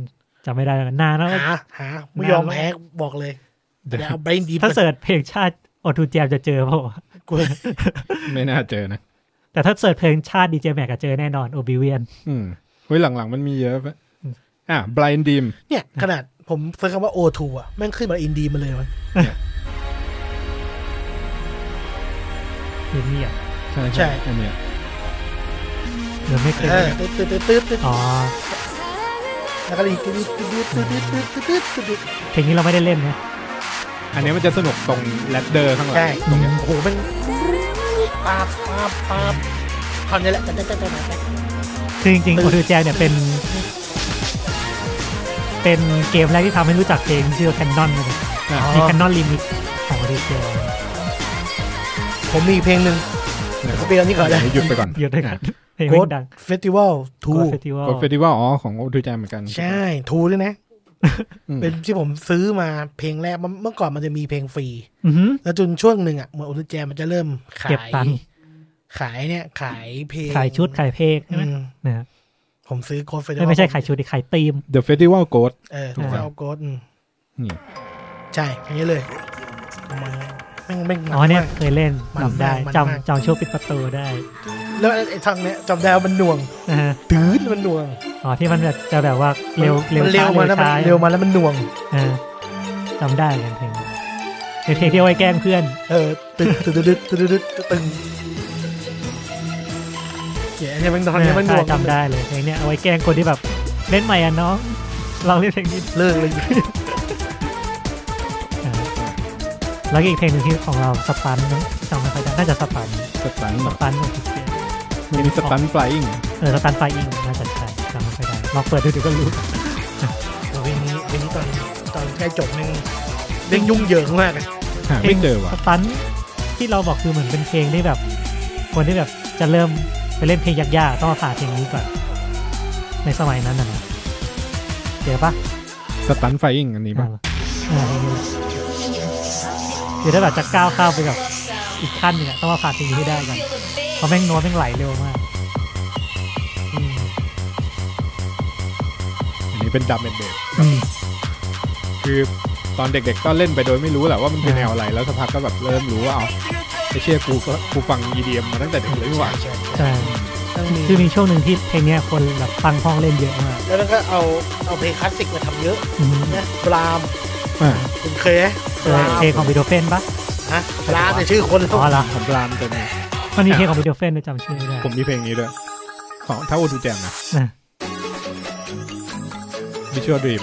[SPEAKER 4] จำไม่ได้แล้วกันนานแล้ว
[SPEAKER 3] หาหาไม่ยอมแพ้บอกเลยเดี๋ยวเอา brain deep
[SPEAKER 4] ถ้าเสิร์ชเพลงชาติโอทูแจมจะเจอเปล่าวะ
[SPEAKER 3] กู
[SPEAKER 2] ไม่น่าเจอนะ
[SPEAKER 4] แต่ถ้าเสิร์ชเพลงชาติดีเจแม็กก็เจอแน่นอนโอบิเวียน
[SPEAKER 2] อืมเฮ้ยหลังๆมันมีเยอะปะอ่ะ blind dream
[SPEAKER 3] เนี่ยขนาดผมเสิร์ชคำว่า O2 อ่ะแม่งขึ้นมาอินดีมาเลยวะ
[SPEAKER 4] คือเนี่ย
[SPEAKER 2] ใช่ใช่อันเนี้ย
[SPEAKER 4] เดี๋ยวไม่เคย
[SPEAKER 3] เออตึ๊ดตึ๊ดตึ๊ดตึ๊ดตึ๊ด
[SPEAKER 4] อ๋อ
[SPEAKER 3] แล้วก็อีกตึ๊ดตึ๊ดตึ๊ดตึ๊ดตึ๊ดตึ๊ดตึ๊ดตึ๊ดตึ๊ด
[SPEAKER 4] เพลงนี้เราไม่ได้เล่นนะ
[SPEAKER 2] อันเนี้ยมันจะสนุกตรง l ลดเดอร์ข้างหลั
[SPEAKER 3] ใช่
[SPEAKER 2] งตรงเนี้ย
[SPEAKER 3] โอ้โหแมันปาบปาบปาบคำนี้แหละแต่แต่แต่แต่แต่
[SPEAKER 4] คือจริงๆโอทูแจมเนี่ยเป็น เป็นเกมแรกที่ทำให้รู้จักเพลงชื่อแคนนอนเลย
[SPEAKER 2] อ่ะ
[SPEAKER 4] มีแคนนอนลิมิตของโอทูแจม
[SPEAKER 3] ผมมีอีกเพลงหนึ่ง
[SPEAKER 2] นะค
[SPEAKER 3] ส
[SPEAKER 2] รับ
[SPEAKER 3] เปียร์นี่ก่อนเลย
[SPEAKER 2] เดี๋ยวหยุดไปก่อน
[SPEAKER 4] หยุดด้วยกันเพลง
[SPEAKER 3] โกด
[SPEAKER 4] ดัง
[SPEAKER 3] เฟสติวัล
[SPEAKER 4] โก
[SPEAKER 3] ทู
[SPEAKER 4] ดเฟสติวัล
[SPEAKER 2] กดเฟสติวัลอ๋อ ของโอทูแจมเหมือนกัน
[SPEAKER 3] ใช่ทูด้วยนะ
[SPEAKER 2] อืม
[SPEAKER 3] เป็นที่ผมซื้อมาเพลงแรกมันเมื่อก่อนมันจะมีเพลงฟรี
[SPEAKER 4] อือหือ
[SPEAKER 3] แล้วจนช่วงหนึ่งอ่ะเหมือนโอทูแจมมันจะเริ่มขา
[SPEAKER 4] เก็บ
[SPEAKER 3] ย
[SPEAKER 4] ตังค์
[SPEAKER 3] ขายเนี่ยขายเพลง
[SPEAKER 4] ขายชุดขายเพลงใช่ไหม
[SPEAKER 3] อืม
[SPEAKER 4] นะฮะ
[SPEAKER 3] ผมซื้อโกดเฟสติวั
[SPEAKER 4] ไม่
[SPEAKER 3] ล
[SPEAKER 4] ไม่ใช่ขายชุดดิขายธีม
[SPEAKER 2] เดอะเฟสติวัลโกด
[SPEAKER 3] เออ
[SPEAKER 4] ถูกไหม
[SPEAKER 3] เอาโกด
[SPEAKER 2] นี่
[SPEAKER 3] ใช่อย่างนี้เลย มาแม่งแม่งมั
[SPEAKER 4] อ๋อเนี่ย
[SPEAKER 3] มาก
[SPEAKER 4] เคยเล่น
[SPEAKER 3] มัน
[SPEAKER 4] จำได้
[SPEAKER 3] มากมันมาก
[SPEAKER 4] จำจำช่วงปิดประตูได้
[SPEAKER 3] แล้วไอ้ไอ้ทางเนี้ยจำได้ว่ามันหน่วง
[SPEAKER 4] อ่าฮะ
[SPEAKER 3] ตื้นมันหน่วง
[SPEAKER 4] อ๋อที่มันแบบจะแบบว่าเร็วเร็ว
[SPEAKER 3] มันเร็ว
[SPEAKER 4] ช้
[SPEAKER 3] มาแล้วมัน
[SPEAKER 4] ช้า
[SPEAKER 3] เร็วมาแล้วมันหน่วง
[SPEAKER 4] อ่าจำได้กันเพลงนี้เป็นเพลงที่เอาไว้แกล้งเพื่อน
[SPEAKER 3] เออตึ๊ดตึ๊ดตึ๊ดตึ๊ดตึ๊ดตึ๊ดเดี๋ยวเนี่ยมันตอนเนี้ยมันหน่วง
[SPEAKER 4] จำได้เลยเพลงเนี้ยเอาไว้แกล้งคนที่แบบเล่นใหม่อ่ะน้อง <laughs> ลองเล่นเพลงนี้
[SPEAKER 3] เลิกเลย
[SPEAKER 4] อ่าแล้วก็อีกเพลงหนึ่งที่ของเราสปันเนอะจำไม่ค่อยได้น่าจะสปัน
[SPEAKER 2] สตัน
[SPEAKER 4] ส
[SPEAKER 2] เหรอ
[SPEAKER 4] ปันของพิเศษ
[SPEAKER 2] มันมีสตันไฟอิง
[SPEAKER 4] เออสปันไฟอิงน่าจะใช่จำไม่ค่อยได้ลองเปิดดูเดี๋ยวก็รู้
[SPEAKER 3] เพลงนี้เพลงนี้ตอนตอนใกล้จบนึงเร่งยุ่งเหยิงมากอะ
[SPEAKER 2] หาไม่เจอว่ะ
[SPEAKER 4] สปันที่เราบอกคือเหมือนเป็นเพลงที่แบบ คนที่แบบจะเริ่มไปเล่นเพลงยากๆต้องมาผ่านเพลงนี้ก่อนในสมัยนั้นน่ะนะเดี๋ยวปะ
[SPEAKER 2] สตันไฟอิงอันนี้ป่ะ
[SPEAKER 4] อ่าคือถ้าแบบจะก้าวข้ามไปกับอีกขั้นหนึงอะต้องมาผ่านสิ่งนี้ให้ได้ก่อนเพราะแม่งโน้ตแม่งไหลเร็วมากอืม
[SPEAKER 2] อันนี้เป็นดับเบลเบดคือตอนเด็กๆก็เล่นไปโดยไม่รู้แหละว่ามันเป็นแนวอะไรแล้วสักพักก็แบบเริ่มรู้ว่าเอาไอเชี่ยกูก็กูฟัง EDM มาตั้งแต่เด็กเลยนี่หว่า
[SPEAKER 4] ใช่
[SPEAKER 3] ต้องมี
[SPEAKER 4] คือมีช่วงหนึ่งที่เพลงเนี้ยคนแบบฟังห้องเล่นเยอะมาก
[SPEAKER 3] แล้วก็เอาเอาเพลงคลาสสิกมาทำเยอะ
[SPEAKER 4] อืม
[SPEAKER 3] นะบราม
[SPEAKER 2] อ่า
[SPEAKER 3] คุณเคยไหม
[SPEAKER 4] เค
[SPEAKER 3] บราย ม
[SPEAKER 4] เพลงของบิโดเฟนปะ
[SPEAKER 3] ฮะบรามแต่ชื่อคนแล้ว
[SPEAKER 4] อ๋อเหรอ
[SPEAKER 2] ผมรามเต็มเลย
[SPEAKER 4] มันมีเพลงของบิโดเฟนนะจำชื่อไม่ได้
[SPEAKER 2] ผมมีเพลงนี้ด้วย ของท้าโอทูแจมนะ
[SPEAKER 4] นะ
[SPEAKER 2] วิชวลดรีม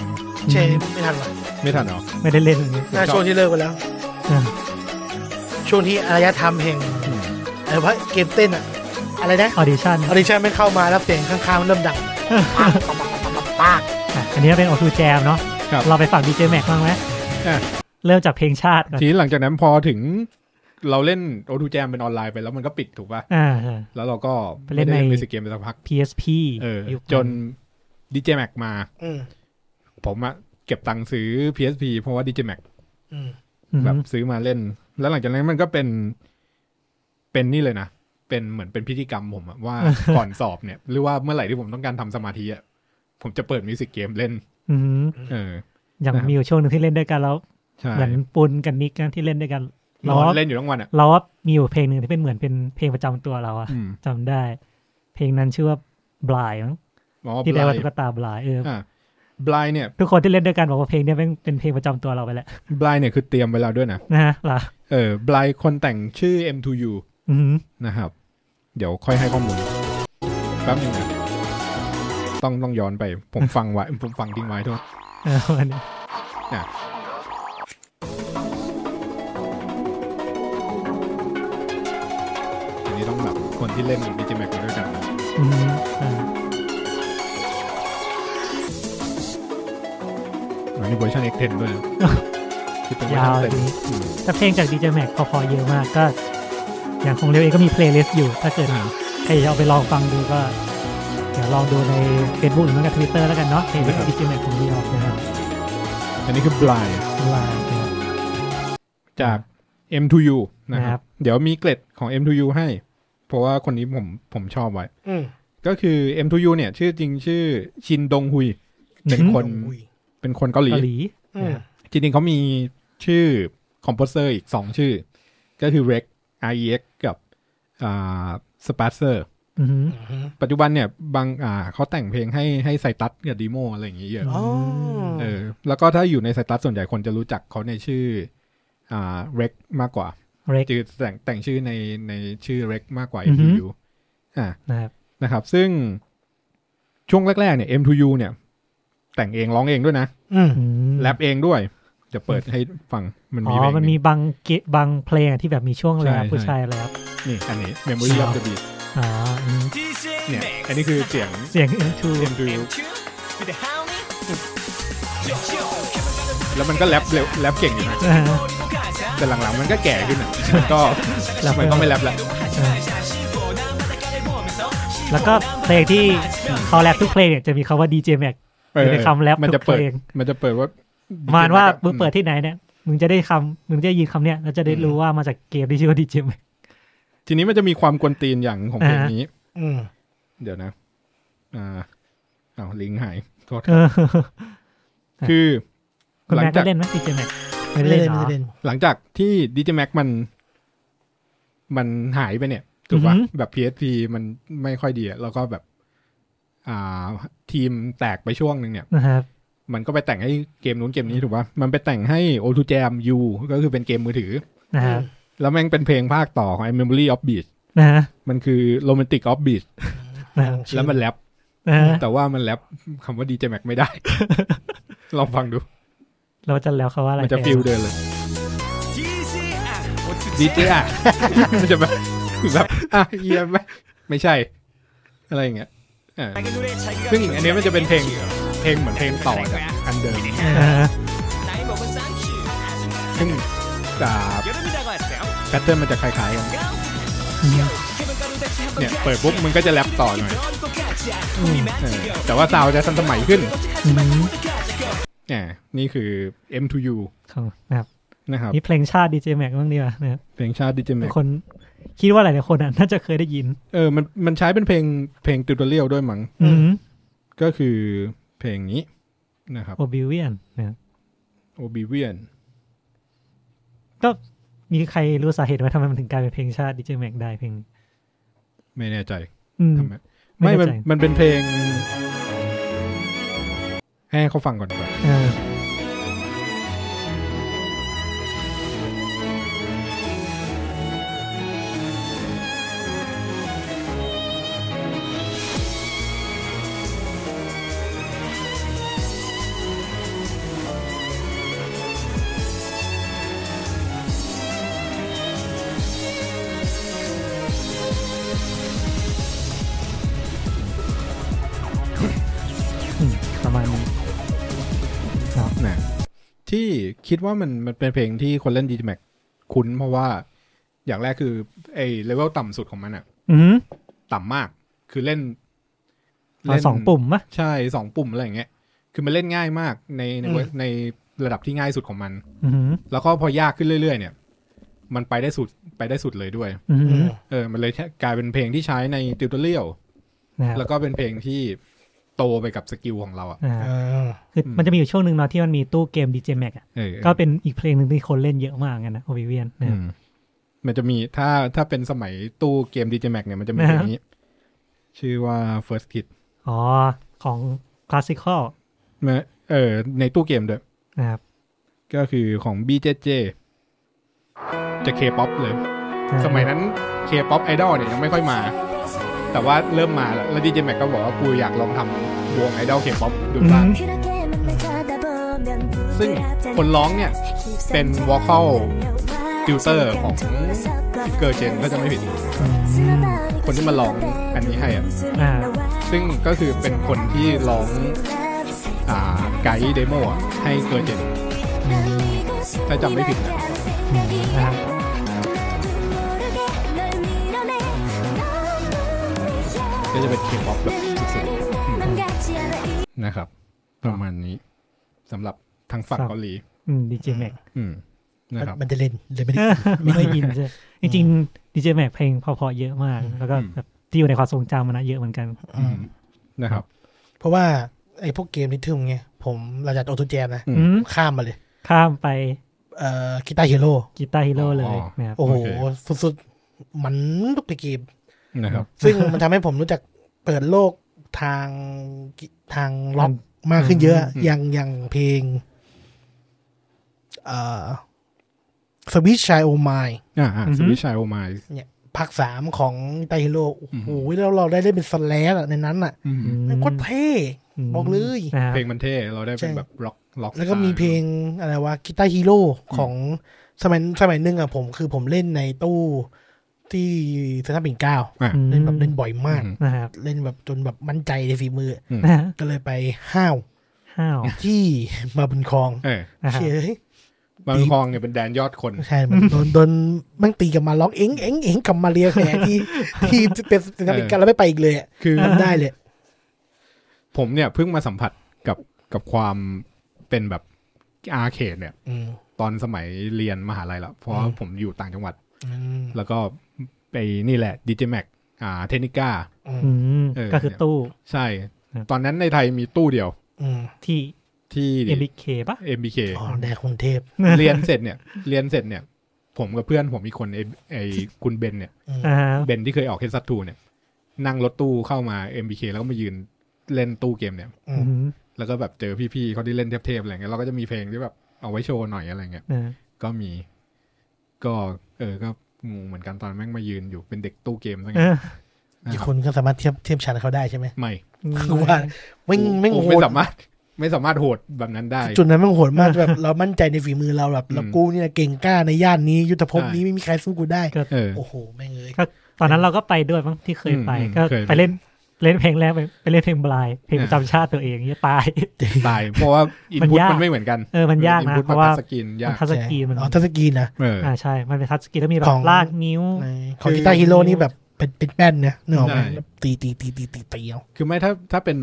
[SPEAKER 3] เชยไม่ทันหรอก
[SPEAKER 2] ไม่ทันเหรอ
[SPEAKER 4] ไม่ได้เล่นอย่างนี้
[SPEAKER 3] หน้าช่วงที่เลิกไปแล้ว
[SPEAKER 4] อ่ะ
[SPEAKER 3] ช่วงที่อารยธรรมแห่งอะไรวะเกมเต้นอะอะไรนะ
[SPEAKER 4] ออดิชั่น
[SPEAKER 3] ออดิชั่นไม่เข้ามาแล้วเสียงข้างๆมันเริ่มดังปากปากปากปาก
[SPEAKER 4] อ่ะอันนี้เป็นออทูแจมเนาะ
[SPEAKER 2] ครับ
[SPEAKER 4] เราไปฝั่งดีเจแม็กบ้างไหม
[SPEAKER 2] อ่ะ
[SPEAKER 4] เริ่มจากเพลงชาติก่อน
[SPEAKER 2] ทีนี้หลังจากนั้นพอถึงเราเล่นโอทูแจมเป็นออนไลน์ไปแล้วมันก็ปิดถูกป่ะ
[SPEAKER 4] อ่า
[SPEAKER 2] แล้วเราก็
[SPEAKER 4] ไปเล่น
[SPEAKER 2] ม่ด้
[SPEAKER 4] ใน
[SPEAKER 2] มิวสิกเกมไปสักพัก
[SPEAKER 4] PSP
[SPEAKER 2] เออ
[SPEAKER 4] ยุค
[SPEAKER 2] จนดีเจแม็กมา
[SPEAKER 3] อืม
[SPEAKER 2] ผมอะเก็บตังค์ซื้อ PSP เพราะว่าดีเจแม็ก
[SPEAKER 3] อืม
[SPEAKER 4] อืม
[SPEAKER 2] แบบซื้อมาเล่น แล้วหลังจากนั้นมันก็เป็น เป็นนี่เลยนะ เป็นเหมือนเป็นพิธีกรรมผมอะ
[SPEAKER 4] <laughs>
[SPEAKER 2] ว่า ก่อนสอบเนี่ย หรือว่าเมื่อไหร่ที่ผมต้องการทำสมาธิอะผมจะเปิดมิวสิกเกมเล่น
[SPEAKER 4] อืม
[SPEAKER 2] เออ
[SPEAKER 4] อย่าง
[SPEAKER 2] นะครับ
[SPEAKER 4] มีอยู่ช่วงหนึ่งที่เล่นด้วยกันแล้ว
[SPEAKER 2] ใช่
[SPEAKER 4] เหมือนปุนกับนิกนะที่เล่นด้วยกัน
[SPEAKER 2] น
[SPEAKER 4] เรา
[SPEAKER 2] อน
[SPEAKER 4] ว่า
[SPEAKER 2] เล่นอยู่ทั้งวันอะ
[SPEAKER 4] เราว่ามีอยู่เพลงหนึ่งที่เป็นเหมือนเป็นเพลงประจำตัวเราอะ
[SPEAKER 2] อืม
[SPEAKER 4] จำได้ เพลงนั้นชื่อว่าบลายมั้ง
[SPEAKER 2] อ๋อ
[SPEAKER 4] ที่
[SPEAKER 2] บ
[SPEAKER 4] ได้
[SPEAKER 2] ลา
[SPEAKER 4] ว่าย ตุ๊กตาบลายเอออ
[SPEAKER 2] อ่าบลายเนี่ย
[SPEAKER 4] ทุกคนที่เล่นด้วยกันบอกว่าเพลงเนี้ยแม่งเป็นเพลงประจำตัวเราไปแล้ว
[SPEAKER 2] บลายเนี่ยคือเตรียมไว้แล้วด้วยนะ
[SPEAKER 4] นะฮะล่ะ
[SPEAKER 2] เออบลายคนแต่งชื่อ M2U
[SPEAKER 4] อืม
[SPEAKER 2] นะครับ เดี๋ยวค่อยให้ข้อมูลแป๊บนึงนะต้องต้องย้อนไป ผมฟังไว้ ผมฟังทิ้งไว้โทุก
[SPEAKER 4] เออวันนี้
[SPEAKER 2] อันนี้ต้องแบบคนที่เล่นอยู่ดีเจแม็กด้วยกันนะ
[SPEAKER 4] อืมอ่า
[SPEAKER 2] อันนี้เวอร์ชัน X10 ด้วยนะที่เป็นเวอร์
[SPEAKER 4] ยา
[SPEAKER 2] ชั
[SPEAKER 4] วน
[SPEAKER 2] เต็ม
[SPEAKER 4] ดี
[SPEAKER 2] อืม
[SPEAKER 4] แต่เพลงจากดีเจแม็กพอๆเยอะมากก็ อย่างของเร็วเองก็มีเพลย์ลิสต์อยู่ ถ้าเกิด
[SPEAKER 2] อ่า
[SPEAKER 4] ใครจะเอาไปลองฟังดูก็เดี๋ยวลองดูใน Facebook หรือไม่ก็ทวิตเตอร์แล้วกันเนาะเพลงจากดีเจแม็กของเร็วนะครับ
[SPEAKER 2] อันนี้คือบลาย
[SPEAKER 4] ลา
[SPEAKER 2] จาก M2U นะค
[SPEAKER 4] ครั
[SPEAKER 2] รับ
[SPEAKER 4] บ
[SPEAKER 2] เดี๋ยวมีเกร็ดของ M2U ให้ เพราะว่าคนนี้ผมผมชอบไว้
[SPEAKER 3] อืม
[SPEAKER 2] ก็คือ M2U เนี่ย ชื่อจริงชื่อชินดงฮุย เป็นคน
[SPEAKER 3] อุ้ย
[SPEAKER 2] เป็นคนเกาหลี
[SPEAKER 4] เกาหลี
[SPEAKER 3] อืม
[SPEAKER 2] จริงๆเขามีชื่อคอมโพเซอร์อีกสองชื่อ ก็คือ Rex REX กับอ่า Spacer
[SPEAKER 4] อืม
[SPEAKER 3] อืม
[SPEAKER 2] ปัจจุบันเนี่ยบางอ่าเขาแต่งเพลงให้ให้ไซตัสกับดีโมอะไรอย่างเงี้ยเยอะ
[SPEAKER 3] อ๋อ
[SPEAKER 2] เออแล้วก็ถ้าอยู่ในไซตัสส่วนใหญ่คนจะรู้จักเขาในชื่ออ่า Rex มากกว่า
[SPEAKER 4] เร็ก
[SPEAKER 2] จือแต่งแต่งชื่อในในชื่อ Rex มากกว่า
[SPEAKER 4] อือหือ
[SPEAKER 2] MTU อ่า
[SPEAKER 4] นะครับ
[SPEAKER 2] นะครับ ซึ่งช่วงแรกๆเนี่ย M2U เนี่ย แต่งเองร้องเองด้วยนะ
[SPEAKER 3] อืม
[SPEAKER 4] อืม
[SPEAKER 2] แรปเองด้วย จะเปิดให้ฟังมัน
[SPEAKER 4] อ๋
[SPEAKER 2] มี
[SPEAKER 4] อ
[SPEAKER 2] เพลง
[SPEAKER 4] มัน
[SPEAKER 2] หง
[SPEAKER 4] มีบางเกบางเพลงอะที่แบบมีช่วงแร
[SPEAKER 2] ใช่
[SPEAKER 4] ปผู้
[SPEAKER 2] ใช่
[SPEAKER 4] ชายแรป
[SPEAKER 2] นี่อันนี้ Memory of the Beat
[SPEAKER 4] อ๋ออืม
[SPEAKER 2] เนี่ย อันนี้คือเสียง
[SPEAKER 4] เสียง M2
[SPEAKER 2] เสียงดูแล้วมันก็แรปเร็วแรปเก่งอยู่นะ
[SPEAKER 4] อ่า
[SPEAKER 2] แต่หลังๆมันก็แก่ขึ้นอ่ะ มันก็
[SPEAKER 4] แรป
[SPEAKER 2] มั
[SPEAKER 4] เร็ว
[SPEAKER 2] นก็ไม่แรปละ
[SPEAKER 4] แล้วก็เพลงที่เขาแรปทุกเพลงเนี่ยจะมีคำว่า DJ Max
[SPEAKER 2] เออ
[SPEAKER 4] อยู่ในคำแรป
[SPEAKER 2] มันจะเปิด
[SPEAKER 4] ทุกเพลง
[SPEAKER 2] มันจะเปิดว่า
[SPEAKER 4] ประมาณว่ามึงเปิดที่ไหนเนี่ย มึงจะได้คำมึงจะได้ยินคำเนี่ยแล้วจะได้รู้ว่ามาจากเกมที่ชื่อว่า DJ Max
[SPEAKER 2] ทีนี้มันจะมีความกวนตีนอย่างของเพลงนี้
[SPEAKER 3] อืม
[SPEAKER 2] เดี๋ยวนะ อ่าเอาลิงก์หายโทษ
[SPEAKER 4] เออ
[SPEAKER 2] คือ
[SPEAKER 4] คุณ
[SPEAKER 2] หลัง
[SPEAKER 4] แม็ก
[SPEAKER 2] จา
[SPEAKER 4] ก็
[SPEAKER 2] ก
[SPEAKER 4] เล่นไหม DJ Max
[SPEAKER 2] เ
[SPEAKER 4] ไม่ได้เล่นเหรอ
[SPEAKER 3] เล่น
[SPEAKER 2] หลังจากที่ดิจิแม็กมัน มันหายไปเนี่ยถูกปะ
[SPEAKER 4] อือหือ
[SPEAKER 2] แบบ PSP มันไม่ค่อยดีอะแล้วก็แบบ อ่า ทีมแตกไปช่วงหนึ่งเนี่ย
[SPEAKER 4] นะครับ
[SPEAKER 2] มันก็ไปแต่งให้เกมนู้นเกมนี้ถูกปะมันไปแต่งให้ O2 Jam U ก็คือเป็นเกมมือถือ
[SPEAKER 4] นะครับ
[SPEAKER 2] แล้วแม่งเป็นเพลงภาคต่อของ Memory of Beat
[SPEAKER 4] นะฮะ
[SPEAKER 2] มันคือ Romantic of Beat
[SPEAKER 4] นะฮะ
[SPEAKER 2] แล้วมันแรป
[SPEAKER 4] นะฮะ
[SPEAKER 2] แต่ว่ามันแรปคำว่า DJ Mac ไม่ได้ <laughs> ลองฟังดู
[SPEAKER 4] เราจะแล้วเขาว่าอะไร
[SPEAKER 2] มันจะฟิลเดินเลย ดีเจอ่ะ <laughs> มันจะแบบแบบอ่ะเยี่ยมไหมไม่ใช่ อะไรอย่างเงี้ยอ่าซึ่งอันเนี้ยมันจะเป็นเพลงเพลงเหมือนเพลงต่อจากอันเดิม
[SPEAKER 4] นะฮะ
[SPEAKER 2] ซึ่งจะแพทเทิร์นมันจะคล้ายๆกันเนี่ยเปิดปุ๊บมันก็จะแรปต่อหน่อยเออแต่ว่าซาวด์จะทันสมัยขึ้น
[SPEAKER 4] อืม
[SPEAKER 2] อ่านี่คือ M2U
[SPEAKER 4] ของนะครับ
[SPEAKER 2] นะครับ
[SPEAKER 4] มีเพลงชาติดีเจแม็กบ้างดีกว่านะครับ
[SPEAKER 2] เพลงชาติดิจิแม
[SPEAKER 4] ทุกคนคิดว่าหลายๆคนอ่ะน่าจะเคยได้ยิน
[SPEAKER 2] เออมันมันใช้เป็นเพลงเพลงติวตอเรียลด้วยมั้ง
[SPEAKER 3] อื
[SPEAKER 4] อื
[SPEAKER 3] ม
[SPEAKER 4] ม
[SPEAKER 2] ก็คือเพลงนี้นะครับ
[SPEAKER 4] โอบิเวียนนะครับ
[SPEAKER 2] Oblivion
[SPEAKER 4] ก็มีใครรู้สาเหตุไหมทำไมมันถึงกลายเป็นเพลงชาติดีเจแม็กได้เพลงนี้
[SPEAKER 2] ไม่แน่ใจ
[SPEAKER 4] อืม
[SPEAKER 2] ทำไม
[SPEAKER 4] ไม่
[SPEAKER 2] ไม่มัน
[SPEAKER 4] แน่ใจ
[SPEAKER 2] มันเป็นเพลง ให้เขาฟังก่อนก่อน
[SPEAKER 4] เอออืมประมาณนี้
[SPEAKER 2] นะที่คิดว่ามันมันเป็นเพลงที่คนเล่น d t m a x คุ้นเพราะว่า อย่างแรกคือไอ้เลเวลต่ำสุดของมันอะ
[SPEAKER 4] อืม
[SPEAKER 2] ต่ำมาก คือเล่น
[SPEAKER 4] เอาสองปุ่มปะ
[SPEAKER 2] ใช่สองปุ่มอะไรอย่างเงี้ย คือมันเล่นง่ายมากในใน
[SPEAKER 3] อืม
[SPEAKER 2] ในระดับที่ง่ายสุดของมัน
[SPEAKER 4] อืม
[SPEAKER 2] แล้วก็พอยากขึ้นเรื่อย ๆ เนี่ย มันไปได้สุดไปได้สุดเลยด้วย
[SPEAKER 4] อืม
[SPEAKER 2] เออ มันเลยกลายเป็นเพลงที่ใช้ในติวตอเรียล
[SPEAKER 4] นะครับ
[SPEAKER 2] แล้วก็เป็นเพลงที่โตไปกับสกิลของเราอ่ะ
[SPEAKER 4] อ่า
[SPEAKER 3] เออ
[SPEAKER 4] คือมันจะมีอยู่ช่วงหนึ่งเนาะที่มันมีตู้เกม DJ Max อ่ะ
[SPEAKER 2] เออ
[SPEAKER 4] ก็เป็นอีกเพลงหนึ่งที่คนเล่นเยอะมากกันนะ Oblivion นะ
[SPEAKER 2] อืมมันจะมีถ้าถ้าเป็นสมัยตู้เกม DJ Max เนี่ยมันจะมี
[SPEAKER 4] นะ
[SPEAKER 2] เพ
[SPEAKER 4] ฮะ
[SPEAKER 2] ลงนี้ ชื่อว่า First Kid
[SPEAKER 4] อ๋อ ของ Classical
[SPEAKER 2] มาเออในตู้เกมด้วย
[SPEAKER 4] นะครับ
[SPEAKER 2] ก็คือของ BJJ จะ K-POP เลย สมัยนั้น K-POP Idol เนี่ยยังไม่ค่อยมา แต่ว่าเริ่มมาแล้วแล้ว DJ Max ก็บอกว่ากูอยากลองทำวง Idol K-POP ดูบ้าง ซึ่งคนร้องเนี่ย เป็น vocal tutor ของ เกิร์ลเจนก็จะไม่ผิด
[SPEAKER 4] อืม
[SPEAKER 2] คนที่มาร้องอันนี้ให้อ่ะ
[SPEAKER 4] อ่า
[SPEAKER 2] ซึ่งก็คือเป็นคนที่ร้องอ่าไกด์เดโมอ่ะให้เกิร์ลเจน ถ้าจำไม่ผิดนะ
[SPEAKER 4] นะครับ
[SPEAKER 2] ก็จะเป็นเคป๊อปแบบสุดๆนะครับ ประมาณนี้สำหรับทางฝั่งเกาหลี
[SPEAKER 4] อืม DJ Max
[SPEAKER 2] อืมนะครับ
[SPEAKER 3] มันจะเล่นเลยไม่ได้
[SPEAKER 4] ไม่ได้ยินใช่จริงๆ DJ Max เพลงเพอๆเยอะมาก แล้วก็แบบที่อยู่ในความทรงจำมันนะเยอะเหมือนกัน
[SPEAKER 2] อืมนะครับ
[SPEAKER 3] เพราะว่าไอ้พวกเกมที่ทึมไงผมหลังจากโอทูแจมนะ
[SPEAKER 2] อืม
[SPEAKER 4] อืม
[SPEAKER 3] ข้ามมาเลย
[SPEAKER 4] ข้ามไป
[SPEAKER 3] เอ่อกีตาร์ฮีโร่
[SPEAKER 4] กีตาร์ฮีโร่เล
[SPEAKER 2] อ๋
[SPEAKER 4] ย
[SPEAKER 2] อ
[SPEAKER 4] นะครับ
[SPEAKER 3] โอ้โห
[SPEAKER 2] โอเค
[SPEAKER 3] สุดๆ มันทุกเกม
[SPEAKER 2] นะครับ
[SPEAKER 3] ซึ่ง <laughs> มันทำให้ผมรู้จักเปิดโลกทางกิทางล็อกมากขึ้นเยอะ
[SPEAKER 2] อืม
[SPEAKER 3] อย่างอย่างเพลงเอ่อสวิชชายโอมาย
[SPEAKER 2] อ่าอ่า
[SPEAKER 4] อือ
[SPEAKER 2] ส
[SPEAKER 4] ฮึ
[SPEAKER 2] วิชชัยโอมาย
[SPEAKER 3] เนี่ยภาคสามของไตฮิโร่โอ้โห
[SPEAKER 2] อื
[SPEAKER 3] แล้วเราได้เล่นเป็นสแลชอะในนั้นอ่ะ
[SPEAKER 4] อืม
[SPEAKER 3] โคตรเท่บอกเลย
[SPEAKER 4] นะครับ
[SPEAKER 2] เพลงมันเท่ เราได้เป็น
[SPEAKER 3] ใช่
[SPEAKER 2] แบบล็อกล็อก
[SPEAKER 3] แล้วก็มีเพลงอะไรวะกีตาร์ฮีโร่ของสมัยสมัยหนึงอะผมคือผมเล่นในตู้ที่เซนทรัลปิ่นเกล้า
[SPEAKER 2] อ่า
[SPEAKER 3] เล่นแบบเล่นบ่อยมาก
[SPEAKER 2] อืม
[SPEAKER 4] นะครับ
[SPEAKER 3] เล่นแบบจนแบบมั่นใจในฝีมือ
[SPEAKER 4] นะฮะ
[SPEAKER 3] ก็เลยไปห้าว
[SPEAKER 4] ห้าว
[SPEAKER 3] ที่ มาบุญคลอง
[SPEAKER 2] เออ
[SPEAKER 4] นะฮะ
[SPEAKER 3] เฉย
[SPEAKER 2] บางคลองเนี่ยเป็นแดนยอดคน
[SPEAKER 3] ใช่มันโดนโดนแมั่งตีกับมาล็อกเอ็งเอ็งเอ็งกับมาเรียแขนที่ที่เป็นศิลปินกันแล้วไม่ไปอีกเลยอะ
[SPEAKER 2] คือ
[SPEAKER 3] ทำได้เลย
[SPEAKER 2] ผมเนี่ยเพิ่งมาสัมผัสกับกับความเป็นแบบอาร์เคดเนี่ย
[SPEAKER 3] อืม
[SPEAKER 2] ตอนสมัยเรียนมหาลัยละเพราะว่า
[SPEAKER 3] อืม
[SPEAKER 2] ผมอยู่ต่างจังหวัด
[SPEAKER 3] อืม
[SPEAKER 2] แล้วก็ไปนี่แหละดิจิแม็กอ่าเทนิก้า
[SPEAKER 3] อืม
[SPEAKER 4] อืม
[SPEAKER 2] เออ
[SPEAKER 4] ก็คือตู้
[SPEAKER 2] ใช่
[SPEAKER 4] ครับ
[SPEAKER 2] ตอนนั้นในไทยมีตู้เดียว
[SPEAKER 3] อืม
[SPEAKER 4] ที่
[SPEAKER 2] ที่
[SPEAKER 4] เอ็มบีเคปะ
[SPEAKER 2] เอ็มบีเค
[SPEAKER 3] อ๋อ <laughs> แดกกรุงเทพ
[SPEAKER 2] เรียนเสร็จเนี่ย เรียนเสร็จเนี่ย ผมกับเพื่อนผมอีกคนไอ้ไอ้คุณเบนเนี่ย
[SPEAKER 3] อืม
[SPEAKER 4] อ่าฮะ
[SPEAKER 2] เบนที่เคยออกเคสซัตทูเนี่ย นั่งรถตู้เข้ามา MBK แล้วก็มายืนเล่นตู้เกมเนี่ย
[SPEAKER 3] อื
[SPEAKER 4] อื
[SPEAKER 3] ม
[SPEAKER 4] ม
[SPEAKER 2] แล้วก็แบบเจอพี่ๆเขาที่เล่นเทพๆอะไรเงี้ยเราก็จะมีเพลงที่แบบเอาไว้โชว์หน่อยอะไรเงี้ย
[SPEAKER 4] อ่า
[SPEAKER 2] ก็มี ก็ เออ ก็งงเหมือนกันตอนแม่งมายืนอยู่เป็นเด็กตู้เกมซะ
[SPEAKER 4] เอ
[SPEAKER 2] งั้น
[SPEAKER 4] อ
[SPEAKER 3] อีกคนก็สามารถเทียบเทียบชั้นเขาได้ใช่ไหม
[SPEAKER 2] ไม่
[SPEAKER 3] คือว่าไม่งไม่ง
[SPEAKER 2] กู
[SPEAKER 3] โห
[SPEAKER 2] ไม่
[SPEAKER 3] ด
[SPEAKER 2] สามารถ ไม่สามารถโหดแบบนั้นได้
[SPEAKER 3] จุดนั้นไม่งโหดมากแบบเรามั่นใจในฝีมือเราแบบเรา
[SPEAKER 2] อืม
[SPEAKER 3] กูเนี่ยเก่งกล้าในย่านนี้ยุทธภพ
[SPEAKER 2] ใช่
[SPEAKER 3] นี้ไม่มีใครสู้กูได้
[SPEAKER 2] เออ
[SPEAKER 3] โอ้โหแม่งเอ้ย
[SPEAKER 4] ก็ตอนนั้นเราก็ไปด้วยมั้งที่เคยไป
[SPEAKER 2] อืม
[SPEAKER 4] ก็
[SPEAKER 2] เคยไป
[SPEAKER 4] ไปเล่นเล่นเพลงแรกไปไปเล่นเพลงบลายเพลงประจำชาติตัวเองเนี่ยตาย
[SPEAKER 2] ตายเพราะว่าอิน
[SPEAKER 4] มัน
[SPEAKER 2] พุต
[SPEAKER 4] ยาก
[SPEAKER 2] มันไม่เหมือนกัน
[SPEAKER 4] เออมันยากนะ
[SPEAKER 2] อิพุต
[SPEAKER 4] เพราะว่า
[SPEAKER 2] สกิน
[SPEAKER 4] มั
[SPEAKER 2] ยาน ก
[SPEAKER 4] ทัชสกรีนมัน
[SPEAKER 3] อ๋อทัศกีนะ
[SPEAKER 2] เออ
[SPEAKER 4] อ่าใช่ มันเป็นทัชสกรีนแล้วมีแบ
[SPEAKER 3] ข
[SPEAKER 4] บ
[SPEAKER 3] อง
[SPEAKER 4] ลากนิ้ว
[SPEAKER 3] ของกีตาร์ฮีโร่นี่แบบเป็นเป็นแป้นนะเนกออกไหม
[SPEAKER 2] ใช่
[SPEAKER 3] ตีตีตีตีตีตีเอา
[SPEAKER 2] คือไม่ถ้าถ้าเป็น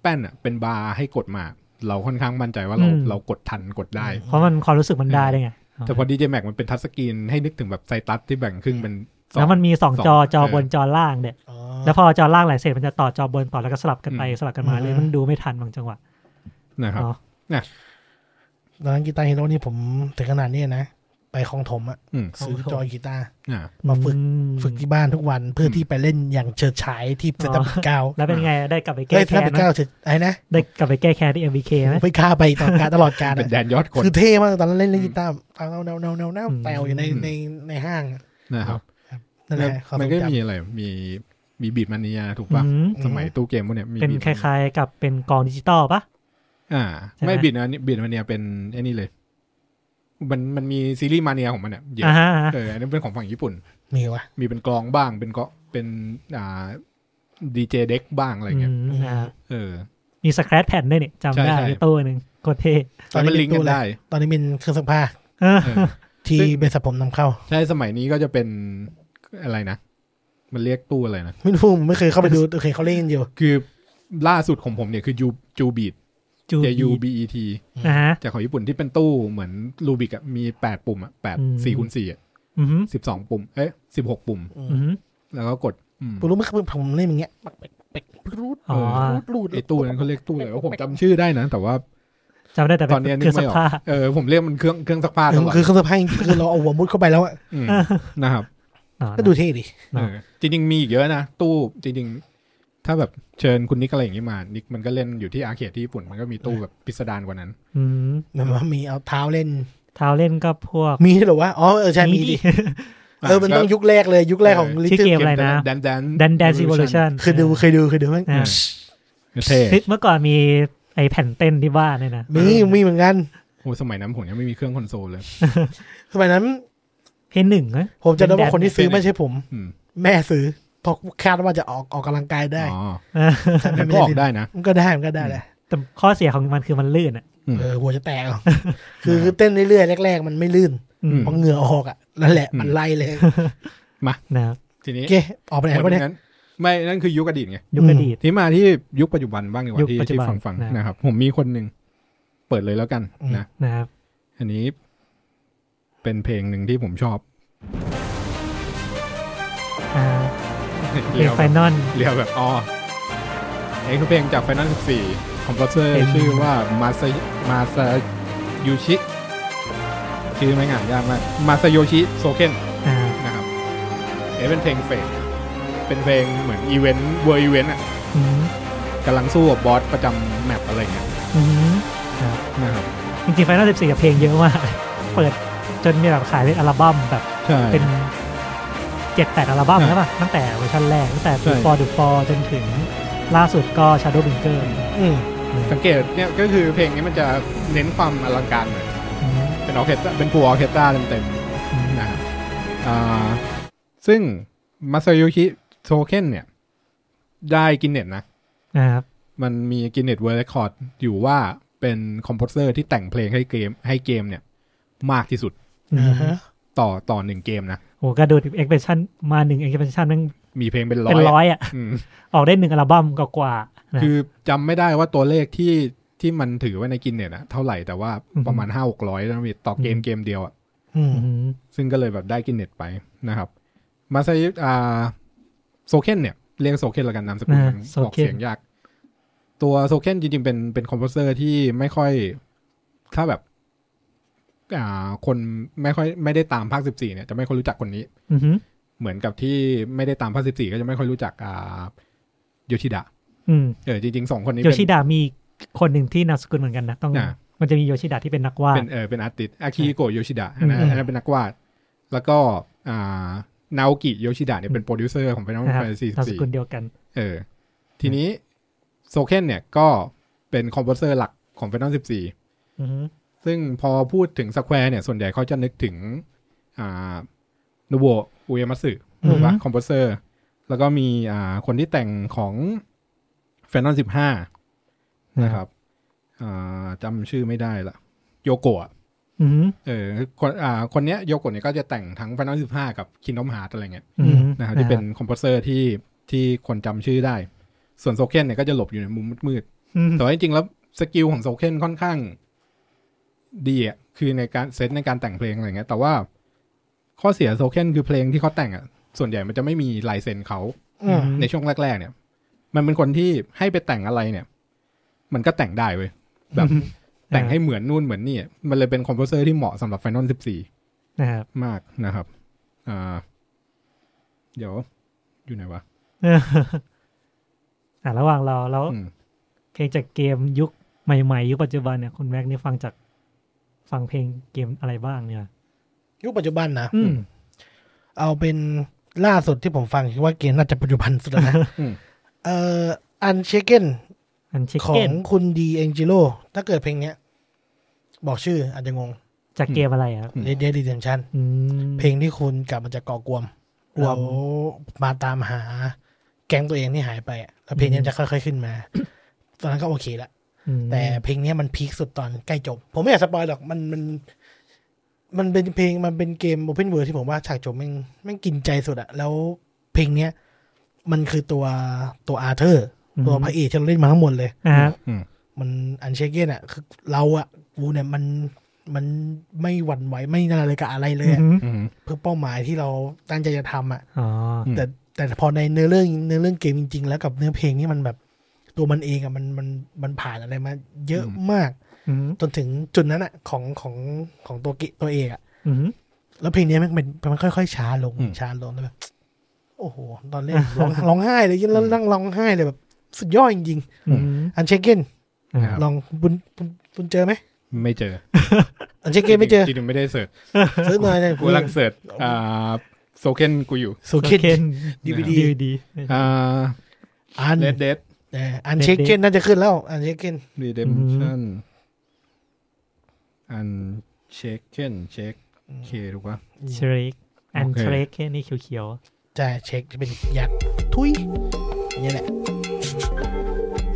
[SPEAKER 2] แป้นอ่ะเป็นบาร์ให้กดมา เราค่อนข้างมั่นใจว่าเรา
[SPEAKER 4] อืม
[SPEAKER 2] เรากดทันกดได้
[SPEAKER 4] เพราะมันความรู้สึกมันได้เลยไง
[SPEAKER 2] แต่พอดีเจแม็กมันเป็นทัชสกรีนให้นึกถึงแบบไซตัสที่แบ่งครึ่งเป็นสอง
[SPEAKER 4] แล้วมันมีสอง
[SPEAKER 2] สอง
[SPEAKER 4] จอจอ
[SPEAKER 2] เออ
[SPEAKER 4] บนจอล่างเนี่ย
[SPEAKER 3] อ๋อ
[SPEAKER 4] แล้วพอจอล่างไหลเสร็จมันจะต่อจอบนต่อแล้วก็สลับกันไปสลับกันมา
[SPEAKER 3] อืม
[SPEAKER 4] เลยมันดูไม่ทันบางจังหวะ
[SPEAKER 2] นะครับ
[SPEAKER 4] เนาะ
[SPEAKER 3] ตอนนั้นกีตาร์ฮีโร่นี่ผมถึงขนาดนี้นะ ไปคลองถมอะ
[SPEAKER 2] อืม
[SPEAKER 3] ซื้อจอยกีตาร์
[SPEAKER 2] อ่า
[SPEAKER 3] มาฝึก
[SPEAKER 4] อื
[SPEAKER 3] ฝึกที่บ้านทุกวันเพื่ออ
[SPEAKER 2] ม
[SPEAKER 3] ที่ไปเล่นอย่างเฉิดฉายที่สตับเก้า
[SPEAKER 4] แล้วเป็นไงได้กลับไปแก้
[SPEAKER 3] เล่นส
[SPEAKER 4] แค้
[SPEAKER 3] ตั
[SPEAKER 4] น
[SPEAKER 3] บ
[SPEAKER 4] ไหม
[SPEAKER 3] เก้าเฉิดไอ้นะ
[SPEAKER 4] ได้กลับไปแก้แค้นที่ MVK ไหม
[SPEAKER 3] ไม่กล้าไปตลอดการตลอดการ
[SPEAKER 2] เป็นแด
[SPEAKER 3] อะ
[SPEAKER 2] นยอดคน
[SPEAKER 3] คือเท่มากตอนนั้นเล่นเล่นกีตาร์ตามเนาเนาเนาเนาเนา
[SPEAKER 4] อืม
[SPEAKER 3] แตวอยู่ในในในห้างอะ
[SPEAKER 2] นะครับ
[SPEAKER 3] นั่นแห
[SPEAKER 2] แล้ว
[SPEAKER 3] ละเขา
[SPEAKER 2] มัน
[SPEAKER 3] ม
[SPEAKER 2] ก็
[SPEAKER 3] จำ
[SPEAKER 2] มีอะไรมีมีบีดมันเนียถูกป่ะ
[SPEAKER 4] อืม
[SPEAKER 2] สมัยตู้เกมพวกเนี้ยมี
[SPEAKER 4] เป็น
[SPEAKER 2] บีด
[SPEAKER 4] คล้ายๆกับเป็นกองดิจิตอลปะ
[SPEAKER 2] อ่า
[SPEAKER 4] ใช่ไหม
[SPEAKER 2] ไม่บีดมันบีดมันเนียเป็นไอ้นี่เลย มันมันมีซีรีส์มาเนียของมันเนี่ยเยอะ
[SPEAKER 4] อ่าฮะอ่าฮะ
[SPEAKER 2] เอออันนี้เป็นของฝั่งญี่ปุ่น
[SPEAKER 3] มีวะ
[SPEAKER 2] มีเป็นกลองบ้างเป็นก็เป็นอ่าดีเจเด็กบ้างอะไรเงี้ย
[SPEAKER 4] มอ่า
[SPEAKER 2] เออ
[SPEAKER 4] มีสแครชแผ่นด้วยเนี่ยจำได้
[SPEAKER 2] ใช่ใช่
[SPEAKER 4] มีตู้หนึ่งโคตรเท่
[SPEAKER 2] ตอนมันลิงก์กันได้
[SPEAKER 3] ตอนนี้เป็นเครื่องซักผ้า
[SPEAKER 4] เออ
[SPEAKER 2] เออ
[SPEAKER 3] ที่
[SPEAKER 2] ซึ่ง
[SPEAKER 3] เบสผมนำเข้า
[SPEAKER 2] ใช่สมัยนี้ก็จะเป็นอะไรนะ มันเรียกตู้อะไรนะ
[SPEAKER 3] ไม่รู้ผมไม่เคยเข้าไปดูโอเคเขาเล่นกันอยู่
[SPEAKER 2] คือล่าสุดของผมเนี่ยคือยูจูบีด
[SPEAKER 4] จู
[SPEAKER 2] J U
[SPEAKER 4] บี
[SPEAKER 2] B E T
[SPEAKER 4] นะฮะ
[SPEAKER 2] จากของญี่ปุ่นที่เป็นตู้เหมือนรูบิกอะมีแปดปุ่มอะแปด
[SPEAKER 4] อืม
[SPEAKER 2] สี่คูณสี่อะ
[SPEAKER 4] อือหือ
[SPEAKER 2] สิบสองปุ่ม เอ๊ะสิบหกปุ่ม
[SPEAKER 4] อือหือ
[SPEAKER 2] แล้วก็กดอืม
[SPEAKER 3] ผมรู้ไหมครับผมเล่นอย่างเงี้ยปักเป็กเป็กรูด
[SPEAKER 4] อ๋อ
[SPEAKER 3] รูดรูด
[SPEAKER 2] ไอตู้นั้นเขาเรียกตู้อะไรว่าผมจำชื่อได้นะ แต่ว่า
[SPEAKER 4] จำได้แต่เป็
[SPEAKER 2] ตอนเนี้ยนึ
[SPEAKER 4] คื
[SPEAKER 2] ก
[SPEAKER 4] อส
[SPEAKER 2] ไม่ออก
[SPEAKER 4] ภาพ
[SPEAKER 2] เออผมเรียกมันเครื่องเครื่องซักผ้าตลอด
[SPEAKER 3] คือเครื่องซักผ้าจริงๆคือเราเอาหัวมุดเข้าไปแล้วอะ
[SPEAKER 2] มนะครับ
[SPEAKER 3] ก็ดูเท่ดิ
[SPEAKER 4] เนอะ
[SPEAKER 2] เออจริงๆมีอีกเยอะนะ ตู้จริงๆ ถ้าแบบเชิญคุณนิกอะไรอย่างนี้มา นิกมันก็เล่นอยู่ที่อาร์เคดที่ญี่ปุ่นมันก็มีตู้แบบพิสดารกว่านั้น
[SPEAKER 4] อืม
[SPEAKER 3] มันว่ามีเอาเท้าเล่น
[SPEAKER 4] เท้าเล่นก็พวก
[SPEAKER 3] มีด้วยเหรอวะอ๋อเออใช่มีดิเออมันต้องยุคแรกเลยยุคแรกของลิ
[SPEAKER 4] ชื่อ
[SPEAKER 3] ทึ
[SPEAKER 4] เกมอะไรนะ
[SPEAKER 2] แดนแดน
[SPEAKER 4] Dan <laughs> Dance Evolution
[SPEAKER 3] เคยดูเคยดูเคยดูมั้ง
[SPEAKER 4] อ่า
[SPEAKER 2] เท่
[SPEAKER 4] เมื่อก่อนมีไอแผ่นเต้นที่บ้านเนี่ยนะ
[SPEAKER 3] มีมีเหมือนกัน
[SPEAKER 2] โอ้สมัยนั้นผมยังไม่มีเครื่องคอนโซลเลย
[SPEAKER 3] สมัยนั้น
[SPEAKER 4] เพลงหนึ่งนะ
[SPEAKER 3] ผมจะได้ว่าคนที่ซื้อ
[SPEAKER 2] เป็น
[SPEAKER 3] ไม่ใช่ผม
[SPEAKER 2] อืม
[SPEAKER 3] แม่ซื้อเพราะคาดว่าจะออกออกกำลังกายได้
[SPEAKER 2] อ๋อ
[SPEAKER 4] เออ
[SPEAKER 3] ถ้า
[SPEAKER 2] มั
[SPEAKER 3] ไม่
[SPEAKER 2] น
[SPEAKER 3] ไม่
[SPEAKER 2] ก็ออก
[SPEAKER 3] ได้
[SPEAKER 2] ได้นะ
[SPEAKER 3] มันก็ได้มันก็ได้แหละ
[SPEAKER 4] แต่ข้อเสียของมันคือมันลื่นอ่ะ
[SPEAKER 2] อืม
[SPEAKER 3] เออหัวจะแตกเอาคือคือเต้นเรื่อยๆแรก ๆ มันไม่ลื่น
[SPEAKER 4] อืม
[SPEAKER 3] เพราะเหงื่อออกอ่ะนั่นแหละมันไล่เลย
[SPEAKER 4] นะครับ
[SPEAKER 2] ที
[SPEAKER 3] โอ
[SPEAKER 2] นี้
[SPEAKER 3] เคออกไปไหนวะเนี่ย
[SPEAKER 2] นั้นไม่นั่นคือยุคอดีตไง
[SPEAKER 4] ยุคอดีต
[SPEAKER 2] ทีนี้มาที่ยุคปัจจุบันบ้างดีกว่า
[SPEAKER 4] ยุค
[SPEAKER 2] ที่
[SPEAKER 4] ปัจจุ
[SPEAKER 2] ที่
[SPEAKER 4] บัน
[SPEAKER 2] ฟังฟังๆ
[SPEAKER 4] นะ
[SPEAKER 2] นะครับ ผมมีคนหนึ่งเปิดเลยแล้วกัน
[SPEAKER 3] อืม
[SPEAKER 2] นะ
[SPEAKER 4] นะครับ
[SPEAKER 2] อันนี้เป็นเพลงหนึ่งที่ผมชอบ
[SPEAKER 4] อ่าเพล
[SPEAKER 2] เรี
[SPEAKER 4] ง
[SPEAKER 2] ยว
[SPEAKER 4] ไฟนอล
[SPEAKER 2] เรียวแบบอ๋อไอ้คือเพลงจากไฟนอล14ของโปรเซอร์
[SPEAKER 4] เป็น
[SPEAKER 2] ชื่อว่ามาซามาซายูชิชื่อไม่ง่ายยากมากมาซาโยชิโซเคน
[SPEAKER 4] อ่า
[SPEAKER 2] นะครับเอะเป็นเพลงเฟดเป็นเพลงเหมือนอีเวนต์เวอร์อีเวนต์อ่ะ
[SPEAKER 4] อืม
[SPEAKER 2] กำลังสู้กับบอสประจำแมปอะไรเงี้ย
[SPEAKER 4] อืมครับ
[SPEAKER 2] นะครับ
[SPEAKER 4] จริงๆไฟนอลสิบสี่เพลงเยอะมาก เปิดจนมีแบบขายเป็นอัลบั้มแบบ
[SPEAKER 2] ใช่
[SPEAKER 4] เป็นเจ็ดแปดอัลบั้ม
[SPEAKER 2] อ่า
[SPEAKER 4] แล้วป่ะตั้งแต่เวอร์ชันแรกตั้งแต่
[SPEAKER 2] ใช่
[SPEAKER 4] ดูฟอร์ดูฟอร์จนถึงล่าสุดก็ Shadow b i n k e r
[SPEAKER 3] อืม
[SPEAKER 2] สังเกตเนี่ยก็คือเพลงนี้มันจะเน้นความอลังการหน่อย
[SPEAKER 4] อืม
[SPEAKER 2] เป็นออร์เคสตราเป็นฟูลออร์เคสตราเต็ม
[SPEAKER 4] อืม
[SPEAKER 2] ๆนะครับอ่าซึ่งมาซาโยชิโทเคนเนี่ย ได้กินเน็ตนะ
[SPEAKER 4] นะครับ
[SPEAKER 2] มันมีกินเน็ตเวิร์ดคอร์ดอยู่ว่าเป็นคอมโพเซอร์ที่แต่งเพลงให้เกมให้เกมเนี่ย มากที่สุด
[SPEAKER 3] อ่าฮะ
[SPEAKER 2] ต่อต่อหนึ่งเกมนะ
[SPEAKER 4] โหกระโดดเอ็กเพนชั่นมาหนึ่งเอ็กเพนชั่นนั่ง
[SPEAKER 2] มีเพลงเป็นร้อย
[SPEAKER 4] เป็นร้อยอ่ะ
[SPEAKER 2] อืม
[SPEAKER 4] ออกได้หนึ่งอัลบั้มกว่าๆนะ
[SPEAKER 2] คือจำไม่ได้ว่าตัวเลขที่ที่มันถือไว้ในกินเนี่ยนะเท่าไหร่แต่ว่า
[SPEAKER 4] อือฮึ
[SPEAKER 2] ประมาณห้าหกร้อยนะมีต่อเกม
[SPEAKER 4] อืม
[SPEAKER 2] เกมเดียวอะ
[SPEAKER 3] อืม
[SPEAKER 4] อืม
[SPEAKER 2] ซึ่งก็เลยแบบได้กินเน็ตไปนะครับ มาซาอ่าโซเคนเนี่ย เรียกโซเคนละกันนามสกุลมันออกเสียงยาก ตัวโซเคนจริงๆ เป็นเป็นคอมโพเซอร์ที่ไม่ค่อยถ้าแบบ อ่า คนไม่ค่อยไม่ได้ตามภาคสิบสี่เนี่ยจะไม่ค่อยรู้จักคนนี้
[SPEAKER 4] อือหือ
[SPEAKER 2] เหมือนกับที่ไม่ได้ตามภาคสิบสี่ก็จะไม่ค่อยรู้จักอ่าโยชิดะ
[SPEAKER 4] อืม
[SPEAKER 2] เออจริงๆสองคนนี้
[SPEAKER 4] โย
[SPEAKER 2] เป็น
[SPEAKER 4] ชิดะมีคนหนึ่งที่นามสกุลเหมือนกันนะต้อง
[SPEAKER 2] อ่า
[SPEAKER 4] มันจะมีโยชิดะที่เป็นนักวาด
[SPEAKER 2] เป็นเออเป็นอาร์ติสอากิโกะโยชิดะ
[SPEAKER 4] อืม
[SPEAKER 2] นะอันนั้นเป็นนักวาด แล้วก็อ่านาโอกิโยชิดะเนี่ยเป็นโปรดิวเซอร์ของ Final
[SPEAKER 4] นะครับ
[SPEAKER 2] Fantasy
[SPEAKER 4] นามสกุล
[SPEAKER 2] 14
[SPEAKER 4] เดียวกัน
[SPEAKER 2] เออ ทีนี้โซเคนเนี่ยก็เป็นคอมโพเซอร์หลักของ Final 14
[SPEAKER 4] อือหือ
[SPEAKER 2] ซึ่งพอพูดถึงสแควร์เนี่ย ส่วนใหญ่เขาจะนึกถึงอ่านูโบอุเอมัสึถูกปะคอมโพเซอร์ แล้วก็มีอ่าคนที่แต่งของ Final 15 นะครับอ่าจำชื่อไม่ได้ละโยโกะ
[SPEAKER 4] อือหือ
[SPEAKER 2] เออคนอ่าคนเนี้ยโยโกะเนี่ยก็จะแต่งทั้ง Final 15 กับ Kingdom Hearts อะไรเงี้ย
[SPEAKER 4] อือหือ
[SPEAKER 2] นะครับที่เป็นคอมโพเซอร์ที่ที่คนจำชื่อได้ ส่วนโซเคนเนี่ยก็จะหลบอยู่ในมุมมืด
[SPEAKER 4] อืม
[SPEAKER 2] ๆแต่ว่าจริงๆแล้วสกิลของโซเคนค่อนข้างดีอ่ะคือในการเซตในการแต่งเพลงอะไรเงี้ยแต่ว่าข้อเสียโซเคนคือเพลงที่เขาแต่งอ่ะส่วนใหญ่มันจะไม่มีลายเซ็นเขา
[SPEAKER 3] อืม
[SPEAKER 2] ในช่วงแรก ๆ เนี่ย มันเป็นคนที่ให้ไปแต่งอะไรเนี่ย มันก็แต่งได้เว้ยแบบแต่งให้เหมือนนู่นเหมือนนี่อะมันเลยเป็นคอมโพเซอร์ที่เหมาะสำหรับ Final 14
[SPEAKER 4] นะครับ
[SPEAKER 2] มากนะครับ อ่า เดี๋ยว อยู่ไหนวะ
[SPEAKER 4] เอออ่ะระหว่างเราแล้ว
[SPEAKER 2] อืม
[SPEAKER 4] เพลงจากเกมยุคใหม่ๆ ยุคปัจจุบันเนี่ยคุณแม็กนี่ฟังจากฟังเพลงเกมอะไรบ้างเนี่ย
[SPEAKER 3] ยุคปัจจุบันนะ
[SPEAKER 4] อืม
[SPEAKER 3] เอาเป็นล่าสุดที่ผมฟังคิดว่าเกมน่าจะปัจจุบันสุดแล้วนะ
[SPEAKER 2] อืม
[SPEAKER 3] เอ่ออันเชเกน
[SPEAKER 4] อันเช็ค
[SPEAKER 3] ขอ
[SPEAKER 4] เก
[SPEAKER 3] ง
[SPEAKER 4] น
[SPEAKER 3] คุณดีเอ็นจิโรถ้าเกิดเพลงเนี้ย บอกชื่ออาจจะงง
[SPEAKER 4] จากเกมอะไรอะครับ
[SPEAKER 3] เดดดีเดมชัน
[SPEAKER 4] อืม
[SPEAKER 3] เพลงที่คุณกลับมาจากเกาะกวมแล้วมาตามหา แก๊งตัวเองที่หายไปอะแล้วเพลงเนี้ยมันจะค่อยๆขึ้นมา ตอนนั้นก็โอเคละ
[SPEAKER 4] อืม
[SPEAKER 3] แต่เพลงเนี้ยมันพีคสุดตอนใกล้จบ ผมไม่อยากสปอยหรอกมันมัน มันเป็นเพลงมันเป็นเกม Open World ที่ผมว่าฉากจบแม่งแม่งกินใจสุดอะแล้วเพลงเนี้ย มันคือตัวตัวอาเธอร์ตัวพระเอกที่เราเล่นมาทั้งหมดเลย
[SPEAKER 4] อ่าฮะ
[SPEAKER 2] อืม
[SPEAKER 3] มันอันเชเกนอะคือเราอะกูเนี่ยมันมันไม่หวั่นไหวไม่นาอะไรกับอะไรเลยอะ
[SPEAKER 4] อือหือ
[SPEAKER 2] อืม
[SPEAKER 3] เพื่อเป้าหมายที่เราตั้งใจจะทำอะ
[SPEAKER 4] อ๋อ
[SPEAKER 2] ม
[SPEAKER 3] แต่แต่พอในเนื้อเรื่องเนื้อเรื่องเกมจริง ๆ แล้วกับเนื้อเพลงนี่มันแบบตัวมันเองอะมันมันมันผ่านอะไรมาเยอะมาก
[SPEAKER 4] อือหือ
[SPEAKER 3] จนถึงจุดนั้นอะของของของตัวกิตัวเอกอะ
[SPEAKER 4] อือหือ
[SPEAKER 3] แล้วเพลงเนี้ยมันเป็นมันค่อยๆช้าลง
[SPEAKER 2] อืม
[SPEAKER 3] ช้าลงแล้วแบบโอ้โห ตอนเล่นร้องร้องไห้เลยยิ่งแล้วนั่งร้องไห้เลยแบบ สุดยอดจริง
[SPEAKER 4] อือหือ
[SPEAKER 3] ๆอันเชเกน
[SPEAKER 4] อ่า
[SPEAKER 2] ครับ
[SPEAKER 3] ลองบุญบุญบุญเจอไหม
[SPEAKER 2] ไม่เจอ
[SPEAKER 3] อันเชเกนไม่เจอ
[SPEAKER 2] จริงๆไม่ได้เสิร์ช
[SPEAKER 3] ซื้อหน่อยเลย
[SPEAKER 2] กูกำลังเสิร์ชอ่าโซเคนกูอยู่
[SPEAKER 3] สุเกน DVD
[SPEAKER 4] ดีดี
[SPEAKER 2] อ่า
[SPEAKER 3] อัน
[SPEAKER 2] เลดเดด
[SPEAKER 3] เอ่ออันเชเกนน่าจะขึ้นแล้ว อันเชเกน
[SPEAKER 2] รีเดมชั่นอันเช็คเคนเช็คเคถูกปะ
[SPEAKER 4] เชรกอัน
[SPEAKER 2] โอเค
[SPEAKER 4] เชรกแค่นี้เขียว
[SPEAKER 3] ใช่เชคจะเป็นยักษ์ทุยนี่แหละ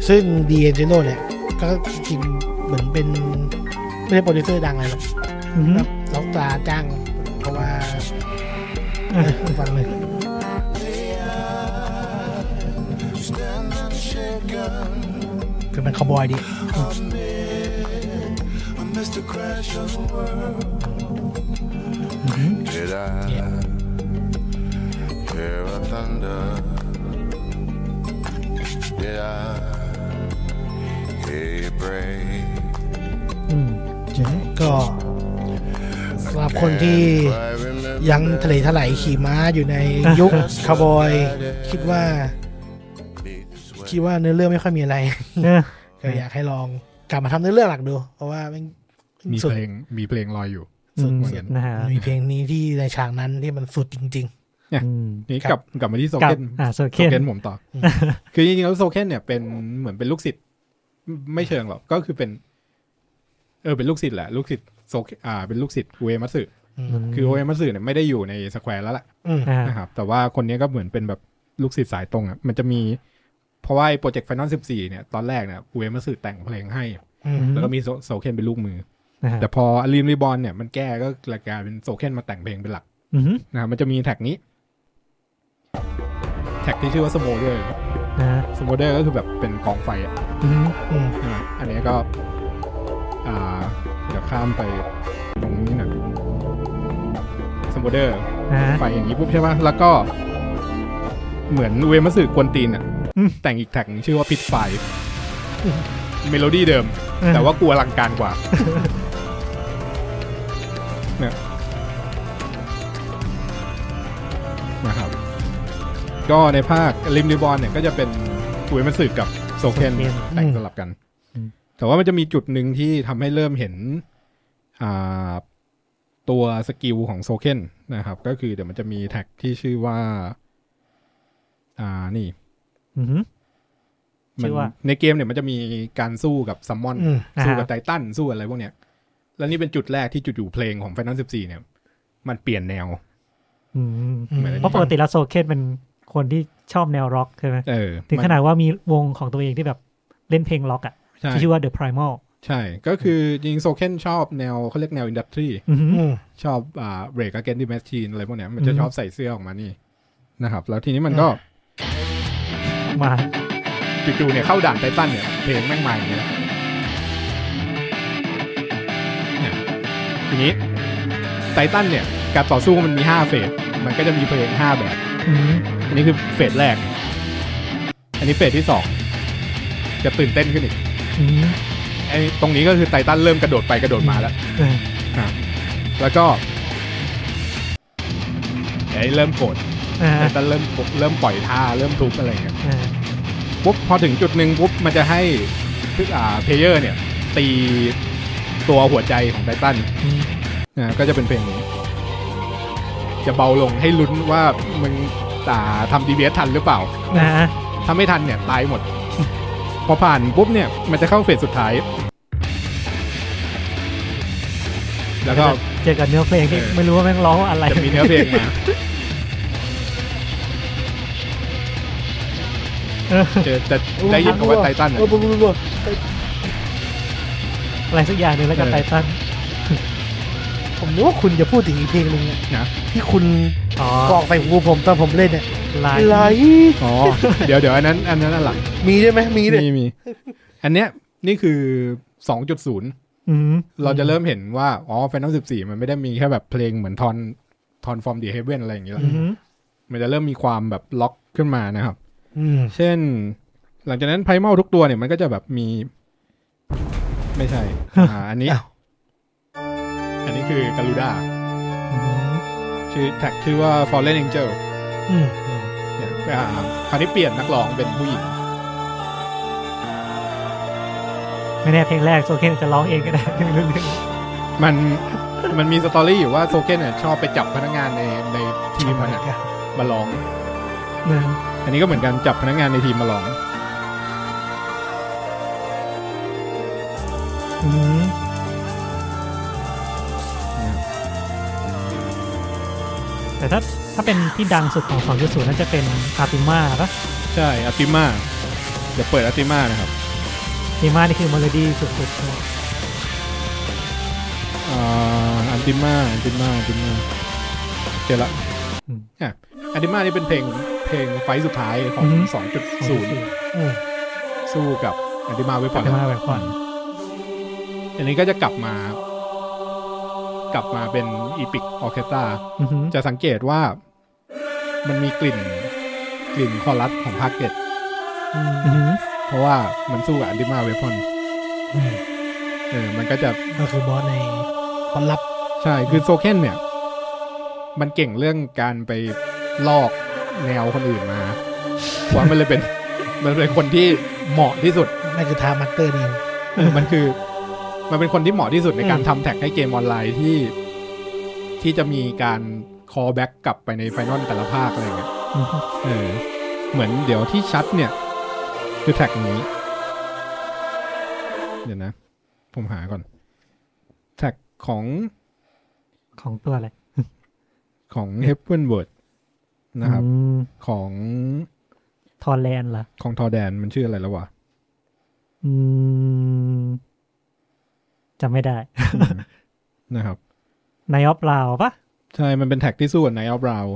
[SPEAKER 3] ซึ่งดีเอเจโนเนี่ย ก็จริงๆเหมือนเป็นไม่ได้โปรดิวเซอร์ดังอะไรหรอก
[SPEAKER 4] ๆอือหือ
[SPEAKER 3] แบบล็อกตาจ้างเพราะว่าเออฟังเลย คือมันคาวบอยดิ
[SPEAKER 6] Mr. Crash of the World. Did I hear a thunder? Did I hear you pray?
[SPEAKER 4] อืม
[SPEAKER 3] ก็สำหรับคนที่
[SPEAKER 6] Do I remember
[SPEAKER 3] ยังทะเลทลายขี่ม้าอยู่ในยุคคาวบอย คิดว่า
[SPEAKER 6] this way?
[SPEAKER 3] คิดว่าเนื้อเรื่องไม่ค่อยมีอะไร
[SPEAKER 4] เออ
[SPEAKER 3] ก็อยากให้ลองกลับมาทำเนื้อเรื่องหลักดู เพราะว่าแมัน
[SPEAKER 2] มี
[SPEAKER 3] สุด
[SPEAKER 2] เพลงมีเพลงลอยอยู่
[SPEAKER 4] อืม
[SPEAKER 2] เหมือนกัน
[SPEAKER 4] นะฮะ
[SPEAKER 3] มีเพลงนี้ที่ในฉากนั้นที่มันสุดจริง
[SPEAKER 4] อืม
[SPEAKER 2] นี่
[SPEAKER 3] ค
[SPEAKER 2] ก
[SPEAKER 3] รั
[SPEAKER 2] ลั
[SPEAKER 3] บ
[SPEAKER 2] บกลับมาที่โซ
[SPEAKER 4] กับ
[SPEAKER 2] เคน
[SPEAKER 4] อ่าโซ
[SPEAKER 2] โซ
[SPEAKER 4] เคน
[SPEAKER 2] เคนผมต่ออคือจริงๆแล้วโซเคนเนี่ยเป็นเหมือนเป็นลูกศิษย์ไม่เชิงหรอกก็คือเป็น เออเป็นลูกศิษย์แหละลูกศิษย์โซเคนอ่าเป็นลูกศิษย์อุเอมัตสึ คือโอเอมัตสึเนี่ยไม่ได้อยู่ในสแควร์แล้วล่ะ
[SPEAKER 3] ๆ อืม
[SPEAKER 4] อ่า
[SPEAKER 2] นะครับแต่ว่าคนนี้ก็เหมือนเป็นแบบลูกศิษย์สายตรงอ่ะมันจะมี เพราะว่าโปรเจกต์ไฟนอลสิบสี่เนี่ย ตอนแรกเนี่ยโอเอมัตสึแต่งเพลงให้
[SPEAKER 3] อืม
[SPEAKER 2] แล้วก็มีโซโซเคนเป็นลูกมือ
[SPEAKER 4] นะฮะ
[SPEAKER 2] แต่พออลีมรีบอลเนี่ยมันแก้ก็กลายเป็นโซเคนมาแต่งเพลงเป็นหลัก
[SPEAKER 4] อือหือ
[SPEAKER 2] นะครับมันจะมีแท็กนี้ แท็กที่ชื่อว่าสโมเดอร์
[SPEAKER 4] นะฮะ
[SPEAKER 2] สโมเดอร์ก็คือแบบเป็นกองไฟอ่ะ
[SPEAKER 4] อือหือ
[SPEAKER 3] อืม
[SPEAKER 2] ใช่ไหมอันนี้ก็ อ่า เดี๋ยวข้ามไปตรงนี้หน่อยสโมเดอร์
[SPEAKER 4] นะฮะ
[SPEAKER 2] ไฟอย่างนี้ปุ๊บใช่ไหมแล้วก็ เหมือนเวมัสึกวนตีนอ่ะ
[SPEAKER 4] อืม <laughs>
[SPEAKER 2] แต่งอีกแท็กหนึ่งชื่อว่าพิ t ไฟ เมโลดี้เดิม
[SPEAKER 4] อืม
[SPEAKER 2] แต่ว่ากูอลังการ
[SPEAKER 4] <laughs>
[SPEAKER 2] กว่าเนี่ยนะครับ ก็ในภาคลิมนิบอลเนี่ยก็จะเป็นอุยมันสึกกับโซเคน
[SPEAKER 4] โซเคน
[SPEAKER 2] แต่งสลับกัน
[SPEAKER 4] อืม
[SPEAKER 2] แต่ว่ามันจะมีจุดหนึ่งที่ทำให้เริ่มเห็นอ่าตัวสกิลของโซเคนนะครับ ก็คือเดี๋ยวมันจะมีแท็กที่ชื่อว่า อ่านี่
[SPEAKER 4] อือหือ
[SPEAKER 2] มัน
[SPEAKER 4] ชื่อว่า
[SPEAKER 2] ในเกมเนี่ยมันจะมีการสู้กับซัมมอน
[SPEAKER 3] อืม
[SPEAKER 2] สู้
[SPEAKER 4] อ่า
[SPEAKER 2] กับ
[SPEAKER 4] ฮะ
[SPEAKER 2] ไททันสู้อะไรพวกเนี้ย แล้วนี่เป็นจุดแรกที่จู่ๆเพลงของ Final 14 เนี่ย มันเปลี่ยนแนว
[SPEAKER 4] อืม
[SPEAKER 3] อืม
[SPEAKER 4] เพราะปกติแล้วโซเคนเป็นคนที่ชอบแนวร็อกใช่ไหม
[SPEAKER 2] เออ
[SPEAKER 4] ถึงขนาดว่ามีวงของตัวเองที่แบบเล่นเพลงร็อกอ่ะ
[SPEAKER 2] ใช่
[SPEAKER 4] ที่ชื่อว่า The Primal
[SPEAKER 2] ใช่ ก็คือจริงโซเคนชอบแนวเขาเรียกแนวอินดัสทรี
[SPEAKER 4] อือหือ
[SPEAKER 3] อืม
[SPEAKER 2] ชอบอ่าเบรก against the machine อะไรพวกเนี้ยมันจะ
[SPEAKER 4] อืม
[SPEAKER 2] ชอบใส่เสื้อออกมานี่นะครับ แล้วทีนี้มันก็
[SPEAKER 4] มา
[SPEAKER 2] จู่ๆเนี่ยเข้าด่านไททันเนี่ยเพลงแม่งมาอย่างเงี้ยเนี่ยทีนี้ไททันเนี่ยการต่อสู้มันมีห้าเฟสมันก็จะมีเพลงห้าแบบ
[SPEAKER 4] อือหือ
[SPEAKER 2] อันนี้คือเฟสแรก อันนี้เฟสที่สองจะตื่นเต้นขึ้นอีก
[SPEAKER 4] อือหือ
[SPEAKER 2] ไอ้ตรงนี้ก็คือไททันเริ่มกระโดดไปกระโดดมาแล้ว
[SPEAKER 4] เออ
[SPEAKER 2] อ่ะแล้วก็ไอ้เริ่มโกรธ
[SPEAKER 4] อ่า
[SPEAKER 2] ไททันเริ่มโกรธเริ่มปล่อยท่าเริ่มทุบอะไรเงี้ย
[SPEAKER 4] อ่า
[SPEAKER 2] ปุ๊บพอถึงจุดหนึ่งปุ๊บมันจะให้ทุกอ่าเพลเยอร์เนี่ย ตีตัวหัวใจของไททัน
[SPEAKER 4] อืม
[SPEAKER 2] อ่ะก็จะเป็นเพลงนี้ จะเบาลงให้ลุ้นว่ามึงอ่าทำดีเวสทันหรือเปล่า
[SPEAKER 4] อ่า
[SPEAKER 2] ถ้าไม่ทันเนี่ย ตายหมด พอผ่านปุ๊บเนี่ย มันจะเข้าเฟสสุดท้าย แล้วก็
[SPEAKER 4] เจอกับเนื้อเพลงที่
[SPEAKER 2] เออ
[SPEAKER 4] ไม่รู้ว่าแม่งร้องว่าอะไร
[SPEAKER 2] <laughs> จะมีเนื้อเพลงมา
[SPEAKER 4] เออ
[SPEAKER 2] เจอจะได้ยินคำว่าไททัน
[SPEAKER 3] เออ
[SPEAKER 2] อะ
[SPEAKER 3] ปุ๊บปุ๊บปุ๊บ
[SPEAKER 4] อะไรสักอย่างหนึงแล้วกับไททัน
[SPEAKER 3] ผมนึกว่าคุณจะพูดถึงอีกเพลงหนึ่งอะ
[SPEAKER 2] นะ
[SPEAKER 3] ที่คุณ
[SPEAKER 4] อ๋อก
[SPEAKER 3] รอกใส่หูผมตอนผมเล่นเนี่ย
[SPEAKER 4] ลาย
[SPEAKER 3] ไหล
[SPEAKER 2] อ๋อ เดี๋ยวเดี๋ยวอันนั้น อันนั้นอันหลัง
[SPEAKER 3] มีด้วยไหมมีด้วย
[SPEAKER 2] มีมี อันเนี้ยนี่คือ 2.0
[SPEAKER 4] อืม
[SPEAKER 2] เราจะเริ่มเห็นว่า อ๋อ Final 14 มันไม่ได้มีแค่แบบเพลงเหมือนทอนทอนฟอร์มดีเฮเวนอะไรอย่างงี้แล้ว
[SPEAKER 4] อืม
[SPEAKER 2] มันจะเริ่มมีความแบบล็อกขึ้นมานะครับ
[SPEAKER 3] อืม
[SPEAKER 2] เช่น หลังจากนั้นไพเมาทุกตัวเนี่ยมันก็จะแบบมี ไม่ใช่ อ่า อันนี้ อันนี้คือการูด้า
[SPEAKER 4] อืม
[SPEAKER 2] ชื่อแท็กชื่อว่า Fallen Angel
[SPEAKER 3] อืม
[SPEAKER 2] เนี่ยอ่าคราวนี้เปลี่ยนนักร้องเป็นผู้หญิง
[SPEAKER 4] ไม่แน่เพลงแรกโซเคนอาจจะร้องเองก็ได้ไม่รู้เรื่อง
[SPEAKER 2] มันมันมีสตอรี่อยู่ว่าโซเก้นเนี่ยชอบไปจับพนักงานในในทีมมันอะมาร้อง
[SPEAKER 4] นะ
[SPEAKER 2] อันนี้ก็เหมือนกันจับพนักงานในทีมมาร้อง
[SPEAKER 4] อืมแต่ถ้าถ้าเป็นที่ดังสุดของ 2.0 น่าจะเป็นอาติมาปะ
[SPEAKER 2] ใช่อาติมาเดี๋ยวเปิดอาติมานะครับ
[SPEAKER 4] อาติมานี่คือมเลดี้สุดๆใช่ไหม
[SPEAKER 2] อ่าอาติมาอาติมาอาติมาเจอละอ่ะอาติมานี่เป็นเพลงเพลงไฟท์สุดท้ายของสองจุดศูนย์
[SPEAKER 3] อืม
[SPEAKER 2] สู้กับอันติมาไว้ก่
[SPEAKER 4] อา
[SPEAKER 2] อน
[SPEAKER 4] ติมาแบบก่อน
[SPEAKER 2] อันนี้ก็จะกลับมากลับมาเป็นอีพิกออเคสตรา
[SPEAKER 4] อือหือ
[SPEAKER 2] จะสังเกตว่ามันมีกลิ่นกลิ่นคอรัสของพาร์เก็ต
[SPEAKER 4] อือหือ
[SPEAKER 2] เพราะว่ามันสู้กับอันติมาเวพอน
[SPEAKER 3] อืม
[SPEAKER 2] เออมันก็จะ
[SPEAKER 3] ก็คือบอสในคนลับ
[SPEAKER 2] ใช่คือโซเคนเนี่ย มันเก่งเรื่องการไปลอกแนวคนอื่นมาว่ามันเลยเป็น มันเป็นคนที่เหมาะที่สุด
[SPEAKER 3] นั่นคือทามัตเตอร์นี่
[SPEAKER 2] เออมันคือมันเป็นคนที่เหมาะที่สุดในการทำแท็กให้เกมออนไลน์ที่ ที่จะมีการ call back กลับไปในไฟนอลแต่ละภาคอะไรเงี้ย
[SPEAKER 4] อือหือ
[SPEAKER 2] เออ เหมือนเดี๋ยวที่ชัดเนี่ย คือแท็กนี้ เดี๋ยวนะ ผมหาก่อน แท็กของ
[SPEAKER 4] ของตัวอะไร
[SPEAKER 2] ของ Heaven Word นะครับ
[SPEAKER 4] อืม
[SPEAKER 2] ของ
[SPEAKER 4] ทอร์แลนด์ล่ะ
[SPEAKER 2] ของทอแดนมันชื่ออะไรแล้ววะ
[SPEAKER 4] อืมจำไม่ได้
[SPEAKER 2] อืมนะครับ
[SPEAKER 4] นายออฟลาวปะ
[SPEAKER 2] ใช่ มันเป็นแท็กที่สู้กับไนท์ออฟราว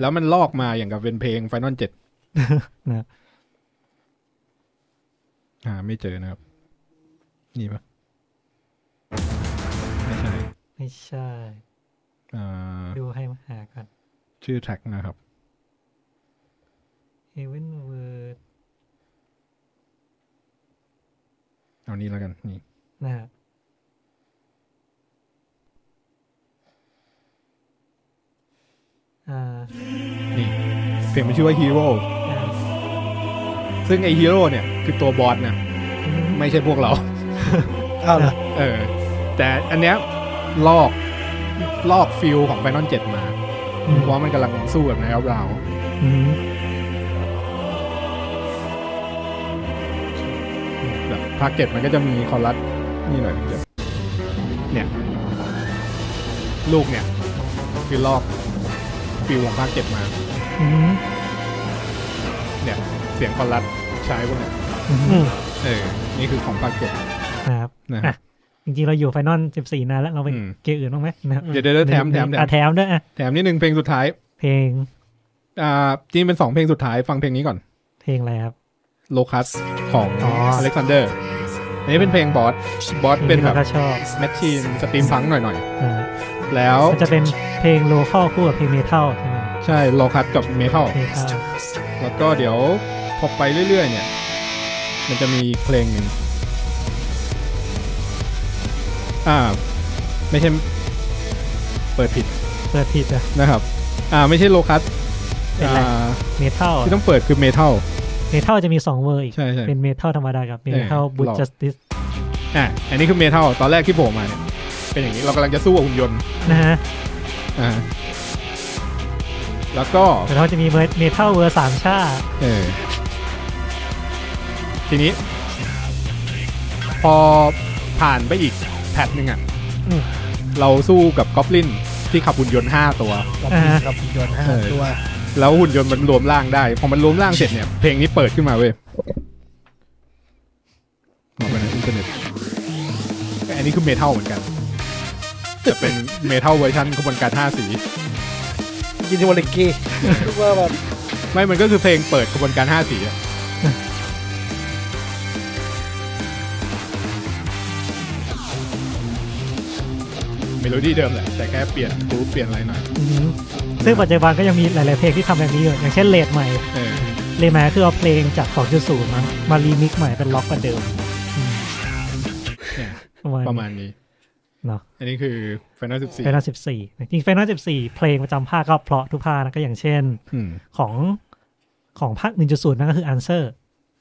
[SPEAKER 2] แล้วมันลอกมาอย่างกับเป็นเพลงไฟนอลเจ็ด
[SPEAKER 4] นะ
[SPEAKER 2] หาไม่เจอนะครับ นี่ปะไม่ใช่
[SPEAKER 4] ไม่ใช่
[SPEAKER 2] อ่า
[SPEAKER 4] ดูให้มาหาก่อน
[SPEAKER 2] ชื่อแท็กนะครับ
[SPEAKER 4] Heaven Word
[SPEAKER 2] นี้แล้วกันนี่
[SPEAKER 4] นะฮะอ่า
[SPEAKER 2] นี่เพลงมันชื่อว่าฮีโร่
[SPEAKER 4] อ่า
[SPEAKER 2] ซึ่งไอฮีโร่เนี่ยคือตัวบอสนะไม่ใช่พวกเรา
[SPEAKER 3] อ้าวเหรอ
[SPEAKER 2] เออ แต่อันเนี้ยลอกลอกฟิลของไฟนอลเจ็ดมาเพราะมันกำลังสู้กับนายอัลบราวน์
[SPEAKER 4] อืม
[SPEAKER 2] แบบภาคเจ็ดมันก็จะมีคอรัสนี่หน่อยเดี๋ยวเนี่ย ลูกเนี่ย คือลอกฟิลของภาคเจ็ดมา
[SPEAKER 4] อืม
[SPEAKER 2] เนี่ย เสียงคอรัสใช้พวกเนี่ย
[SPEAKER 4] อืม
[SPEAKER 3] อืม
[SPEAKER 2] เออ นี่คือของภาคเจ็ด
[SPEAKER 4] ครับ
[SPEAKER 2] นะฮะ
[SPEAKER 4] อ่ะจริงๆ เราอยู่ไฟนอลสิบสี่นานแล้วเราไป
[SPEAKER 2] อืม
[SPEAKER 4] เกมอื่นบ้างไหมนะครับ
[SPEAKER 2] เดี๋ยวเดี๋ยวเดี๋ยวแถมแถมแถ
[SPEAKER 4] อ่ะ
[SPEAKER 2] ม
[SPEAKER 4] แถมด้วยอ่ะ
[SPEAKER 2] แถมนิดนึงเพลงสุดท้าย
[SPEAKER 4] เพลง
[SPEAKER 2] อ่าจริงเป็นสองเพลงสุดท้ายฟังเพลงนี้ก่อน
[SPEAKER 4] เพลงอะไรครับ
[SPEAKER 2] โลคัสของ
[SPEAKER 4] อ๋ออ
[SPEAKER 2] อเล็กซานเดอร์ อันนี้เป็นเพลงบอสบอสเป็น
[SPEAKER 4] ที่
[SPEAKER 2] แบ
[SPEAKER 4] เรา
[SPEAKER 2] บ
[SPEAKER 4] ก็ชอบ
[SPEAKER 2] แมชชีนสตรีมพังหน่อยหน่อย
[SPEAKER 4] อ่า
[SPEAKER 2] ๆ แล้ว
[SPEAKER 4] มันจะเป็นเพลงโลคอลคู่กับเพลงเมทัลใช่ไหม
[SPEAKER 2] ใช่โลคัสกับเมทัล
[SPEAKER 4] เมทัล
[SPEAKER 2] แล้วก็เดี๋ยวพอไปเรื่อยๆ เนี่ย มันจะมีเพลงหนึ่งอ่า ไม่ใช่ เปิดผิด
[SPEAKER 4] เปิดผิดอ่ะ
[SPEAKER 2] นะครับ อ่า ไม่ใช่โลคัส
[SPEAKER 4] เป็นอะไร
[SPEAKER 2] อ่า
[SPEAKER 4] เมทัล
[SPEAKER 2] ที่ต้องเปิดคือเมทัล
[SPEAKER 4] เมทัลจะมีสองเวอร์อีก
[SPEAKER 2] ใช่ใช่
[SPEAKER 4] เป็นเมทัลธรรมดากับเมทัล
[SPEAKER 2] เออ
[SPEAKER 4] บู
[SPEAKER 2] หลอก
[SPEAKER 4] จัสติส
[SPEAKER 2] อ่ะอันนี้คือเมทัลตอนแรกที่โผล่มาเนี่ยเป็นอย่างนี้เรากำลังจะสู้กับหุ่นยนต์
[SPEAKER 4] นะฮะ
[SPEAKER 2] อ่า แล้วก็
[SPEAKER 4] แต่เขาจะมีเมทัลเวอร์สามชาติ
[SPEAKER 2] เออทีนี้ พอผ่านไปอีกแพทหนึ่งอะ่ะเราสู้กับกอบลินที่ขับหุ่นยนต์ห้าตัว
[SPEAKER 3] กับผีกับหุ่นยนต์ห้า
[SPEAKER 2] เออ
[SPEAKER 3] ตัว
[SPEAKER 2] แล้วหุ่นยนต์มันรวมร่างได้ พอมันรวมร่างเสร็จเนี่ย เพลงนี้เปิดขึ้นมาเว้ยมาไปในอินเทอร์เน็ตแต่อันนี้คือเมทัลเหมือนกันจะเป็นเมทัลเวอร์ชันขบวนการห้าสี
[SPEAKER 3] กินที่วอลเลกกี้คิดว่าแบบ
[SPEAKER 2] ไม่ มันก็คือเพลงเปิดขบวนการห้าสีอะเมโลดี้เดิมแหละ แต่แค่เปลี่ยนกรูปเปลี่ยนอะไรหน่อย
[SPEAKER 4] อืมซึ่งปัจจุบันก็ยังมีหลาย ๆ เพลงที่ทำแบบนี้อยู่อย่างเช่นเลดใหม่
[SPEAKER 2] เออ
[SPEAKER 4] เลมาคือเอาเพลงจาก 2.0มั้งมารีมิกซ์ใหม่เป็นล็อกกว่าเดิมอืม
[SPEAKER 2] เนี่ย
[SPEAKER 4] นี้
[SPEAKER 2] ประมาณนี้
[SPEAKER 4] เนาะ
[SPEAKER 2] อันนี้คือ Final
[SPEAKER 4] เฟนอลสิบสี่จริงเฟนอลสิบสี่เพลงประจำภาคก็เพราะทุกภาคนะก็อย่างเช่น
[SPEAKER 2] 14 อืม
[SPEAKER 4] ของของภาค 1.0 นั่นก็คือ Answer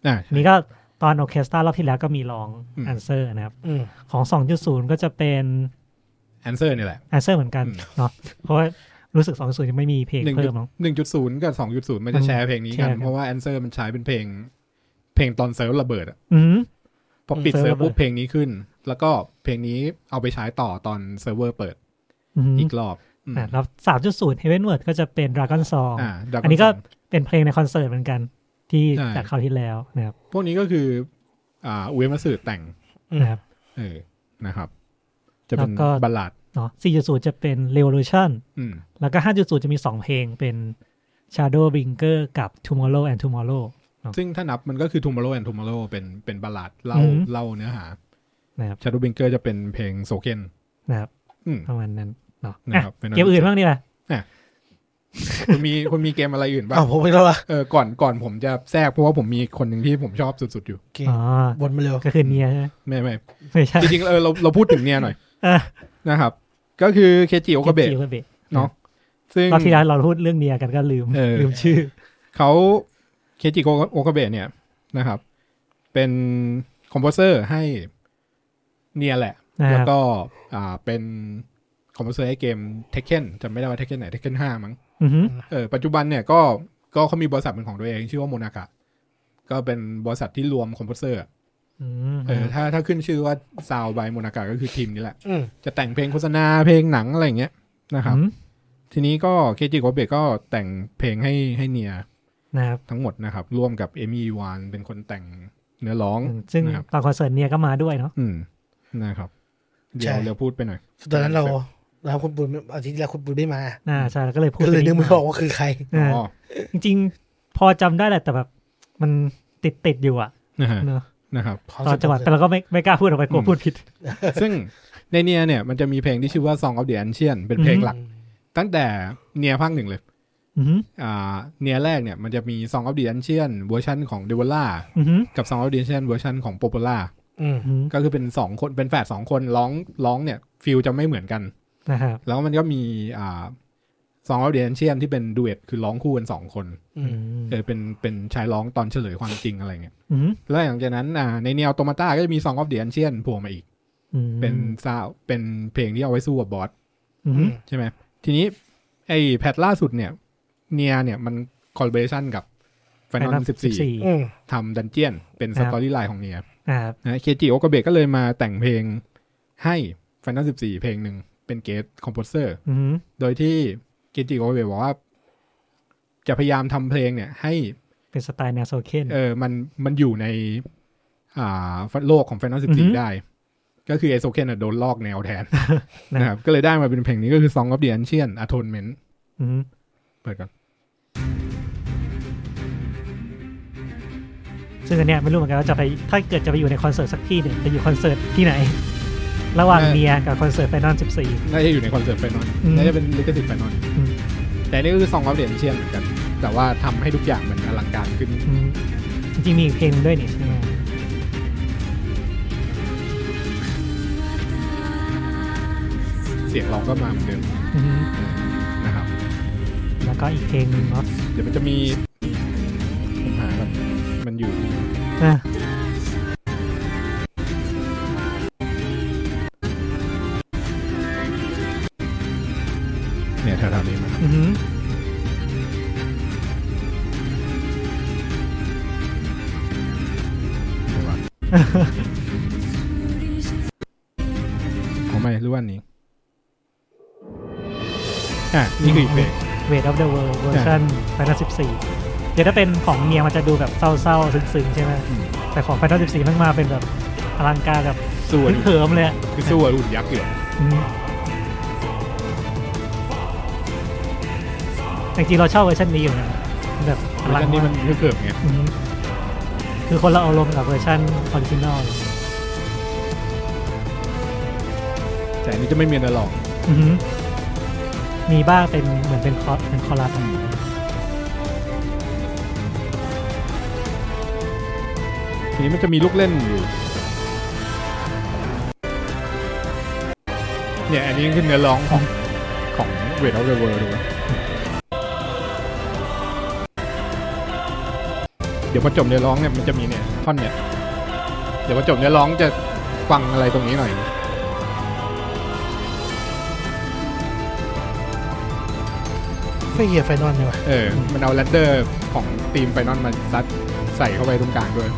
[SPEAKER 2] อ่ะ
[SPEAKER 4] นี่ก็ตอนออเคสตรารอบที่แล้วก็มีร้อง
[SPEAKER 2] อืม
[SPEAKER 4] Answer นะครับ
[SPEAKER 3] อืม
[SPEAKER 4] ของ 2.0 ก็จะเป็น
[SPEAKER 2] Answer นี่แหละ
[SPEAKER 4] Answer เหมือนกัน
[SPEAKER 2] อืม
[SPEAKER 4] เนาะเพราะว่ารู้สึก 2.0 ยังไม่มีเพลง
[SPEAKER 2] หนึ่ง
[SPEAKER 4] เพิ่มมั้ง
[SPEAKER 2] หนึ่งจุดศูนย์กับสองจุดศูนย์มันจะแชร์เพลงนี้กั
[SPEAKER 4] แช
[SPEAKER 2] น
[SPEAKER 4] ร์กัน
[SPEAKER 2] เพราะว่า Answer มันใช้เป็นเพลง เพลงตอนเซิร์ฟระเบิดอะ
[SPEAKER 4] อืม
[SPEAKER 2] พอปิด
[SPEAKER 4] อืม
[SPEAKER 2] เซิร์ฟปุ๊บเพลงนี้ขึ้น แล้วก็เพลงนี้เอาไปใช้ต่อตอนเซิร์ฟเวอร์เปิด
[SPEAKER 4] อืม
[SPEAKER 2] อีกรอบอืม
[SPEAKER 4] อ่ะแล้ว 3.0 Heavenward ก็จะเป็น Dragon Song
[SPEAKER 2] อ่า Dragon
[SPEAKER 4] อันนี้ก็
[SPEAKER 2] Song
[SPEAKER 4] เป็นเพลงในคอนเสิร์ตเหมือนกัน ที่
[SPEAKER 2] ใช่
[SPEAKER 4] จากคราวที่แล้วนะครับ
[SPEAKER 2] พวกนี้ก็คือ อ่าอุเอมาสืแต่ง
[SPEAKER 4] นะครับ
[SPEAKER 2] เออ นะครับ จะเป็น
[SPEAKER 4] แล้วก็
[SPEAKER 2] บัลลาด
[SPEAKER 4] เนาะ4.0 จะเป็น Revolution
[SPEAKER 2] อืม
[SPEAKER 4] แล้วก็ 5.0 จะมี 2 เพลงเป็น Shadow Bringer กับ Tomorrow and Tomorrow เนาะ
[SPEAKER 2] ซึ่งถ้านับมันก็คือ Tomorrow and Tomorrow เป็น เป็นบัลลาดเล่า
[SPEAKER 4] อืม
[SPEAKER 2] เล่าเนื้อหา
[SPEAKER 4] นะครับ
[SPEAKER 2] Shadow Banker จะเป็นเพลงโซเกน
[SPEAKER 4] นะครับ
[SPEAKER 2] อืม
[SPEAKER 4] ประมาณนั้นเนาะ
[SPEAKER 2] นะ
[SPEAKER 4] อ่ะ
[SPEAKER 2] ครับเป็น
[SPEAKER 4] เกมอื่นบ้างนี่แหละ
[SPEAKER 2] คุณมีคุณมีเกมอะไรอื่นบ้าง
[SPEAKER 3] อ้าวผมไม่รู้ละ
[SPEAKER 2] เออ ก่อน ก่อนผมจะแทรกเพราะว่าผมมีคนหนึ่งที่ผมชอบสุด ๆ อยู่
[SPEAKER 3] โอเค
[SPEAKER 4] อ๋อ
[SPEAKER 3] วนมาเร็ว
[SPEAKER 4] ก็คือเนียใช่ไหม
[SPEAKER 2] ไม่ไม่
[SPEAKER 4] ไม่ใช่
[SPEAKER 2] จริงๆ เออ เรา เราพูดถึงเนี่ยหน่อย
[SPEAKER 4] อ่ะ
[SPEAKER 2] นะครับ ก็คือเคจิโอกาเบะ
[SPEAKER 4] จิโอเบะ
[SPEAKER 2] เนาะ ซึ่ง
[SPEAKER 4] รอบที่แล้วเราพูดเรื่องเนียกันก็ลืม
[SPEAKER 2] เออ
[SPEAKER 4] ลืมชื่อ
[SPEAKER 2] เขาเคจิโอกาเบะเนี่ยนะครับ เป็นคอมโพเซอร์ให้เนียแหละ
[SPEAKER 4] นะครับ
[SPEAKER 2] แล้วก็อ่าเป็นคอมโพเซอร์ให้เกมเทคเ e นจำไม่ได้ว่าเทคเ e นไหนเทคเ e นห้ามั้ง
[SPEAKER 4] อือหือ
[SPEAKER 2] เออปัจจุบันเนี่ยก็ก็เขามีบริษัทเป็นของตัวเอง ชื่อว่าโมนากะ ก็เป็นบริษัทที่รวมคอมโพเซอร์
[SPEAKER 4] อืม
[SPEAKER 2] เออถ้าถ้าขึ้นชื่อว่าซาวบายโมนากะก็คือทีมนี้แหละ
[SPEAKER 3] อืม
[SPEAKER 2] จะแต่งเพลงโฆษณาเพลงหนังอะไรอย่างเงี้ยนะครับ
[SPEAKER 4] อืม
[SPEAKER 2] ทีนี้ก็เคจิโกเบก็แต่งเพลงให้ให้เนีย
[SPEAKER 4] นะครับ
[SPEAKER 2] ทั้งหมดนะครับ ร่วมกับเอมี่วานเป็นคนแต่งเนื้อร้อง
[SPEAKER 4] ซึ่ง
[SPEAKER 2] นะครับ
[SPEAKER 4] ตอนคอนเสิร์ตเนียก็มาด้วยเนาะ
[SPEAKER 2] อืมนะครับ เดี๋ยวเดี๋ยวพูดไปหน่อย
[SPEAKER 3] สุดท้ายนั้นเราเราคุณปุณอาทิตย์ที่แล้วคุณปุณไม่มา
[SPEAKER 4] อ่าใช่แล้วก็เลยพูด
[SPEAKER 3] ก็เลยนึกไม่ออก
[SPEAKER 4] ไป
[SPEAKER 3] ว่าคือใคร
[SPEAKER 4] นิดหน่อย
[SPEAKER 2] อ๋อ
[SPEAKER 4] อ่าจริงๆ พอจำได้แหละแต่แบบ มันติดติดๆอยู่อะ
[SPEAKER 2] นะฮะ
[SPEAKER 4] เนอะ
[SPEAKER 2] นะครับ
[SPEAKER 4] ตอนจังหวัดแต่เราก็ไม่ไม่กล้าพูดออกไปกลัว
[SPEAKER 2] อืม
[SPEAKER 4] พูดผิด
[SPEAKER 2] ซึ่งในเนียเนี่ยมันจะมีเพลงที่ชื่อว่า Song of the Ancient เป็นเพลง
[SPEAKER 4] อืม
[SPEAKER 2] หลัก ตั้งแต่เนียภาคหนึ่งเลย
[SPEAKER 4] อืม
[SPEAKER 2] อ่าเนียแรกเนี่ยมันจะมี Song of the Ancient เวอร์ชันของ d e v o l a
[SPEAKER 4] อืม
[SPEAKER 2] กับ Song of the Ancient เวอร์ชันของ p o p o l a
[SPEAKER 3] อืม
[SPEAKER 4] อืม
[SPEAKER 2] ก็คือเป็นสองคนเป็นแฝดสองคนร้องร้องเนี่ยฟิลจะไม่เหมือนกัน
[SPEAKER 4] นะครับ
[SPEAKER 2] แล้วมันก็มีอ่าสองออเดียนเชียมที่เป็นดูเอตคือร้องคู่กันสองคน
[SPEAKER 3] อืม
[SPEAKER 2] เออเป็นเป็นชายร้องตอนเฉลยความจริงอะไรเงี้ย
[SPEAKER 4] อืม
[SPEAKER 2] แล้วหลังจากนั้นอ่าในแนวโตมาต้าก็จะมีสองออเดียนเชียนโผล่มาอีก
[SPEAKER 4] อืม
[SPEAKER 2] เป็นซาวเป็นเพลงที่เอาไว้สู้กับบอส
[SPEAKER 4] อืม
[SPEAKER 2] ใช่ไหมทีนี้ ไอ้แพทล่าสุดเนี่ย เนียเนี่ยมันคอลเบชันกับแฟนนอลสิบสี่
[SPEAKER 3] อืม
[SPEAKER 2] ทำดันเจียน เป็นสตอรี่ไลน์ของเนีย
[SPEAKER 4] อ่า
[SPEAKER 2] นะเคจิโอกเบะก็เลยมาแต่งเพลงให้แฟนนอลสิบสี่เพลงหนึ่งเป็นเกสคอมโพเซอร์
[SPEAKER 4] อืม
[SPEAKER 2] โดยที่เกจิโอกเบะบอกว่า จะพยายามทำเพลงเนี่ย ให้
[SPEAKER 4] เป็นสไตล์แนวโซเคน
[SPEAKER 2] เออมันมันอยู่ใน อ่าโลกของแฟนนอลสิ
[SPEAKER 4] อื
[SPEAKER 2] บ
[SPEAKER 4] อฮึ
[SPEAKER 2] สี่ได้ ก็คือไอโซเคนโดนลอกแนวแท
[SPEAKER 4] <laughs>
[SPEAKER 2] นนะครับก็เลยได้มาเป็นเพลงนี้ก็คือ Song of the Ancient Atonement
[SPEAKER 4] อืม
[SPEAKER 2] เปิดก่อน
[SPEAKER 4] ซึ่งอันเนี้ยไม่รู้เหมือนกันว่าจะไปถ้าเกิดจะไปอยู่ในคอนเสิร์ตสักที่หนึ่งจะอยู่คอนเสิร์ตที่ไหน ระหว่าง
[SPEAKER 2] เออ
[SPEAKER 4] เนียกับคอนเสิร์ตไฟนอลสิบสี่
[SPEAKER 2] น่าจะอยู่ในคอนเสิร์ตแฟนนอน
[SPEAKER 4] อืม
[SPEAKER 2] น่าจะเป็นลิขสิทธิ์แฟนนอน
[SPEAKER 4] อืม
[SPEAKER 2] แต่นี่ก็คือซองอัปเดตเชียนเหมือนกัน แต่ว่าทำให้ทุกอย่างมันอลังการขึ้น
[SPEAKER 4] อืมจริงๆมีอีกเพลงด้วยนี่ใช่ไหม
[SPEAKER 2] เสียงร้องก็มาเหมือนเดิม
[SPEAKER 4] อืม
[SPEAKER 2] นะครับ
[SPEAKER 4] แล้วก็อีกเพลงหนึ่งเนาะ
[SPEAKER 2] เดี๋ยวมันจะมีผมหาแบบมันอยู่
[SPEAKER 4] อ่ะ
[SPEAKER 2] เนี่ยแถวๆนี้มาครับ
[SPEAKER 4] อืม
[SPEAKER 2] เดี๋ยวว่าผมไม่รู้ว่าอันนี้ อ่ะ นี่คืออีกเพลง
[SPEAKER 4] เวทออฟเดอะเวิลด์เวอร์ชันไฟนอลสิบสี่เดี๋ยวถ้าเป็นของเนียมันจะดูแบบเศร้าๆซึ้งๆใช่ไหม
[SPEAKER 2] อืม
[SPEAKER 4] แต่ของไฟนอลสิบสี่มันมาเป็นแบบอลังการแบบ
[SPEAKER 2] สู้
[SPEAKER 4] <laughs>
[SPEAKER 2] อะ
[SPEAKER 4] เขิมๆเลยอะ
[SPEAKER 2] คือสู้อะหุ่นยักษ์อยู่
[SPEAKER 4] อืมแต่จริงๆเราชอบเวอร์ชันนี้อยู่นะแบบอ
[SPEAKER 2] แล้
[SPEAKER 4] ลั
[SPEAKER 2] ว
[SPEAKER 4] ง
[SPEAKER 2] นี่มัน
[SPEAKER 4] าก
[SPEAKER 2] คือเขิมไง
[SPEAKER 4] อืมคือคนเราอารมณ์กับเวอร์ชันออริจินอลเลย
[SPEAKER 2] แต่อันนี้จะไม่มีอะไรหรอก
[SPEAKER 4] อืมมีบ้างเป็นเหมือนเป็นคอร์สเป็นคอรัส
[SPEAKER 2] ทีนี้มันจะมีลูกเล่นอยู่ เนี่ย อันนี้คือเนื้อร้องของของเวทเอาเวอร์ดูนะเดี๋ยวพอจบเนื้อร้องเนี่ยมันจะมีเนี่ยท่อนเนี่ย เดี๋ยวพอจบเนื้อร้องจะฟังอะไรตรงนี้หน่อย
[SPEAKER 3] ไฟเหียไฟนอนดีกว่า
[SPEAKER 2] เออ มันเอาแรดเดอร์ของทีมไฟนอลมาซัดใส่เข้าไปตรงกลางด้วย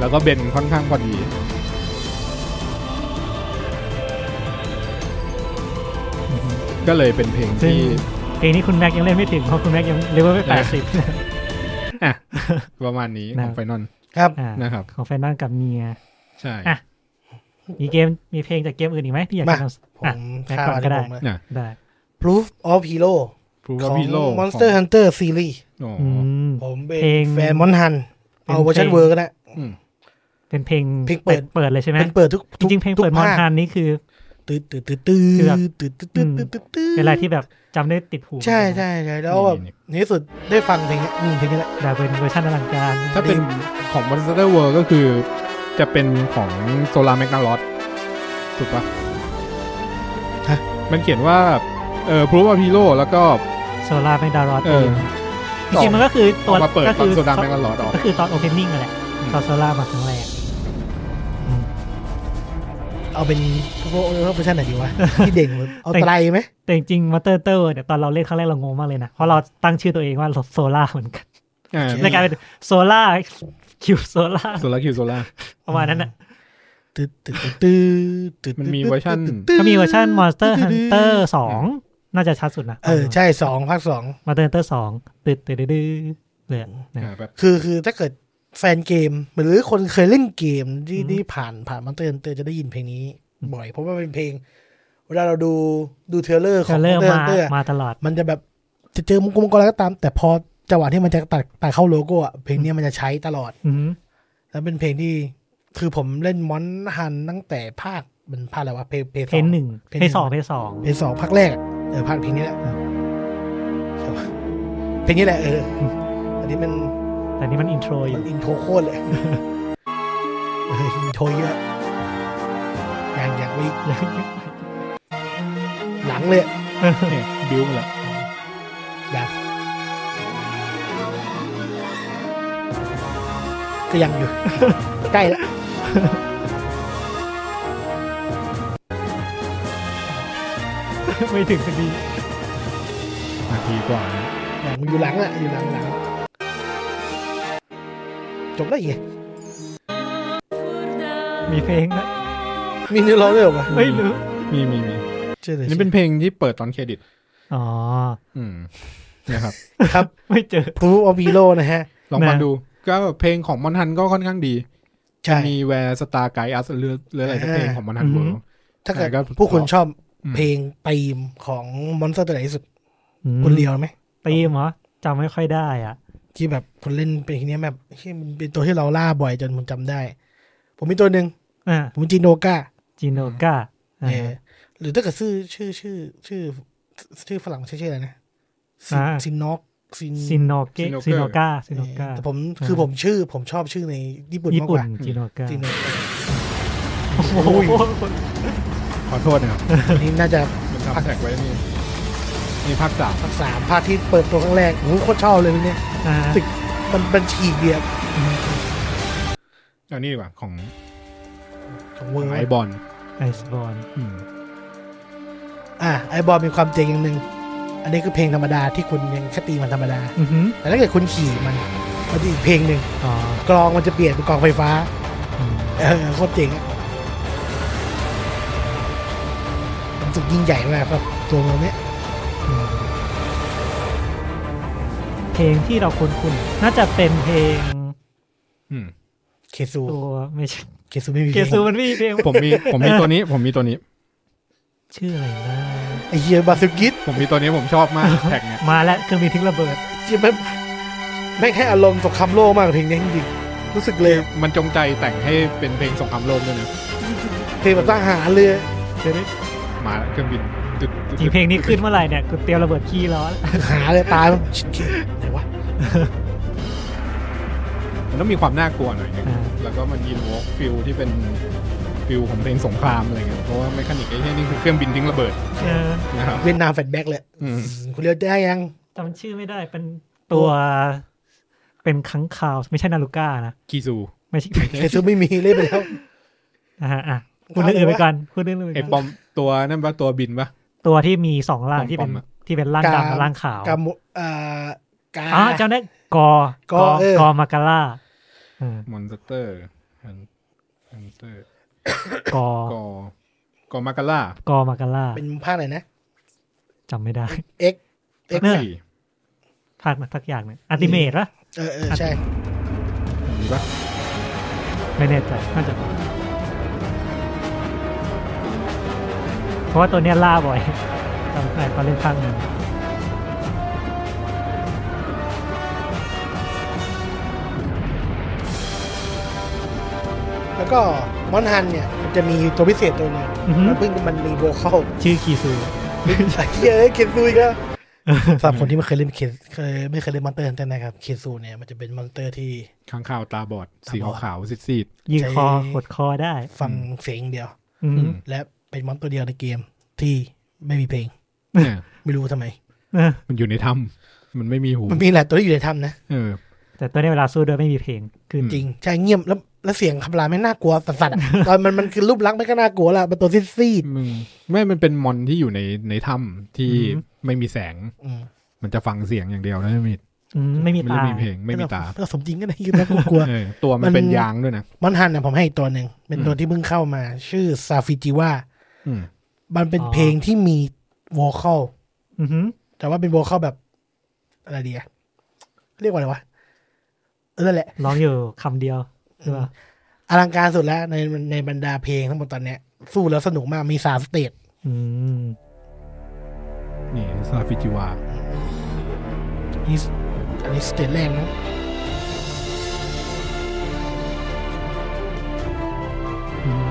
[SPEAKER 2] แล้วก็เบนค่อนข้างพอดี ก็เลยเป็นเพลง
[SPEAKER 4] ซึ่ง
[SPEAKER 2] ที่
[SPEAKER 4] เพลงนี้คุณแม็กยังเล่นไม่ถึง เพราะคุณแม็กยังเลเวลไม่แปดสิบ
[SPEAKER 2] อ่ะ ประมาณนี้ของ
[SPEAKER 4] นะ
[SPEAKER 2] ไฟนอล
[SPEAKER 3] ครับ
[SPEAKER 2] นะครับ
[SPEAKER 4] ของแฟนนั่งกับเมีย
[SPEAKER 2] ใช่
[SPEAKER 4] อ่ะ มีเกมมีเพลงจากเกมอื่นอีกไหมที่อยากจะ
[SPEAKER 3] มา
[SPEAKER 4] นำ
[SPEAKER 3] ผ
[SPEAKER 4] อ่ะ
[SPEAKER 3] ม
[SPEAKER 4] แม็กก่
[SPEAKER 3] ข้าว
[SPEAKER 4] อน
[SPEAKER 3] อัน
[SPEAKER 4] ก็ได้
[SPEAKER 3] นี้ผมนะ
[SPEAKER 2] นะ
[SPEAKER 4] ได้
[SPEAKER 3] Proof of Hero
[SPEAKER 2] พูด
[SPEAKER 3] ข
[SPEAKER 2] ว่า
[SPEAKER 3] อง
[SPEAKER 2] พี่โล
[SPEAKER 3] Monster Hunter Series
[SPEAKER 2] อ๋อ
[SPEAKER 4] อื
[SPEAKER 2] อ
[SPEAKER 4] ม
[SPEAKER 3] ผมเป็น
[SPEAKER 4] เพลง
[SPEAKER 3] แฟนมอนฮัน เอา
[SPEAKER 4] เป็นเพลง
[SPEAKER 3] เวอร์ชันเวอร์ก็ได้
[SPEAKER 4] เป็นเพลง
[SPEAKER 3] เพลงเปิด
[SPEAKER 4] เปิดเลยใช่ไหม
[SPEAKER 3] เป็นเปิดทุก
[SPEAKER 4] จริงๆเพลงเปิดมอนทานนี่คือ
[SPEAKER 3] ตื่นตื่นตื่นตื่น
[SPEAKER 4] คือแบบ
[SPEAKER 3] ตื่นตื่นตื่นตื่นตื่น
[SPEAKER 4] เป็นอะไรที่แบบจำได้ติดหู
[SPEAKER 3] ใช่ใช่ใช่แล้วแบบ
[SPEAKER 2] นี่
[SPEAKER 3] ในที่สุดได้ฟังเพลงเนี้ยนี่เพลงนี้แหละ
[SPEAKER 4] แต่เป็นเวอร์ชันอลังการ
[SPEAKER 2] ถ้าเป็นของ Monster World ก็คือจะเป็นของโซลาแมกนาลอสถูกปะ
[SPEAKER 3] ฮะ
[SPEAKER 2] มันเขียนว่า เออพูดว่าพี่โลแล้วก็
[SPEAKER 4] โซลาแมกดารอด
[SPEAKER 2] เออ
[SPEAKER 4] จริงๆมันก็คือ
[SPEAKER 2] อ
[SPEAKER 4] ตัว
[SPEAKER 2] อกมาเปิด
[SPEAKER 4] ก็
[SPEAKER 2] ตอนโซดาแมกนาลอสออก
[SPEAKER 4] ก็คือตอนโอเพนนิ่งแหละ
[SPEAKER 2] อืม
[SPEAKER 4] ตอนโซลามาครั้งแรกอืม
[SPEAKER 3] เอาเป็นเวอร์ชันไหนดีวะ ที่เด่งเลยเอา
[SPEAKER 4] แต่
[SPEAKER 3] ไตรไหม
[SPEAKER 4] แต่จริงๆม o เตอร์เตอร์เนี่ยตอนเราเล่นครั้งแรกเรางงมากเลยนะ เพราะเราตั้งชื่อตัวเองว่าโซลาเหมือนกัน
[SPEAKER 2] อ่า
[SPEAKER 4] เลยกลายเป็นโซลาคิวโซลา
[SPEAKER 2] โซลาคิวโซลา
[SPEAKER 4] ประมาณนั้นอ่ะ
[SPEAKER 3] ตื่นตื่นตื่นตื่นตื่น
[SPEAKER 2] มันมีเวอร์ชัน
[SPEAKER 4] ก็มีเวอร์ชัน Monster Hunter 2 น่าจะชัดสุดนะ
[SPEAKER 3] เออ ใช่สองภาคสอง
[SPEAKER 4] มอนสเตอร์ฮันเตอร์สองตืดตืดดื้อดื้อเลยอะนะ
[SPEAKER 2] อ่าแบบ
[SPEAKER 3] คือคือถ้าเกิดแฟนเกม หรือคนเคยเล่นเกมที่ที่ผ่านผ่านมันเตือนเตือนจะได้ยินเพลงนี้ บ่อย เพราะว่าเป็นเพลง เวลาเราดูดูเทรลเลอร์ข
[SPEAKER 4] ก็
[SPEAKER 3] อง
[SPEAKER 4] เริ่ม
[SPEAKER 3] เตือน
[SPEAKER 4] มา
[SPEAKER 3] เตือน
[SPEAKER 4] มาตลอด
[SPEAKER 3] มันจะแบบจะเจอมุกมุกอะไรก็ตาม แต่พอจังหวะที่มันจะตัดตัดเข้าโลโก้อะเพลงเนี้ยมันจะใช้ตลอด
[SPEAKER 4] อืม
[SPEAKER 3] แล้วเป็นเพลงที่ คือผมเล่นมอนฮันตั้งแต่ภาคมันภาคอะไรวะเพลงเพลง
[SPEAKER 4] เพลงหนึ่งเพลงสองเพลงสอง
[SPEAKER 3] เพลงสองภาคแรกอะเออภาคเพลงนี้แหละเพลงนี้แหละเอออันนี้มัน
[SPEAKER 4] แต่นี่มันอินโทรอ
[SPEAKER 3] มั
[SPEAKER 4] ยู่
[SPEAKER 3] นอินโทรโคตรเลย เฮ้ยมีโทรเยอะอย่างอย่างไปหลังเลยอะ
[SPEAKER 2] เนี่ยบิวมาละ
[SPEAKER 3] อย่างก็ยังอยู่ ใกล้ละ
[SPEAKER 4] <laughs> ไม่ถึงสักที
[SPEAKER 2] นาทีกว่านะ
[SPEAKER 3] อย่างอยู่หลังอะอยู่หลังหลังจบแล้วอีกไง
[SPEAKER 4] มีเพลงนะ
[SPEAKER 3] มีเนื้อร้องด้วยเหรอวะ
[SPEAKER 4] ไม่รู้
[SPEAKER 2] มีมีมี
[SPEAKER 3] เชื่อเลย
[SPEAKER 2] นี่เป็นเพลงที่เปิดตอนเครดิต
[SPEAKER 4] อ๋อ
[SPEAKER 2] อืมเนี่ยครับ
[SPEAKER 3] ครับ
[SPEAKER 4] ไม่เจอ
[SPEAKER 3] พรูออฟฮีโร่นะฮะ
[SPEAKER 2] ลองฟัง
[SPEAKER 4] นะ
[SPEAKER 2] ดู ก็เพลงของมอนทันก็ค่อนข้างดี
[SPEAKER 3] ใช่
[SPEAKER 2] มีแวร์สตาร์ไกด์อัสหรือหรืออะไรสักเพลงของมอนทันเวิร์
[SPEAKER 3] ถ้าเกิด
[SPEAKER 2] แต่ก็
[SPEAKER 3] ผู้คุณชอบเพลงปีมของมอนสเตอร์ตัวไหนที่สุด
[SPEAKER 4] อืม
[SPEAKER 3] คุณเลียวไหม
[SPEAKER 4] ตีมเหรอจำไม่ค่อยได้อ่ะ
[SPEAKER 3] ที่แบบคนเล่นเป็นทีเนี้ยแบบเฮ้ยมันเป็นตัวที่เราล่าบ่อยจนผมจำได้ ผมมีตัวหนึ่ง
[SPEAKER 4] อ่า
[SPEAKER 3] ผมจีโนกา
[SPEAKER 4] จินโนก้า
[SPEAKER 3] เออหรือถ้าเกิดชื่อชื่อชื่อชื่อชื่อฝรั่งใช่ชื่ออะไรนะซิ
[SPEAKER 4] า
[SPEAKER 3] ซินนอกซิน
[SPEAKER 4] ซินโนเกะ
[SPEAKER 2] Sinoke
[SPEAKER 4] ซินโนก้าซิน
[SPEAKER 3] เอ
[SPEAKER 4] โน
[SPEAKER 3] อ
[SPEAKER 4] ก้า
[SPEAKER 3] แต่ผม
[SPEAKER 4] อ่า
[SPEAKER 3] คือผมชื่อ ผมชอบชื่อในญี่ปุ่น
[SPEAKER 4] ญี่
[SPEAKER 3] มาก
[SPEAKER 4] ปุ่
[SPEAKER 3] ก
[SPEAKER 4] น
[SPEAKER 3] ว่า
[SPEAKER 4] จินโนก้า
[SPEAKER 3] จิโนกะ
[SPEAKER 4] โอ้โห
[SPEAKER 3] อุ้ย
[SPEAKER 2] ขอโทษนะครับ
[SPEAKER 3] อันนี้น่าจะ
[SPEAKER 2] มันทำแท็กไว้นี่มีภาคสาม
[SPEAKER 3] ภาคสามภาคที่เปิดตัวครั้งแรกโอ้โหโคตรชอบเลยเนี่ย
[SPEAKER 4] อ่า
[SPEAKER 3] รู้สึกมันมันฉีกเดียบ
[SPEAKER 2] อันนี้ดีกว่าของ
[SPEAKER 3] ของเวอร์
[SPEAKER 2] ไอบอล
[SPEAKER 4] ไอซ์บอล
[SPEAKER 3] อ่ะไอบอลมีความเจ๋งอย่างหนึ่งอันนี้คือเพลงธรรมดาที่คุณยังแค่ตีมันธรรมดา
[SPEAKER 4] อือหือ
[SPEAKER 3] แต่ถ้าเกิดคุณขี่มันมันจะอีกเพลงหนึ่ง
[SPEAKER 4] อ๋อก
[SPEAKER 3] ลองมันจะเปลี่ยนเป็นกลองไฟฟ้า
[SPEAKER 4] อืม
[SPEAKER 3] เออโคตรเจ๋งอะรู้สึกยิ่งใหญ่มากครับตัวมันเนี้ย
[SPEAKER 4] เพลงที่เราคุ้นคุ้นๆน่าจะเป็นเพลง
[SPEAKER 2] อืม
[SPEAKER 3] เคซู
[SPEAKER 4] ตัวไม่ใช่
[SPEAKER 3] เคซูไม่มี
[SPEAKER 4] เกซูมันมีเพลง
[SPEAKER 2] ผมมี
[SPEAKER 3] <laughs>
[SPEAKER 2] ผมมีตัวนี้ ผมมีตัวนี้
[SPEAKER 4] ชื่ออะไรนะ
[SPEAKER 3] ไอเฮียบาสุกิส
[SPEAKER 2] ผมมีตัวนี้ผมชอบมากแท็กเนี่ย
[SPEAKER 4] มาแล้วเครื่องบินทิ้งระเบิด
[SPEAKER 3] เจียแม่งแม่งให้อารมณ์สงครามโลกมากกว่าเพลงนี้จริงๆรู้สึกเลย
[SPEAKER 2] มันจงใจแต่งให้เป็นเพลงสงครามโลกด้วยนะ
[SPEAKER 3] เพลงแบบทหารเลย
[SPEAKER 2] มาแล้วเครื่องบินตึกตึก
[SPEAKER 4] จริงเพลงนี้ขึ้นเมื่อไหร่เนี่ยกูเตรียมระเบิดขี้ร้อน
[SPEAKER 3] หาเลยตายมันชิบชิบไหนวะ
[SPEAKER 2] มันต้องมีความน่ากลัวหน่อยนึง
[SPEAKER 4] อ่า
[SPEAKER 2] แล้วก็มันยีนวอล์กฟิลที่เป็นฟิลของเพลงสงครามอะไรเงี้ยเพราะว่าไมคานิกไอ้เหี้ยนี่คือเครื่องบินทิ้งระเบิด
[SPEAKER 4] เออ
[SPEAKER 2] นะครับ
[SPEAKER 3] เวียดนามแฟลชแบ็กเลย
[SPEAKER 2] อืม
[SPEAKER 3] คุณเรียวได้ยัง
[SPEAKER 4] จำชื่อไม่ได้เป็นตัว เป็นค้างคาวไม่ใช่นาลูก้านะ
[SPEAKER 2] กีซู
[SPEAKER 4] ไม่ใช่
[SPEAKER 3] เคซูไม่มีเล่นไปแล้ว
[SPEAKER 4] อ่าอ่ะคุณเรื่องอื่นไปก่อนคุณเรื่องอื่น
[SPEAKER 2] ไอ้
[SPEAKER 4] ไป
[SPEAKER 2] ป
[SPEAKER 4] ก่อ
[SPEAKER 2] อม
[SPEAKER 4] น
[SPEAKER 2] ตัวนั่นปะตัวบินปะ
[SPEAKER 4] ตัวที่มีสองร่างที่เป็น
[SPEAKER 2] ปอมๆอะ
[SPEAKER 4] ที่เป็นร่าง
[SPEAKER 3] กา
[SPEAKER 4] ดำกับร่างขาว
[SPEAKER 3] กามุอ่ากา
[SPEAKER 4] อ๋อจำได้กอก
[SPEAKER 3] เออ
[SPEAKER 4] กอมาการ่าเออ
[SPEAKER 2] มอนสเตอร์มอนสเตอร์
[SPEAKER 4] กอก
[SPEAKER 2] อ กอมาการ่าก
[SPEAKER 4] อมาการ่า
[SPEAKER 3] เป็นภาคไหนนะ
[SPEAKER 4] จำไม่ได้
[SPEAKER 3] เอ็ก เอ็กซ์
[SPEAKER 2] ทักสี่
[SPEAKER 4] ภาคทักอย่างหนึงอัติเมตปะ
[SPEAKER 3] เออเออใช่
[SPEAKER 2] มีปะ
[SPEAKER 4] ไม่แน่ใจน่าจะเพราะว่าตัวเนี้ยล่าบ่อย <laughs> จำได้ตอนเล่นภาคหนึ่ง
[SPEAKER 3] แล้วก็มอนฮันเนี่ยมันจะมีตัวพิเศษตัวหนึง
[SPEAKER 4] อือฮึ
[SPEAKER 3] มันเพิ่งมันมีโวคอล
[SPEAKER 4] ชื่อคีซู
[SPEAKER 3] ไอ้เหี้ยเอ้ยเคซูอีกแล้วสำหรับคนที่ไม่เคยเล่นเคสเคยไม่เคยเล่นมอนเตอร์ฮันเตอร์นะครับเคซูเนี่ยมันจะเป็นมอนเตอร์ที่
[SPEAKER 2] ข้างข่าวตาบอดสี
[SPEAKER 3] ตาบอด
[SPEAKER 2] ขาวๆซีด
[SPEAKER 4] ยืนคอ
[SPEAKER 3] ใช้
[SPEAKER 4] หดคอได้
[SPEAKER 3] ฟังเสียงอย่างเดียว
[SPEAKER 4] อืม
[SPEAKER 3] และเป็นมอนตัวเดียวในเกมที่ไม่มีเพลง
[SPEAKER 2] ๆเนี่ย
[SPEAKER 3] ไม่รู้ทำไม
[SPEAKER 4] เออ
[SPEAKER 2] มันอยู่ในถ้ำมันไม่มีหู
[SPEAKER 3] มันมีหลายตัวที่อยู่ในถ้ำนะ
[SPEAKER 2] เออ
[SPEAKER 4] <laughs> แต่ตัวเนี้ยเวลาสู้ด้วยไม่มีเพลง คือ
[SPEAKER 3] จริงใช่เงียบแล้วแล้วเสียงคำรามไม่งน่ากลัวสัสๆอะ
[SPEAKER 2] <laughs>
[SPEAKER 3] ตอนมันมันคือรูปลักษณ์ไม่ก็น่ากลัวละมันตัวซีด
[SPEAKER 2] มึงไม่มันเป็นมอนที่อยู่ในในถ้ำที่ไม่มีแสง
[SPEAKER 3] อืม
[SPEAKER 2] มันจะฟังเสียงอย่างเดียวนะมิด
[SPEAKER 4] อืมไม่มี
[SPEAKER 2] ไม่ได้
[SPEAKER 4] ตา
[SPEAKER 2] มีเพลง
[SPEAKER 3] ๆ
[SPEAKER 2] ไม่มีตา
[SPEAKER 3] แต่สมจริงก็ได้ยินแล้วกลัว
[SPEAKER 2] เออตัวมัน
[SPEAKER 3] มัน
[SPEAKER 2] เป็นยางด้วยนะ
[SPEAKER 3] มอนฮันเนี่ยผมให้อีกตัวหนึ่งเป็นตัวที่เพิ่งเข้ามาชื่อซาฟิจิว่า
[SPEAKER 2] อืม
[SPEAKER 3] มันเป็นเพลงที่มีโวคอล
[SPEAKER 4] อือหือ
[SPEAKER 3] แต่ว่าเป็นโวคอลแบบอะไรดีอะเรียกว่าอะไรวะเออนั่นแหละ
[SPEAKER 4] ร้องอยู่คำเดียวใช่ป่ะ
[SPEAKER 3] อลังการสุดแล้วในในบรรดาเพลงทั้งหมดตอนเนี้ย สู้แล้วสนุกมากมีสามสเตจ
[SPEAKER 4] อืม
[SPEAKER 2] นี่ซาฟิจิวา
[SPEAKER 3] นี่อันนี้สเตจแรกเนอะ
[SPEAKER 4] อืม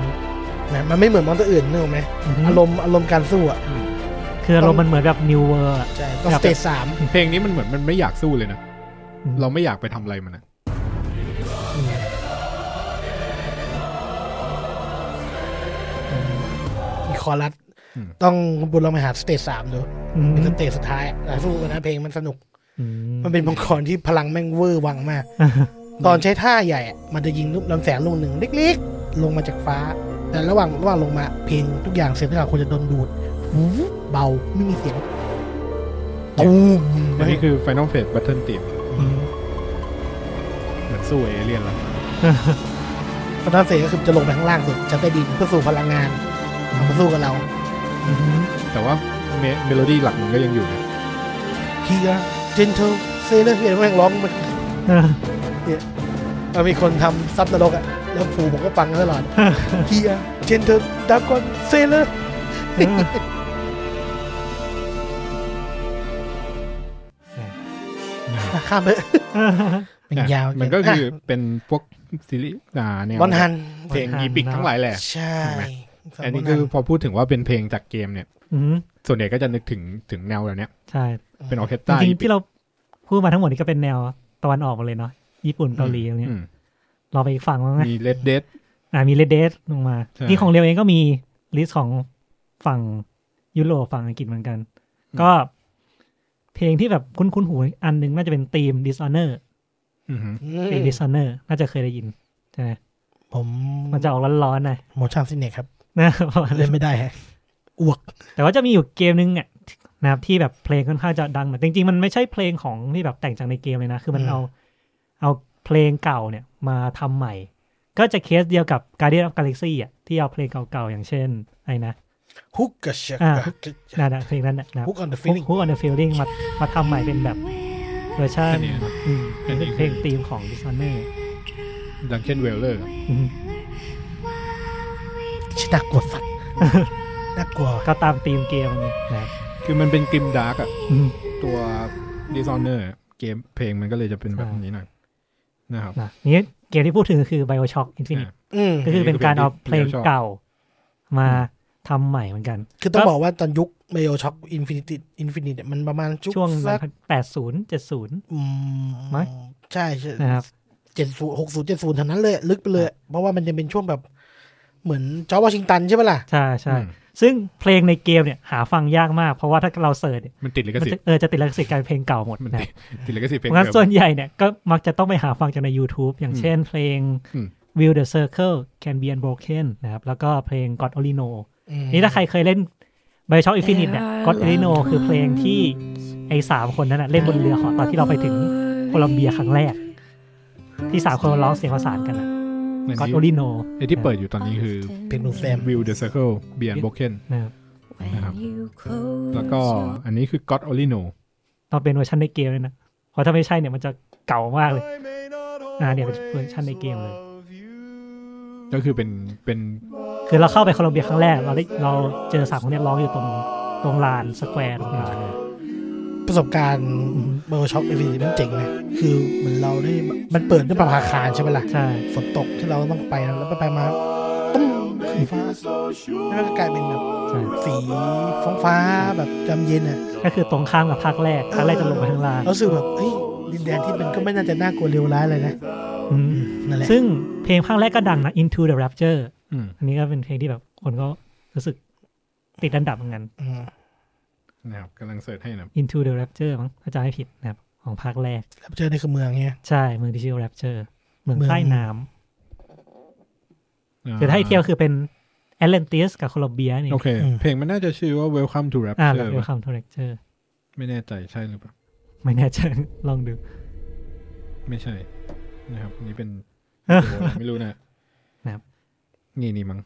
[SPEAKER 3] นะมันไม่เหมือนมอนตัวอื่นนึกออกไหมอารมณ์อารมณ์การสู้อ่ะ
[SPEAKER 4] คืออารมณ์มันเหมือนแบบนิวเวอร์
[SPEAKER 3] ใช่ต้อง
[SPEAKER 4] ครั
[SPEAKER 3] ส
[SPEAKER 4] บ
[SPEAKER 3] เตจสาม
[SPEAKER 2] เพลงนี้มันเหมือนมันไม่อยากสู้เลยนะเราไม่อยากไปทำอะไรมันนะ
[SPEAKER 3] คอรัส
[SPEAKER 2] อืม
[SPEAKER 3] ต้องคุณบุญลองไปหาสเตจสามดู
[SPEAKER 4] อืม
[SPEAKER 3] เป็นสเตจสุดท้ายอะแต่สู้กันนะเพลงมันสนุก
[SPEAKER 4] อื
[SPEAKER 3] มันเป็นมังกรที่พลังแม่งเวอร์วังมาก ตอนใช้ท่าใหญ่อะมันจะยิงลูกลำแสงลูกหนึ่งเล็กๆ ลงมาจากฟ้า แต่ระหว่างระหว่างลงมาเพลงทุกอย่างเสียงทุกอย่างควรจะโดนดูดหูเบาไม่มีเสียงตูม
[SPEAKER 2] และนี่คือ Final Phase Battle Team
[SPEAKER 4] ม
[SPEAKER 2] เหมือนสู้เอเลี่ยนละ
[SPEAKER 3] ฟอนต์เสก็คือจะลงไปข้างล่างสุดชั้นใต้ดินเพื่อสู่พลังงานเอามาสู้กับเรา
[SPEAKER 4] อืม
[SPEAKER 2] แต่ว่าเมเมโลดี้หลักมันก็ยังอยู่นะ
[SPEAKER 3] ฮียเจนเทลเซเลอร์เฮียแม่งร้องมัน
[SPEAKER 4] เออ
[SPEAKER 3] มันมีคนทำซับนรกอะแล้วปู่ผมก็ฟังต
[SPEAKER 2] <laughs>
[SPEAKER 3] ลอดเฮียเจนเทลดากอนเซเลอร์
[SPEAKER 4] เออ
[SPEAKER 3] ข้ามไป
[SPEAKER 4] เออ
[SPEAKER 3] มันยาวเ
[SPEAKER 2] มันก็คือเป็นพวกซีรีส์อ่าแนว
[SPEAKER 3] บอลฮัน
[SPEAKER 2] เพลงอีปิกทั้งหลายแหละ
[SPEAKER 3] ใช่
[SPEAKER 2] ถูกไหม
[SPEAKER 3] สาม
[SPEAKER 2] อันนี้
[SPEAKER 3] วั
[SPEAKER 2] คือพอพูดถึงว่าเป็นเพลงจากเกมเนี่ย
[SPEAKER 4] <laughs> อืม
[SPEAKER 2] ส่วนใหญ่ก็จะนึกถึงถึงแนวแบบเนี้ย
[SPEAKER 4] ใช่
[SPEAKER 2] เป็นออร์เคส
[SPEAKER 4] จ
[SPEAKER 2] ตรา
[SPEAKER 4] ริง
[SPEAKER 2] อี
[SPEAKER 4] ๆ
[SPEAKER 2] ปิก
[SPEAKER 4] ที่เราพูดมาทั้งหมดนี่ก็เป็นแนวตะวันออกหมดเลยเนาะญี่ปุ่นเกาหลีอะไรเงี้ย
[SPEAKER 2] อืม
[SPEAKER 4] เราไปอีกฝั่งบ้างไหม
[SPEAKER 2] มีเลดเดด
[SPEAKER 4] อ่ามีเลดเดสลงมา
[SPEAKER 2] ใช่
[SPEAKER 4] ที่ของเรียวเองก็มีลิสต์ของฝั่งยุโรปฝั่งอังกฤษเหมือนกัน
[SPEAKER 2] ม
[SPEAKER 4] ก็เพลงที่แบบคุ้นๆหูอันหนึงน่าจะเป็นทีม Dishonor เพลง
[SPEAKER 3] อืม
[SPEAKER 4] Dishonor น่าจะเคยได้ยินใช่ไหม
[SPEAKER 3] ผม
[SPEAKER 4] มันจะออกร้อนๆหน่อย <laughs>
[SPEAKER 3] โมชั่นซินเนครับ
[SPEAKER 4] นะประมาณนั้
[SPEAKER 3] เล่น
[SPEAKER 4] น
[SPEAKER 3] ไม่ได้ฮะอวก
[SPEAKER 4] แต่ว่าจะมีอยู่เกมนึงอ่ะนะครับที่แบบเพลงค่อนข้างจะดังแต่จริง ๆ มันไม่ใช่เพลงของที่แบบแต่งจากในเกมเลยนะ คือมันเอา เอาเพลงเก่าเนี่ยมาทำใหม่ ก็จะเคสเดียวกับ Guardian of Galaxy อ่ะที่เอาเพลงเก่าๆ อย่างเช่นไอ้นะ
[SPEAKER 3] ฮุกกับเชก
[SPEAKER 4] อ่า นั่นนะเพลงนั้นนะนะ
[SPEAKER 3] ฮุกออนเดอะฟีลิ่ง
[SPEAKER 4] Who on the Feeling มามาทำใหม่เป็นแบบเวอร์ชัน
[SPEAKER 2] อันนี้นะ
[SPEAKER 4] อืม
[SPEAKER 2] อันนี้
[SPEAKER 4] เป็นเพลงธีมของ Dishonor
[SPEAKER 2] ดังเช่นเวลเลอร์
[SPEAKER 4] อืม
[SPEAKER 3] ชิน่ากลัวสัตว์ <laughs> น่ากลัว
[SPEAKER 4] ก็ตามธีมเกมไงนะครับ
[SPEAKER 2] คือมันเป็นกริมดาร์กอะ
[SPEAKER 4] อืม
[SPEAKER 2] ตัวดิซอนเนอร์เกมเพลงมันก็เลยจะเป็นแบบนี้หน่อยนะครับ
[SPEAKER 4] นะนี่เกมที่พูดถึงก็คือ BioShock Infinite
[SPEAKER 3] อืม
[SPEAKER 4] ก็คือเป็นการเอาเพลงเก่ามาทำใหม่เหมือนกัน
[SPEAKER 3] คือต้องบอกว่าตอนยุคเมโยช็อกอินฟินิตอินฟินิตมันประมาณ
[SPEAKER 4] ก็
[SPEAKER 3] ช่
[SPEAKER 4] ช่
[SPEAKER 3] ว
[SPEAKER 4] ว
[SPEAKER 3] ง
[SPEAKER 4] ง
[SPEAKER 3] สัก
[SPEAKER 4] 80 70
[SPEAKER 3] อืม
[SPEAKER 4] ไหม
[SPEAKER 3] ใช่ใช่
[SPEAKER 4] นะครับ
[SPEAKER 3] เจ็ดศูนย์หกศูนย์เจ็ดศูนย์เท่านั้นเลย ลึกไปเลย เพราะว่ามันจะเป็นช่วงแบบเหมือนจอร์จวอชิงตันใช่ปะล่ะ
[SPEAKER 4] ใช่ใช่
[SPEAKER 2] อืม
[SPEAKER 4] ซึ่งเพลงในเกมเนี่ยหาฟังยากมาก เพราะว่าถ้าเราเสิร์ชเนี่ย
[SPEAKER 2] มันติดลิข
[SPEAKER 4] มัน
[SPEAKER 2] สิท
[SPEAKER 4] จะ
[SPEAKER 2] ธิ์
[SPEAKER 4] เออจะติดลิขสิทธิ์การเพลงเก่าหมด
[SPEAKER 2] มัน
[SPEAKER 4] นะ
[SPEAKER 2] ติดติดลิขสิทธิ์เพลง
[SPEAKER 4] เพราะงั้น
[SPEAKER 2] เดิม
[SPEAKER 4] ส่วนใหญ่เนี่ยก็มักจะต้องไปหาฟังจากใน YouTube อย่างเช่นเพลง
[SPEAKER 2] อืม
[SPEAKER 4] Will the Circle Can Be Unbroken นะครับแล้วก็เพลง God Only Know
[SPEAKER 3] อืม
[SPEAKER 4] นี่ถ้าใครเคยเล่น BioShock Infinite เนี่ย God Only Know คือเพลงที่ไอ้สามคนนั้นนะเล่นบนเรือเหอตอนที่เราไปถึงโคลัมเบียครั้งแรก ที่สามคนร้องเสียงประสานกันนะ
[SPEAKER 2] เหมือน
[SPEAKER 4] God
[SPEAKER 2] ที่
[SPEAKER 4] Only Know
[SPEAKER 2] ไอ้ที่เปิดอยู่ตอนนี้คือ
[SPEAKER 3] เพลงหนุ่มแซม
[SPEAKER 2] Will the Circle b e y o n d Broken
[SPEAKER 4] นะครับ
[SPEAKER 2] นะครับ แล้วก็อันนี้คือ God Only Know
[SPEAKER 4] ต้องเป็นเวอร์ชันในเกมเลยนะเพราะถ้าไม่ใช่เนี่ยมันจะเก่ามากเลย อ่าเนี่ยเป็นเวอร์ชันในเกมเลย
[SPEAKER 2] ก็คือเป็นเป็น
[SPEAKER 4] คือเราเข้าไปโคลอมเบียครั้งแรก เราได้เราเจอสามคนเนี้ร้องอยู่ตรงตรงลานสแควร์ตรงลานเนี่ย
[SPEAKER 3] ประสบการณ์เบอร์ช็อปเอฟมันเจ๋งนะ คือเหมือนเราได้มันเปิดด้วยประภาคารใช่ไหมล่ะ
[SPEAKER 4] ใช่
[SPEAKER 3] ฝนตกที่เราต้องไปแล้วไปไปมาตุ้มสีฟ้าแล้วก็กลายเป็นแบบ
[SPEAKER 4] ใช่
[SPEAKER 3] สีฟ้องฟ้าแบบจำเย็นอ่ะ
[SPEAKER 4] ก็คือตรงข้ามกับภาคแรกภาคแรกจะลงไปข้างล่าง
[SPEAKER 3] เราสึกแบบเฮ้ยดินแดนที่มันก็ไม่น่าจะน่ากลัวเลวร้ายเลยนะ
[SPEAKER 4] อืม
[SPEAKER 3] นั่นแหละ
[SPEAKER 4] ซึ่งเพลงภาคแรกก็ดังนะ Into the Rapture
[SPEAKER 2] อืม
[SPEAKER 4] อันนี้ก็เป็นเพลงที่แบบคนก็รู้สึกติดอันดับเหมือนกัน
[SPEAKER 3] อืม
[SPEAKER 2] นะครับกำลังเสิร์ชให้นะ
[SPEAKER 4] Into the Rapture มั้งถ้าจำไม่ผิดนะครับ ของภาคแรก
[SPEAKER 3] แล้วไปเจอในคือเมืองเนี่ย
[SPEAKER 4] ใช่เมืองที่ชื่อ Rapture เมือง
[SPEAKER 3] เมือง
[SPEAKER 4] ใต้น้ำคือถ้าให้เที่ยวคือเป็น Atlantis กับโคลอมเบียนี่
[SPEAKER 2] โอเค
[SPEAKER 3] อืม
[SPEAKER 2] เพลงมันน่าจะชื่อว่า Welcome to
[SPEAKER 4] อ่าแบบ
[SPEAKER 2] Rapture ปะ
[SPEAKER 4] Welcome to Rapture
[SPEAKER 2] ไม่แน่ใจใช่หรือเปล่า
[SPEAKER 4] ไม่แน่ใจ <laughs> ลองดู
[SPEAKER 2] ไม่ใช่ นะครับอันนี่เป็น
[SPEAKER 4] เออ
[SPEAKER 2] โอ้โหไม่รู้นะ
[SPEAKER 4] นะครับ
[SPEAKER 2] นี่นี่มั้ง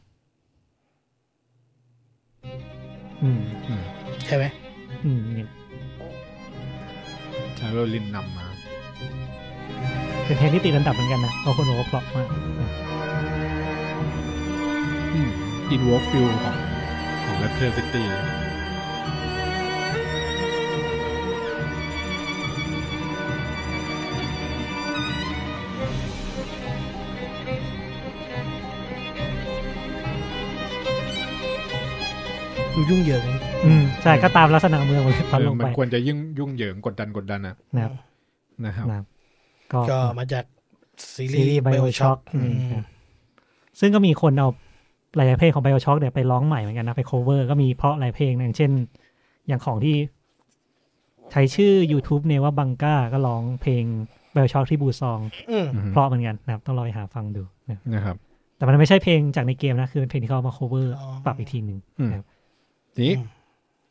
[SPEAKER 4] อืม
[SPEAKER 2] อืม
[SPEAKER 3] ใช่ไหม
[SPEAKER 4] อืมเนี่ย
[SPEAKER 2] ชาโรลินนำมา
[SPEAKER 4] เป็นเพลงที่ติดอันดับเหมือนกันนะเพราะคนบอกว่าเพราะมาก
[SPEAKER 2] อืม In Walk Feel ของของ Rapture City
[SPEAKER 3] ดูยุ่งเหยิง
[SPEAKER 4] อืมใช่ก็ตามลักษณะเมืองหมดเลยตอน
[SPEAKER 2] เอ
[SPEAKER 4] ล
[SPEAKER 2] อง มั
[SPEAKER 4] ไป
[SPEAKER 2] นควรจะยุ่งยุ่งเหยิงกดดันกดดันอะ
[SPEAKER 4] นะครับ
[SPEAKER 2] นะครับ
[SPEAKER 4] นะครับก็
[SPEAKER 3] ก็มาจากซี
[SPEAKER 4] ซี
[SPEAKER 3] รี
[SPEAKER 4] รี
[SPEAKER 3] ส์
[SPEAKER 4] ส์ไบ
[SPEAKER 3] เบ
[SPEAKER 4] โอ
[SPEAKER 3] ล
[SPEAKER 4] ช็
[SPEAKER 3] ช็
[SPEAKER 4] อ
[SPEAKER 3] อก ก
[SPEAKER 4] ซึ่งก็มีคนเอา หลายๆเพลงของ BioShock เนี่ยไปร้องใหม่เหมือนกันนะ ไป cover ก็มีเพราะหลายเพลงนะอย่างเช่น อย่างของที่ ใช้ชื่อ YouTube เนี่ยว่าบังก้าก็ร้องเพลง BioShock ที่บูซอง
[SPEAKER 3] อืม
[SPEAKER 2] อือฮึ
[SPEAKER 4] เพราะเหมือนกันนะครับ ต้องลองไปหาฟังดูนะครับ
[SPEAKER 2] นะครับ
[SPEAKER 4] แต่มันไม่ใช่เพลงจากในเกมนะ คือเป็นเพลงที่เขาเอามา cover
[SPEAKER 3] อ๋อ
[SPEAKER 4] ปรับอีกทีหนึ่ง
[SPEAKER 2] อืม
[SPEAKER 4] นะครับ
[SPEAKER 2] ทีนี้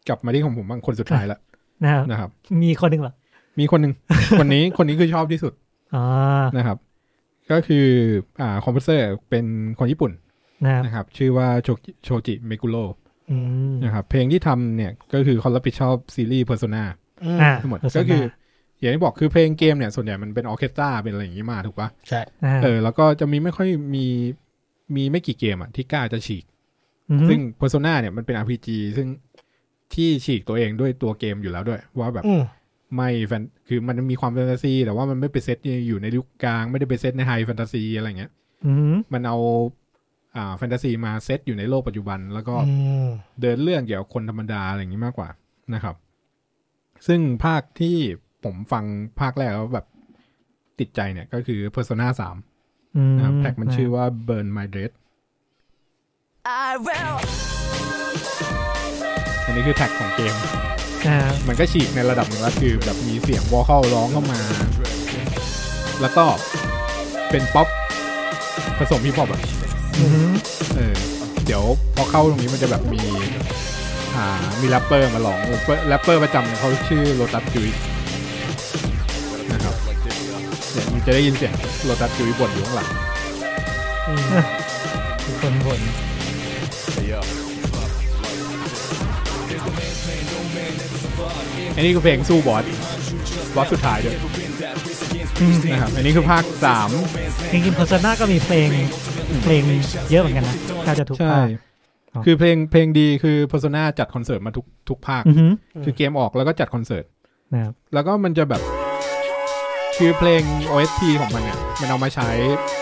[SPEAKER 2] กลับมาที่ของผมบ้างคนสุดท้ายละ
[SPEAKER 4] นะครับ
[SPEAKER 2] นะครับ
[SPEAKER 4] มีคนหนึ่งเหรอ
[SPEAKER 2] มีคนหนึ่ง <laughs> คนนี้คนนี้คือชอบที่สุด
[SPEAKER 4] อ๋อ
[SPEAKER 2] นะครับ ก็คืออ่าคอมเพรสเซอร์เป็นคนญี่ปุ่น
[SPEAKER 4] นะครับ
[SPEAKER 2] นะครับ ชื่อว่าโชจิโชจิเมกุโร
[SPEAKER 4] อืม
[SPEAKER 2] นะครับ เพลงที่ทำเนี่ยก็คือเขารับผิดชอบซีรีส์ Persona
[SPEAKER 3] อืม
[SPEAKER 4] อ่า
[SPEAKER 2] ทั้งหมด
[SPEAKER 4] โฆษณา
[SPEAKER 2] ก็คือ อย่างที่บอกคือเพลงเกมเนี่ยส่วนใหญ่มันเป็นออร์เคสตราเป็นอะไรอย่างนี้มาถูกปะ
[SPEAKER 3] ใช่
[SPEAKER 4] า
[SPEAKER 2] เออแล้วก็จะมีไม่ค่อยมีมีไม่กี่เกมอ่ะที่กล้าจะฉีก
[SPEAKER 4] อฮึ
[SPEAKER 2] ซึ่ง Persona เนี่ยมันเป็น RPG ซึ่งที่ฉีกตัวเองด้วยตัวเกมอยู่แล้วด้วย ว่าแบบ
[SPEAKER 3] อืม
[SPEAKER 2] ไม่แฟนคือมันมีความแฟนตาซี แต่ว่ามันไม่ไปเซตอยู่ในยุคกลาง ไม่ได้ไปเซตในไฮแฟนตาซีอะไรเงี้ย
[SPEAKER 4] อืม
[SPEAKER 2] มันเอาอ่าแฟนตาซีมาเซตอยู่ในโลกปัจจุบัน แล้วก็
[SPEAKER 3] อืม
[SPEAKER 2] เดินเรื่องเกี่ยวกับคนธรรมดาอะไรอย่างนี้มากกว่านะครับ ซึ่งภาคที่ผมฟังภาคแรกแล้วแบบติดใจเนี่ยก็คือ Persona 3
[SPEAKER 4] อืม
[SPEAKER 2] นะครับแท็กมันชื่อว่า Burn My Dread
[SPEAKER 5] I will.
[SPEAKER 2] อันนี้คือแท็กของเกม
[SPEAKER 4] อ่า
[SPEAKER 2] มันก็ฉีกในระดับหนึ่งแล้วคือแบบมีเสียงวอลเข้าร้องเข้ามา แล้วก็เป็นป๊อปผสมฮิปฮอปอะ
[SPEAKER 4] อืม
[SPEAKER 2] เออ เดี๋ยวพอเข้าตรงนี้มันจะแบบมี อ่า มีแรปเปอร์มาร้องแรปเปอร์แรปเปอร์ประจำเนี่ยเขาชื่อโ o ตัสจุยนะครับเนี่ยมันจะได้ยินเสียงโ o ตัสจุยบ่นอยู่ข้างหลัง
[SPEAKER 4] คือคนบ่น
[SPEAKER 2] อันนี้คือเพลงสู้บอส บอสสุดท้ายด้วย
[SPEAKER 4] อืม
[SPEAKER 2] นะครับ อันนี้คือภาคสาม
[SPEAKER 4] จริงๆ Persona ก็มีเพลงเพลงเยอะเหมือนกันนะน่าจะถูก
[SPEAKER 2] ใช่
[SPEAKER 4] ภาค อ๋อ
[SPEAKER 2] คือเพลงเพลงดีคือ Persona จัดคอนเสิร์ตมาทุกทุกภาค
[SPEAKER 4] อือฮึ
[SPEAKER 2] คือเกมออกแล้วก็จัดคอนเสิร์ต
[SPEAKER 4] นะครับ
[SPEAKER 2] แล้วก็มันจะแบบ คือเพลง OST ของมันเนี่ย มันเอามาใช้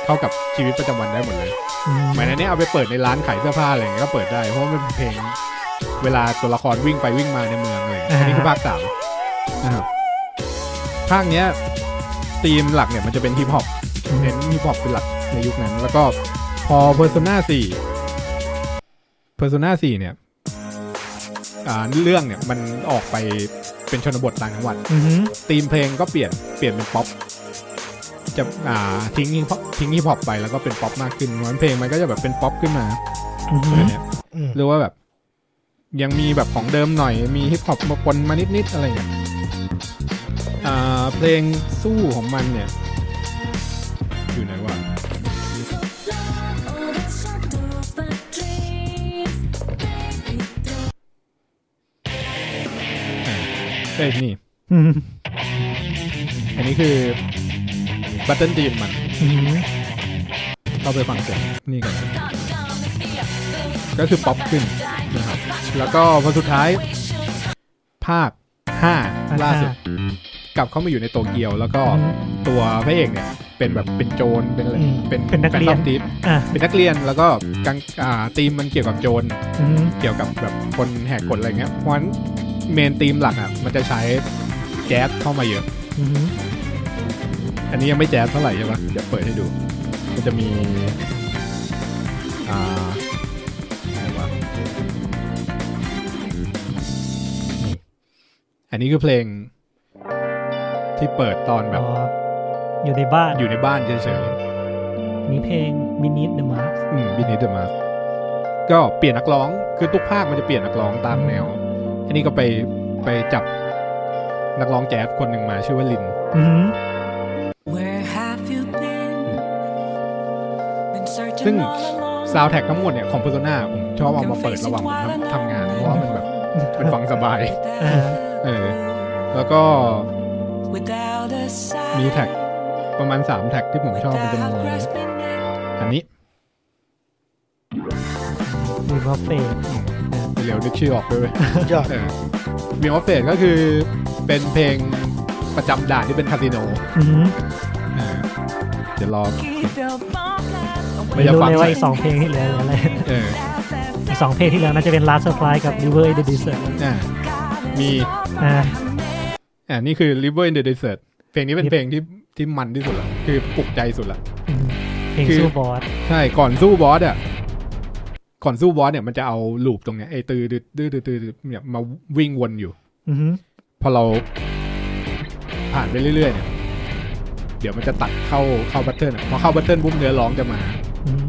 [SPEAKER 2] เข้ากับชีวิตประจำวันได้หมดเลย
[SPEAKER 4] อืม
[SPEAKER 2] หมายในนี้เอาไปเปิดในร้านขายเสื้อผ้าอะไรอย่างเงี้ยก็เปิดได้ เพราะว่ามันเป็นเพลงเวลาตัวละครวิ่งไปวิ่งมาในเมืองอะไรอย่างเงี้ยอันนี้คือภาคสามนะครับ ภาคเนี้ยธีมหลักเนี่ยมันจะเป็นฮิปฮอป เน้นฮิปฮอปเป็นหลักในยุคนั้น แล้วก็พอ Persona 4 Persona 4 เนี่ย อ่าเรื่องเนี่ยมันออกไปเป็นชนบทต่างจังหวัด
[SPEAKER 4] อือฮึ
[SPEAKER 2] ธีมเพลงก็เปลี่ยนเปลี่ยนเป็นป๊อปจะอ่าทิ้งฮิปฮอปทิ้งฮิปฮอปไปแล้วก็เป็นป๊อปมากขึ้นเพราะฉะนั้นเพลงมันก็จะแบบเป็นป๊อปขึ้นมา
[SPEAKER 4] อือฮึ
[SPEAKER 2] อะไรเนี้ย
[SPEAKER 3] อืม
[SPEAKER 2] หรือว่าแบบ ยังมีแบบของเดิมหน่อยมีฮิปฮอปมาปนมานิดๆอะไรเงี้ยอ่าเพลงสู้ของมันเนี่ย อยู่ไหนวะ เอ้ยนี่
[SPEAKER 4] อืม
[SPEAKER 2] อันนี้คือบัตเติลดีมมัน
[SPEAKER 4] อืม
[SPEAKER 2] เข้าไปฟังเสียงนี่ก่อนก็คือป๊อปขึ้นนะครับ แล้วก็พอสุดท้าย ภาค 5 ล่าสุด กลับเข้ามาอยู่ในโตเกียว แล้วก็ตัวพระเอกเนี่ย เป็นแบบเป็นโจรเป็นอะไร
[SPEAKER 3] อืม
[SPEAKER 2] เป็น
[SPEAKER 4] เป็นนักเรียน
[SPEAKER 2] แฟตีม
[SPEAKER 4] อ่ะ
[SPEAKER 2] เป็นนักเรียนแล้วก็กางอ่าธีมมันเกี่ยวกับโจร
[SPEAKER 4] อืม
[SPEAKER 2] เกี่ยวกับแบบคนแหกกฎอะไรเงี้ยเพราะฉะนั้นเมนธีมหลักอ่ะมันจะใช้แจ๊สเข้ามาเยอะ
[SPEAKER 4] อืม
[SPEAKER 2] อันนี้ยังไม่แจ๊สเท่าไหร่ใช่ปะเดี๋ยวเปิดให้ดู มันจะมี อ่าอะไรวะนี่อันนี้คือเพลงที่เปิดตอนแบ
[SPEAKER 4] อ๋
[SPEAKER 2] บ
[SPEAKER 4] ออยู่ในบ้าน
[SPEAKER 2] อยู่ในบ้านเฉย
[SPEAKER 4] นี่เพลง Minute the Mars
[SPEAKER 2] ๆอืมบินเดอร์มาก็เปลี่ยนนักร้อง คือทุกภาคมันจะเปลี่ยนนักร้องตามแนว อันนี้ก็ไปไปจับนักร้องแจ๊สคนหนึ่งมาชื่อว่าลิน
[SPEAKER 4] อืม
[SPEAKER 7] Where have you been? Been
[SPEAKER 2] ซึ่ง
[SPEAKER 7] searching all along.
[SPEAKER 2] ซาวแท็กทั้งหมดเนี่ยของ Persona ผมชอบเอามาเปิดระหว่างผมทำงานเพราะว่ามันแบบ <laughs> มันฟังสบาย
[SPEAKER 7] Without,
[SPEAKER 4] อ่า
[SPEAKER 2] เออ แล้วก็
[SPEAKER 7] without a sign.
[SPEAKER 2] มีแท็กประมาณ 3 แท็กที่ผมชอบมันจะมี
[SPEAKER 7] Without grasping it.
[SPEAKER 2] อันนี้
[SPEAKER 4] มีว่าเฟส
[SPEAKER 2] เดี๋ยวนึกชื่อออกด้วยเว้ <laughs> ย
[SPEAKER 3] ยอด
[SPEAKER 2] เออมีออฟเฟสก็คือเป็นเพลงประจำด่านที่เป็นคาสิโน
[SPEAKER 4] อืม
[SPEAKER 2] เออเดี๋ยวรอ
[SPEAKER 7] Keep your bomb blast away.
[SPEAKER 4] ไม่รู้เลยว่าอีกสองเพลงที่เหลือเหลืออะไร
[SPEAKER 2] เออ
[SPEAKER 7] Laugh and
[SPEAKER 4] อีกสองเพลงที่เหลือน่าจะเป็น Last Supply กับ River in the Desert
[SPEAKER 2] อ่า
[SPEAKER 7] God is
[SPEAKER 2] Me.
[SPEAKER 7] all
[SPEAKER 4] อ่า
[SPEAKER 2] อ่านี่คือ River in the Desert เพลงนี้เป็นเพลงที่ที่มันที่สุดละคือปลุกใจสุดละ
[SPEAKER 4] อืมเพลง
[SPEAKER 2] คือ
[SPEAKER 4] สู้บอส
[SPEAKER 2] ใช่ ก่อนสู้บอสอ่ะ ก่อนสู้บอสเนี่ยมันจะเอาลูปตรงเนี้ยไอ้ตือดืดดืดดืดดืดดืดเนี่ยมาวิ่งวนอยู่
[SPEAKER 4] อือฮึ
[SPEAKER 2] พอเราผ่านไปเรื่อยๆเนี่ยเดี๋ยวมันจะตัดเข้าเข้าบัตเทิลอะพอเข้าบัตเทิลปุ๊บเนื้อร้องจะมา
[SPEAKER 4] อือฮึ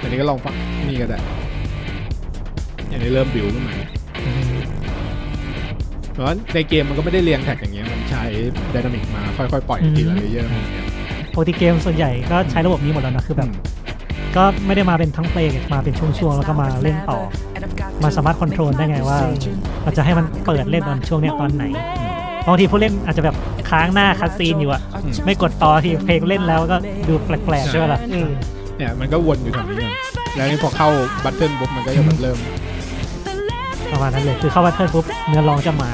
[SPEAKER 2] อันนี้ก็ลองฟังนี่ก็ได้อันนี้เริ่มบิวขึ้นมาเพราะฉะนั้นในเกมมันก็ไม่ได้เรียงแท็กอย่างเงี้ยมันใช้ไดนามิกมาค่อยๆ ปล่อยทีละเลเยอร์อย่างเงี้ย
[SPEAKER 4] ปกติเกมส่วนใหญ่ก็ใช้ระบบนี้หมดแล้วนะคือแบบ ก็ไม่ได้มาเป็นทั้งเพลงมาเป็นช่วงๆ แล้วก็มาเล่นต่อ มันสามารถคอนโทรลได้ไงว่าเราจะให้มันเปิดเล่นตอนช่วงเนี้ยตอนไหนบางทีผู้เล่นอาจจะแบบค้างหน้าคัดซีนอยู่อะไม่กดต่อทีเพลงเล่นแล้วก็ดูแปลกๆใช่ไหมล่ะ
[SPEAKER 3] อืม
[SPEAKER 2] เนี่ยมันก็วนอยู่แถวนี้ไงแล้วนี่พอเข้าบัตเทิลปุ๊บมันก็จะแบบเริ่ม
[SPEAKER 4] ประมาณนั้นเลยคือเข้าบัตเทิลปุ๊บเนื้อร้องจะมา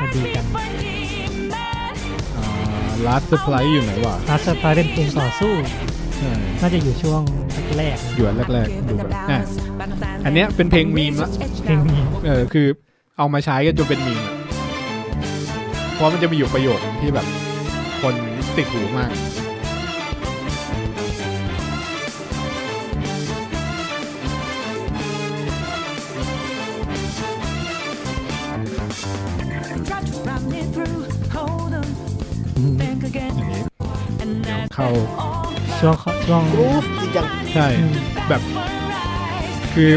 [SPEAKER 4] มาดีกัน
[SPEAKER 2] ลัสเซอร์ไพรส์อยู่ไหนวะ
[SPEAKER 4] อาร์ตพาเป็นเพลงต่อสู้
[SPEAKER 2] ใช่
[SPEAKER 4] น่าจะอยู่ช่วงแรก
[SPEAKER 2] หยวนแรกๆดูแบบอ่ะอันเนี้ยเป็นเพลงมีมละ
[SPEAKER 4] ๆเพลงนี้
[SPEAKER 2] เออคือเอามาใช้ก็จนเป็นมีมอะเพราะมันจะมีอยู่ประโยคนึงที่แบบ คนติดหูมาก อย่างนี้ เข้า
[SPEAKER 4] ช่วงช่วง
[SPEAKER 3] รูฟจริงจัง
[SPEAKER 2] ใช่แบบคือ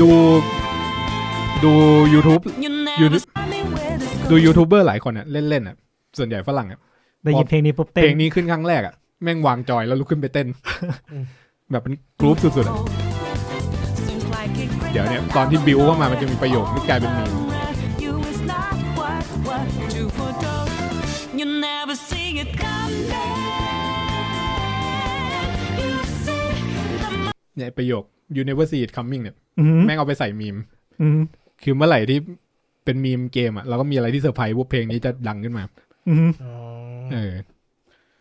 [SPEAKER 2] ดูดู YouTube ยูทูบดูยูทูบเบอร์หลายคนอ่ะ เล่นๆอ่ะ ส่วนใหญ่ฝรั่งอ่ะ
[SPEAKER 4] ได้ยินเพลงนี้ปุ๊บ
[SPEAKER 2] เพ
[SPEAKER 4] เต้น
[SPEAKER 2] ลงนี้ขึ้นครั้งแรกอ่ะ แม่งวางจอยแล้วลุกขึ้นไปเต้น
[SPEAKER 3] <laughs>
[SPEAKER 2] แบบเป็นกรุ๊ปสุดๆอะเดี๋ยวเนี่ยตอนที่บิวเข้ามามันจะมีประโยคที่กลายเป็นมีม
[SPEAKER 7] You never see it come back.
[SPEAKER 2] เนี่ยไอ้ประโยค you never see it coming เนี่ย
[SPEAKER 4] อืม
[SPEAKER 2] แม่งเอาไปใส่มีม
[SPEAKER 4] อืม
[SPEAKER 2] คือเมื่อไหร่ที่เป็นมีมเกมอ่ะเราก็มีอะไรที่เซอร์ไพรส์ว่าเพลงนี้จะดังขึ้นมา
[SPEAKER 4] อืม
[SPEAKER 3] อ๋อ
[SPEAKER 2] เออ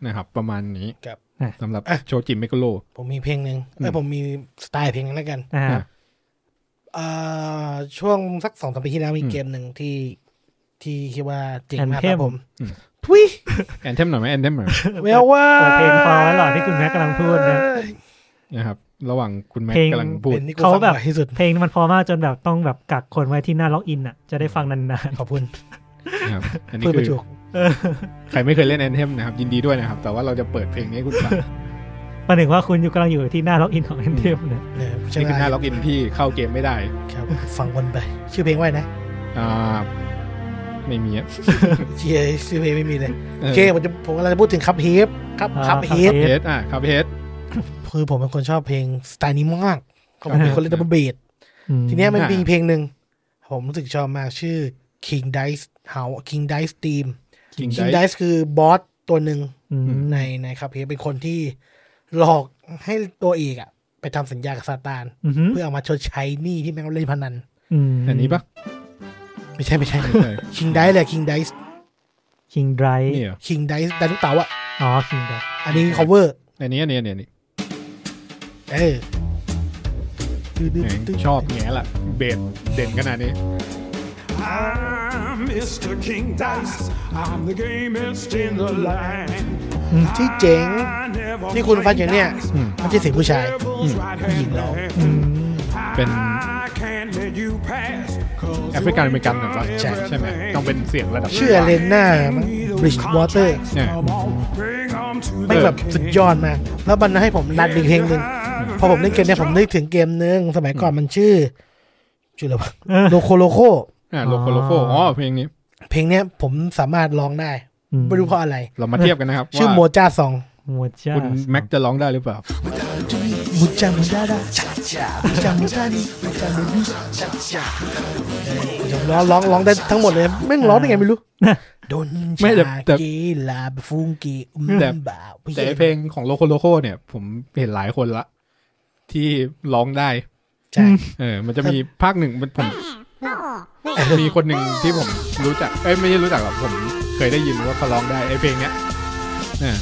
[SPEAKER 2] นะครับ ประมาณนี้
[SPEAKER 3] ครับ
[SPEAKER 4] อ่ะ
[SPEAKER 2] สำหรับ
[SPEAKER 3] อ่ะ
[SPEAKER 2] โชจิเมโกโล
[SPEAKER 3] ผมมีเพลงหนึ่ง
[SPEAKER 2] อืม
[SPEAKER 3] เอ้ยผมมีสไตล์เพลงหนึงแล้วกัน
[SPEAKER 4] อ่า
[SPEAKER 2] อ่ะ
[SPEAKER 3] อ่าช่วงสักสองสามปีที่แล้วมีเกมหนึ่งที่ที่คิดว่าเจ๋งมากครับผม
[SPEAKER 2] อืม
[SPEAKER 3] ทุย
[SPEAKER 2] แอนเทมหน่อยไหมแอนเทมหน่อย
[SPEAKER 3] เวลว่า
[SPEAKER 4] เปิดเพลงฟอร์ไว้หรอที่คุณแม็กกำลังพูดนะ
[SPEAKER 2] นะครับ ระหว่างคุณแม็ก
[SPEAKER 4] เพลง
[SPEAKER 2] กำลังพูด
[SPEAKER 3] เป็นที่กู
[SPEAKER 4] เขา
[SPEAKER 3] ฟัง
[SPEAKER 4] แบบ
[SPEAKER 3] บ่อยที่สุด
[SPEAKER 4] เพลงมันพอมากจนแบบต้องแบบกักคนไว้ที่หน้าล็อกอินอ่ะ จะได้ฟังนาน
[SPEAKER 3] ขอบคุณ <laughs>
[SPEAKER 2] นะครับ อันนี้
[SPEAKER 3] พูด
[SPEAKER 2] คื
[SPEAKER 3] ประ
[SPEAKER 2] อ
[SPEAKER 3] จุก
[SPEAKER 4] ๆเออ
[SPEAKER 2] ใครไม่เคยเล่นแอนเทมนะครับ ยินดีด้วยนะครับ แต่ว่าเราจะเปิดเพลงนี้ให้คุณฟัง
[SPEAKER 4] <laughs> มาถึงว่าคุณอยู่กำลังอยู่ที่หน้าล็อกอินของแอนเทมเนี่ย
[SPEAKER 3] เนี่ยผู้ช
[SPEAKER 2] นี่คือห
[SPEAKER 3] นะ
[SPEAKER 2] น้าล็อกอินที่เข้าเกมไม่ได้
[SPEAKER 3] ครับฟังวนไป ชื่อเพลงว่าไงนะ
[SPEAKER 2] อ่า ไม่มีอะ
[SPEAKER 3] เชียชื่อเพลงไม่มีเลย
[SPEAKER 2] เอ
[SPEAKER 3] โอ
[SPEAKER 2] อ
[SPEAKER 3] เคผมจะผมกำลังจะพูดถึงครับเฮฟครับครับเฮฟ
[SPEAKER 2] เฮดอ่ะครับเฮด
[SPEAKER 3] คือผมเป็นคนชอบเพลงสไตล์นี้มากผมเป็นคนเล่นดับเบิลเบสทีเนี้ยมัน
[SPEAKER 2] อ่ามี
[SPEAKER 3] มีเพลงหนึ่งผมรู้สึกชอบมากชื่อ King Dice House King Dice Team
[SPEAKER 2] คิง
[SPEAKER 3] King
[SPEAKER 2] ได
[SPEAKER 3] Dice คือบอสตัวหนึ่ง
[SPEAKER 4] อืม
[SPEAKER 3] ในในครับเฮฟเป็นคนที่หลอกให้ตัวเอกอะไปทำสัญญากับซาตาน
[SPEAKER 4] อือหือ
[SPEAKER 3] เพื่อเอามาชดใช้หนี้ที่แม่งเล่นพนัน
[SPEAKER 4] ม
[SPEAKER 2] อันนี้ปะ
[SPEAKER 3] ไม่ใช่ไม่ใช่
[SPEAKER 2] ไม่ใช่
[SPEAKER 3] King Dice เลย King Dice
[SPEAKER 4] คิงไดร
[SPEAKER 2] นี่เหรอ
[SPEAKER 3] King Dice ดันลูกเต๋าอะ
[SPEAKER 4] อ๋อคิงไดร
[SPEAKER 3] อันนี้ cover
[SPEAKER 2] อันนี้อันนี้อันนี้อันนี้
[SPEAKER 3] เออ
[SPEAKER 2] แหมชอบแง่ละเบสเด่นขนาดนี้
[SPEAKER 8] I'm Mr. King Dice. I'm the gamest in the line.
[SPEAKER 3] ที่เจ๋ง
[SPEAKER 8] I never
[SPEAKER 3] ที่คุณฟังอยู่ <laughs> เนี่ย
[SPEAKER 2] อืม
[SPEAKER 3] มันจะเสียงผู้ชาย
[SPEAKER 8] devil's right hand man.
[SPEAKER 2] เป็น
[SPEAKER 8] I can't let you pass.
[SPEAKER 2] แอฟริกันอเมริกันเหรอวะ
[SPEAKER 3] ใช่
[SPEAKER 2] ใช่ไหมต้องเป็นเสียงระดับ
[SPEAKER 3] ชื่อเลนน่าบริดจ์วอเตอร์
[SPEAKER 2] เนี่ย
[SPEAKER 8] Bring 'em to
[SPEAKER 3] ไม่ง
[SPEAKER 8] the
[SPEAKER 3] แบบสุดยอดมาก แล้วมันให้ผมนัดอีกเพลงหนึ่ง พอผมเล่นเกมเนี่ยผมนึกถึงเกมหนึ่งสมัยก่อนมันชื่อ ชื่ออะไรวะโลโคโลโค
[SPEAKER 2] อ่าโลโคโลโคอ๋อเพลงนี้
[SPEAKER 3] เพลงเนี้ยผมสามารถร้องได้ ไม่รู้เพราะอะไร
[SPEAKER 2] เรามาเทียบกันนะครับ
[SPEAKER 3] ชื่อ
[SPEAKER 2] ว่า
[SPEAKER 3] โมจ้าซอง
[SPEAKER 4] หมวดจ้า
[SPEAKER 2] คุณแม็กจะร้องได้หรือเปล่า
[SPEAKER 3] มุจามุจาดาชาชามุจามุจาดิมุจามุดิชาชาเออผมร้องร้องร้องได้ทั้งหมดเลยแม่งร้องได้ไงไม่รู้ โดน
[SPEAKER 2] ไม่แต่
[SPEAKER 3] ชา
[SPEAKER 2] แต่
[SPEAKER 3] เกลาฟุงเกอุม
[SPEAKER 2] แต่
[SPEAKER 3] บ่าว
[SPEAKER 2] แต่ไอ้เพลงของโลโคโลโคเนี่ย ผมเห็นหลายคนละ ที่ร้องได้
[SPEAKER 3] ใช่
[SPEAKER 2] เออ มันจะมีภาคหนึ่งมันผม มีคนหนึ่งที่ผมรู้จัก เอ้ยไม่ใช่รู้จักหรอกผมเคยได้ยินว่าเขาร้องได้ไอ้เพลงเนี้ยอ่า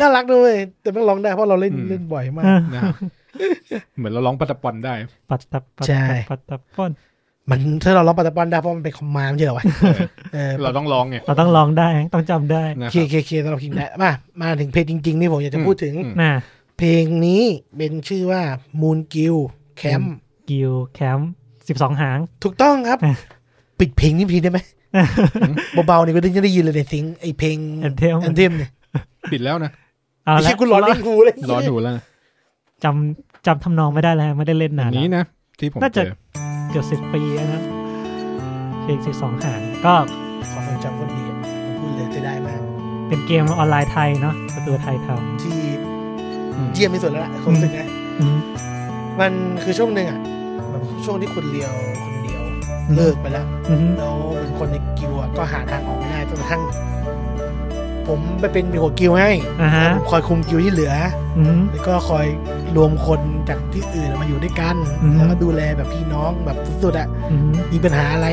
[SPEAKER 3] น่ารักด้วยแต่แม่งร้องได้เพราะเราเล่น
[SPEAKER 2] อืม
[SPEAKER 3] เล่นบ่อยมาก
[SPEAKER 4] เออ
[SPEAKER 2] นะครับเหมือนเราร้องปัตตะปอนได้
[SPEAKER 4] ปัดตับปัด
[SPEAKER 3] ใช่
[SPEAKER 4] ตับปัดตับป้อน
[SPEAKER 3] มันถ้าเราร้องปัตตาปอนได้เพราะมันเป็นคอมมานด์ไม่ใช่เหรอวะ
[SPEAKER 2] เออ
[SPEAKER 3] เออ
[SPEAKER 2] เราต้องร้องไง
[SPEAKER 4] เราต้องร้องได้ต้องจำได้
[SPEAKER 2] นะ
[SPEAKER 3] เค
[SPEAKER 2] ครับ
[SPEAKER 3] เคเคสำหรับคิงได้มามาถึงเพลงจริง ๆ นี่ผมอยากจะพูดถึง
[SPEAKER 2] อืม
[SPEAKER 4] น่ะ
[SPEAKER 3] เพลงนี้เป็นชื่อว่า Moon Gill Camp
[SPEAKER 4] กิลแคมป์สิบสองหาง
[SPEAKER 3] ถูกต้องครับ
[SPEAKER 4] อ่ะ
[SPEAKER 3] ปิดเพลงนี้พีได้ไหมเบาๆเนี่ยก็จะได้ยินเลยในซิงไอเพลง
[SPEAKER 4] Anthem
[SPEAKER 3] นเทมเนี่ย
[SPEAKER 2] ปิดแล้วนะ
[SPEAKER 4] เอา
[SPEAKER 3] ไม่
[SPEAKER 4] ละ
[SPEAKER 3] ใช่กูร้อนเล่นกูเลย
[SPEAKER 2] ร้อนหนูแล้วนะ
[SPEAKER 4] จำจำทำนองไม่ได้แล้ว ไม่ได้เล่น
[SPEAKER 2] อั
[SPEAKER 4] นาน
[SPEAKER 2] นนี้
[SPEAKER 4] แล้ว
[SPEAKER 2] นะ ที่ผม
[SPEAKER 4] น่า
[SPEAKER 2] เจ
[SPEAKER 4] จะ
[SPEAKER 2] อ
[SPEAKER 4] เกือบสิบปีแล้วนะเพลงสิบสองหางก็
[SPEAKER 3] ความทรงจำคนดีอะผมพูดเลยจะได้มาก
[SPEAKER 4] เป็นเกมออนไลน์ไทยเนาะประตูไทยท
[SPEAKER 3] ที่
[SPEAKER 2] อืม
[SPEAKER 3] เยี่ยมที่สุดแล้วล่ะความรู้สึกนะ
[SPEAKER 4] ำอืม
[SPEAKER 3] มันคือช่วงหนึ่งอ่ะแบบช่วงที่คุณเลียวคนเดียว
[SPEAKER 4] อืม
[SPEAKER 3] เลิกไปแล้ว
[SPEAKER 4] อืม
[SPEAKER 3] แล้วเป็นคนในกิวอะก็หาทางออกไม่ได้จนกระทั่ง ผมไปเป็นหัวกิวให้
[SPEAKER 4] อ่าฮะ
[SPEAKER 3] ผมคอยคุมกิวที่เหลือ
[SPEAKER 4] อืม
[SPEAKER 3] แล้วก็คอยรวมคนจากที่อื่นมาอยู่ด้วยกัน
[SPEAKER 4] อืม
[SPEAKER 3] แล้วก็ดูแลแบบพี่น้องแบบสุดๆอะ
[SPEAKER 4] อืม
[SPEAKER 3] มีปัญหาอะไร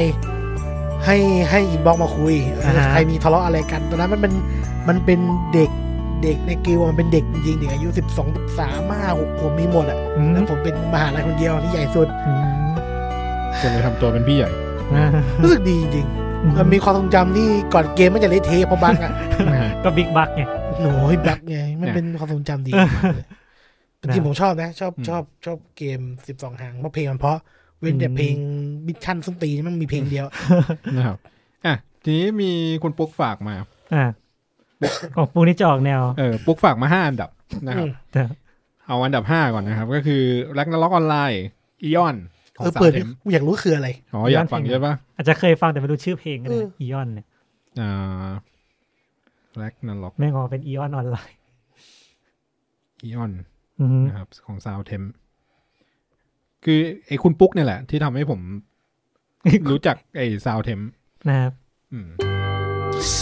[SPEAKER 3] ให้ให้อินบ็อกซ์มาคุยเออ
[SPEAKER 4] อ่าฮะ
[SPEAKER 3] ใครมีทะเลาะอะไรกันตอนนั้นมันเป็นมันเป็นเด็กเด็กในกิวมันเป็นเด็กจริงๆเด็กอายุสิบสองสามห้าหกผมมีหมดอะ
[SPEAKER 4] อืม
[SPEAKER 3] แล้วผมเป็นมหาลัยคนเดียวที่ใหญ่สุด
[SPEAKER 4] อืม
[SPEAKER 2] คนเลยทำตัวเป็นพี่ใหญ่
[SPEAKER 4] อ่า
[SPEAKER 3] รู้สึกดีจริงๆมันมีความทรงจำที่ก่อนเกมมันจะเละเทะเพราะบั๊กอะ
[SPEAKER 4] ก็บิ๊กบักไง
[SPEAKER 3] โหนูให้ยบักไง มันเป็นความทรงจำดีมากเลยจริงๆผมชอบนะ ชอบ
[SPEAKER 2] อืม
[SPEAKER 3] ชอบชอบเกมสิบสองหางเพราะเพลงมันเพราะเว้นแต่
[SPEAKER 4] อืม
[SPEAKER 3] เพลงมิชชั่นส้นตีนมันมีเพลงเดียว
[SPEAKER 2] นะครับอ่ะทีนี้มีคุณปุ๊กฝากมา
[SPEAKER 4] อ่าของปูนี่จะออกแนว
[SPEAKER 2] เออปุ๊กฝากมาห้าอันดับนะครับ
[SPEAKER 3] อืม
[SPEAKER 4] แต่
[SPEAKER 2] เอาอันดับ 5 ก่อนนะครับ ก็คือรักนล็อกออนไลน์อีออนขอ
[SPEAKER 3] เอง อ
[SPEAKER 2] สา
[SPEAKER 3] เปิด
[SPEAKER 2] มเทม
[SPEAKER 3] กูอยากรู้คืออะไร
[SPEAKER 2] อ๋ออยากฟังใช่ปะ
[SPEAKER 4] อาจจะเคยฟังแต่ไม่รู้ชื่อเพลงกัน
[SPEAKER 3] เอ
[SPEAKER 4] นะ
[SPEAKER 3] อ
[SPEAKER 4] อีออนเนี่ย
[SPEAKER 2] อ่ารักนล็อก
[SPEAKER 4] แม่งออกเป็นอีออนออนไลน์
[SPEAKER 2] อีออน
[SPEAKER 4] อืม
[SPEAKER 2] นะครับของซาวเทมคือไอ้คุณปุ๊กเนี่ยแหละ ที่ทำให้ผมรู้จักไอ้ซาวเทม
[SPEAKER 4] นะครับ
[SPEAKER 2] อืม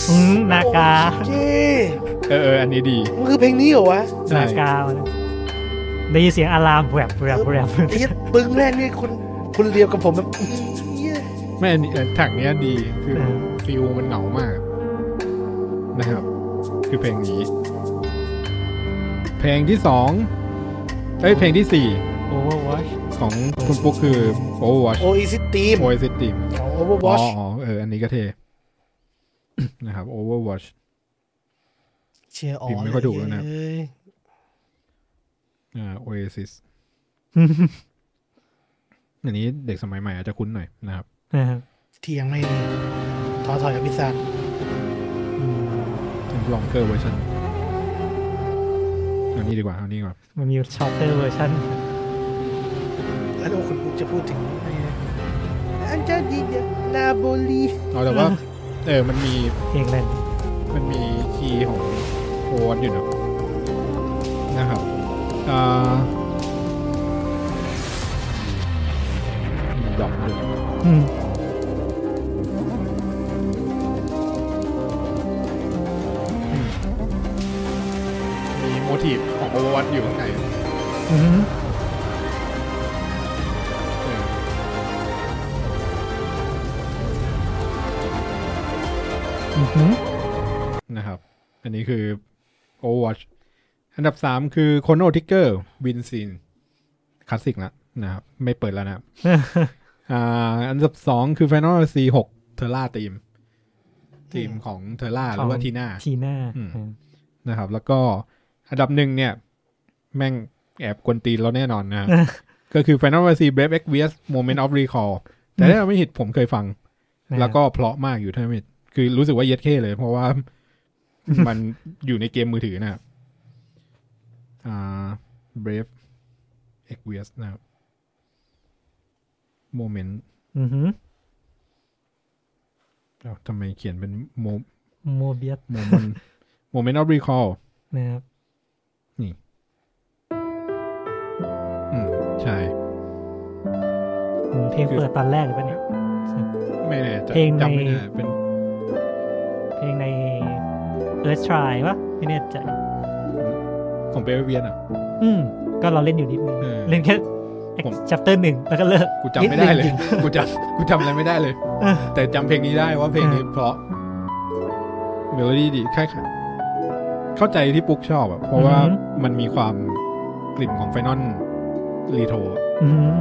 [SPEAKER 4] อืมนากา
[SPEAKER 3] เย้
[SPEAKER 2] เออเอออันนี้ดี
[SPEAKER 3] มันคือเพลงนี้เหรอวะ
[SPEAKER 2] ใช่
[SPEAKER 4] นากาได้ยินเสียงอะลามแหวบแหวบแหว
[SPEAKER 2] <laughs>
[SPEAKER 4] บ
[SPEAKER 3] ไอ้เหี้ยปึ้งแรกนี่คุณคุณเรียวกับผมแบบ <laughs> เหี้ย
[SPEAKER 2] ไม่อันนี้เออถังเนี้ยดีคืออา ฟิลมันเหงามาก นะครับ คือเพลงนี้ เพลงที่สองเอ้ยเพลงที่สี่
[SPEAKER 4] โอ้โห
[SPEAKER 2] ของคุณปุ๊กคือ Overwatch
[SPEAKER 3] โอเอซิตีม
[SPEAKER 2] โอ s ซิตีม
[SPEAKER 3] ของโอเวอร์ว
[SPEAKER 2] อ๋
[SPEAKER 3] อ
[SPEAKER 2] อ
[SPEAKER 3] ช
[SPEAKER 2] อ๋อเออ อันนี้ก็เท <coughs> นะครับ Overwatch
[SPEAKER 3] เชียร์อ๋อ
[SPEAKER 2] พิมพ์ไม่ค่อยถูกแล้วนะ
[SPEAKER 3] เอ้ย
[SPEAKER 2] อ่า Oasis อันนี้เด็กสมัยใหม่อาจจะคุ้นหน่อยนะครับ
[SPEAKER 4] นะครับ
[SPEAKER 3] เทียงไม่ดีทอถอยกับพิซซ่า
[SPEAKER 2] เป็น longer version เอานี้ดีกว่าเอานี้ดีกว่า
[SPEAKER 4] มันมีช็อตเตอร์เวอร์ชัน
[SPEAKER 3] แล้วโอ้คุณปุ๊กจะพูดถึงไอ้เนี่ยอันเจ้าดีเดียวลาโบลี
[SPEAKER 2] เอาแต่ว่า เออ มันมี
[SPEAKER 4] เพลงเล่น
[SPEAKER 2] มันมีคีย์ของโค้ดอยู่นะนะครับอ่ามีดอกด้วย
[SPEAKER 4] อืม
[SPEAKER 2] มีโมทีฟของโอวัตอยู่ข้างใน
[SPEAKER 4] อืม
[SPEAKER 2] เออ
[SPEAKER 4] อืมอืม
[SPEAKER 2] นะครับ อันนี้คือ Overwatch อันดับ 3 คือ c o n o Ticker Win s i n คลาสสิกละนะครับ ไม่เปิดแล้ว
[SPEAKER 4] <laughs>
[SPEAKER 2] นะครับอ่าอันดับ 2 คือ Final Fantasy 6 t e r r a Team ทีมของ t e r r a หรือว่าทีน่า
[SPEAKER 4] ทีน่า
[SPEAKER 2] อืม นะครับ แล้วก็อันดับหนึ่งเนี่ย แม่งแอบกวนตีนเราแน่นอนนะ ก็คือ Final Fantasy Brave Exvius Moment of Recall แต่ถ้าไม่ผิดผมเคยฟัง
[SPEAKER 4] นะครับ
[SPEAKER 2] แล้วก็เพลาะมากอยู่ถ้าไม่ผิดคือรู้สึกว่าเย็ดเข้เลย เพราะว่า มันอยู่ในเกมมือถือนะครับอ่า Brave e x v i u s นะครับ Moment
[SPEAKER 4] อืม
[SPEAKER 2] อ้าวทำไมเขียนเป็น โม
[SPEAKER 4] โมเบียส
[SPEAKER 2] โมมน Moment of Recall
[SPEAKER 4] นะครับ
[SPEAKER 2] อืมใช่
[SPEAKER 4] อืมเพลงเปิดตอนแรกหรือเปล่าเนี่ย
[SPEAKER 2] ไม่แน่ใจ
[SPEAKER 4] เพลงใน
[SPEAKER 2] จำไม่ได้เป็น
[SPEAKER 4] เพลงใน Earth Try วะไม่แน่ใจ
[SPEAKER 2] ของเบลเวียนอ่ะ
[SPEAKER 4] อืม ก็เราเล่นอยู่นิดนึง
[SPEAKER 2] เออ
[SPEAKER 4] เล่นแค่
[SPEAKER 2] ผม
[SPEAKER 4] chapter หนึ่งแล้วก็เลิก
[SPEAKER 2] กูจำไม่ได้เลย กูจำกู <laughs> จำอะไรไม่ได้เลย
[SPEAKER 4] เออ
[SPEAKER 2] แต่จำเพลงนี้ได้ว่าเพลงนี้เพราะเมโลดี้ดีคล้ายๆเข้าใจที่ปุ๊กชอบอะเพราะว่า
[SPEAKER 4] อือหื
[SPEAKER 2] มันมีความกลิ่นของไฟนอลรีโทรอะ
[SPEAKER 4] อืม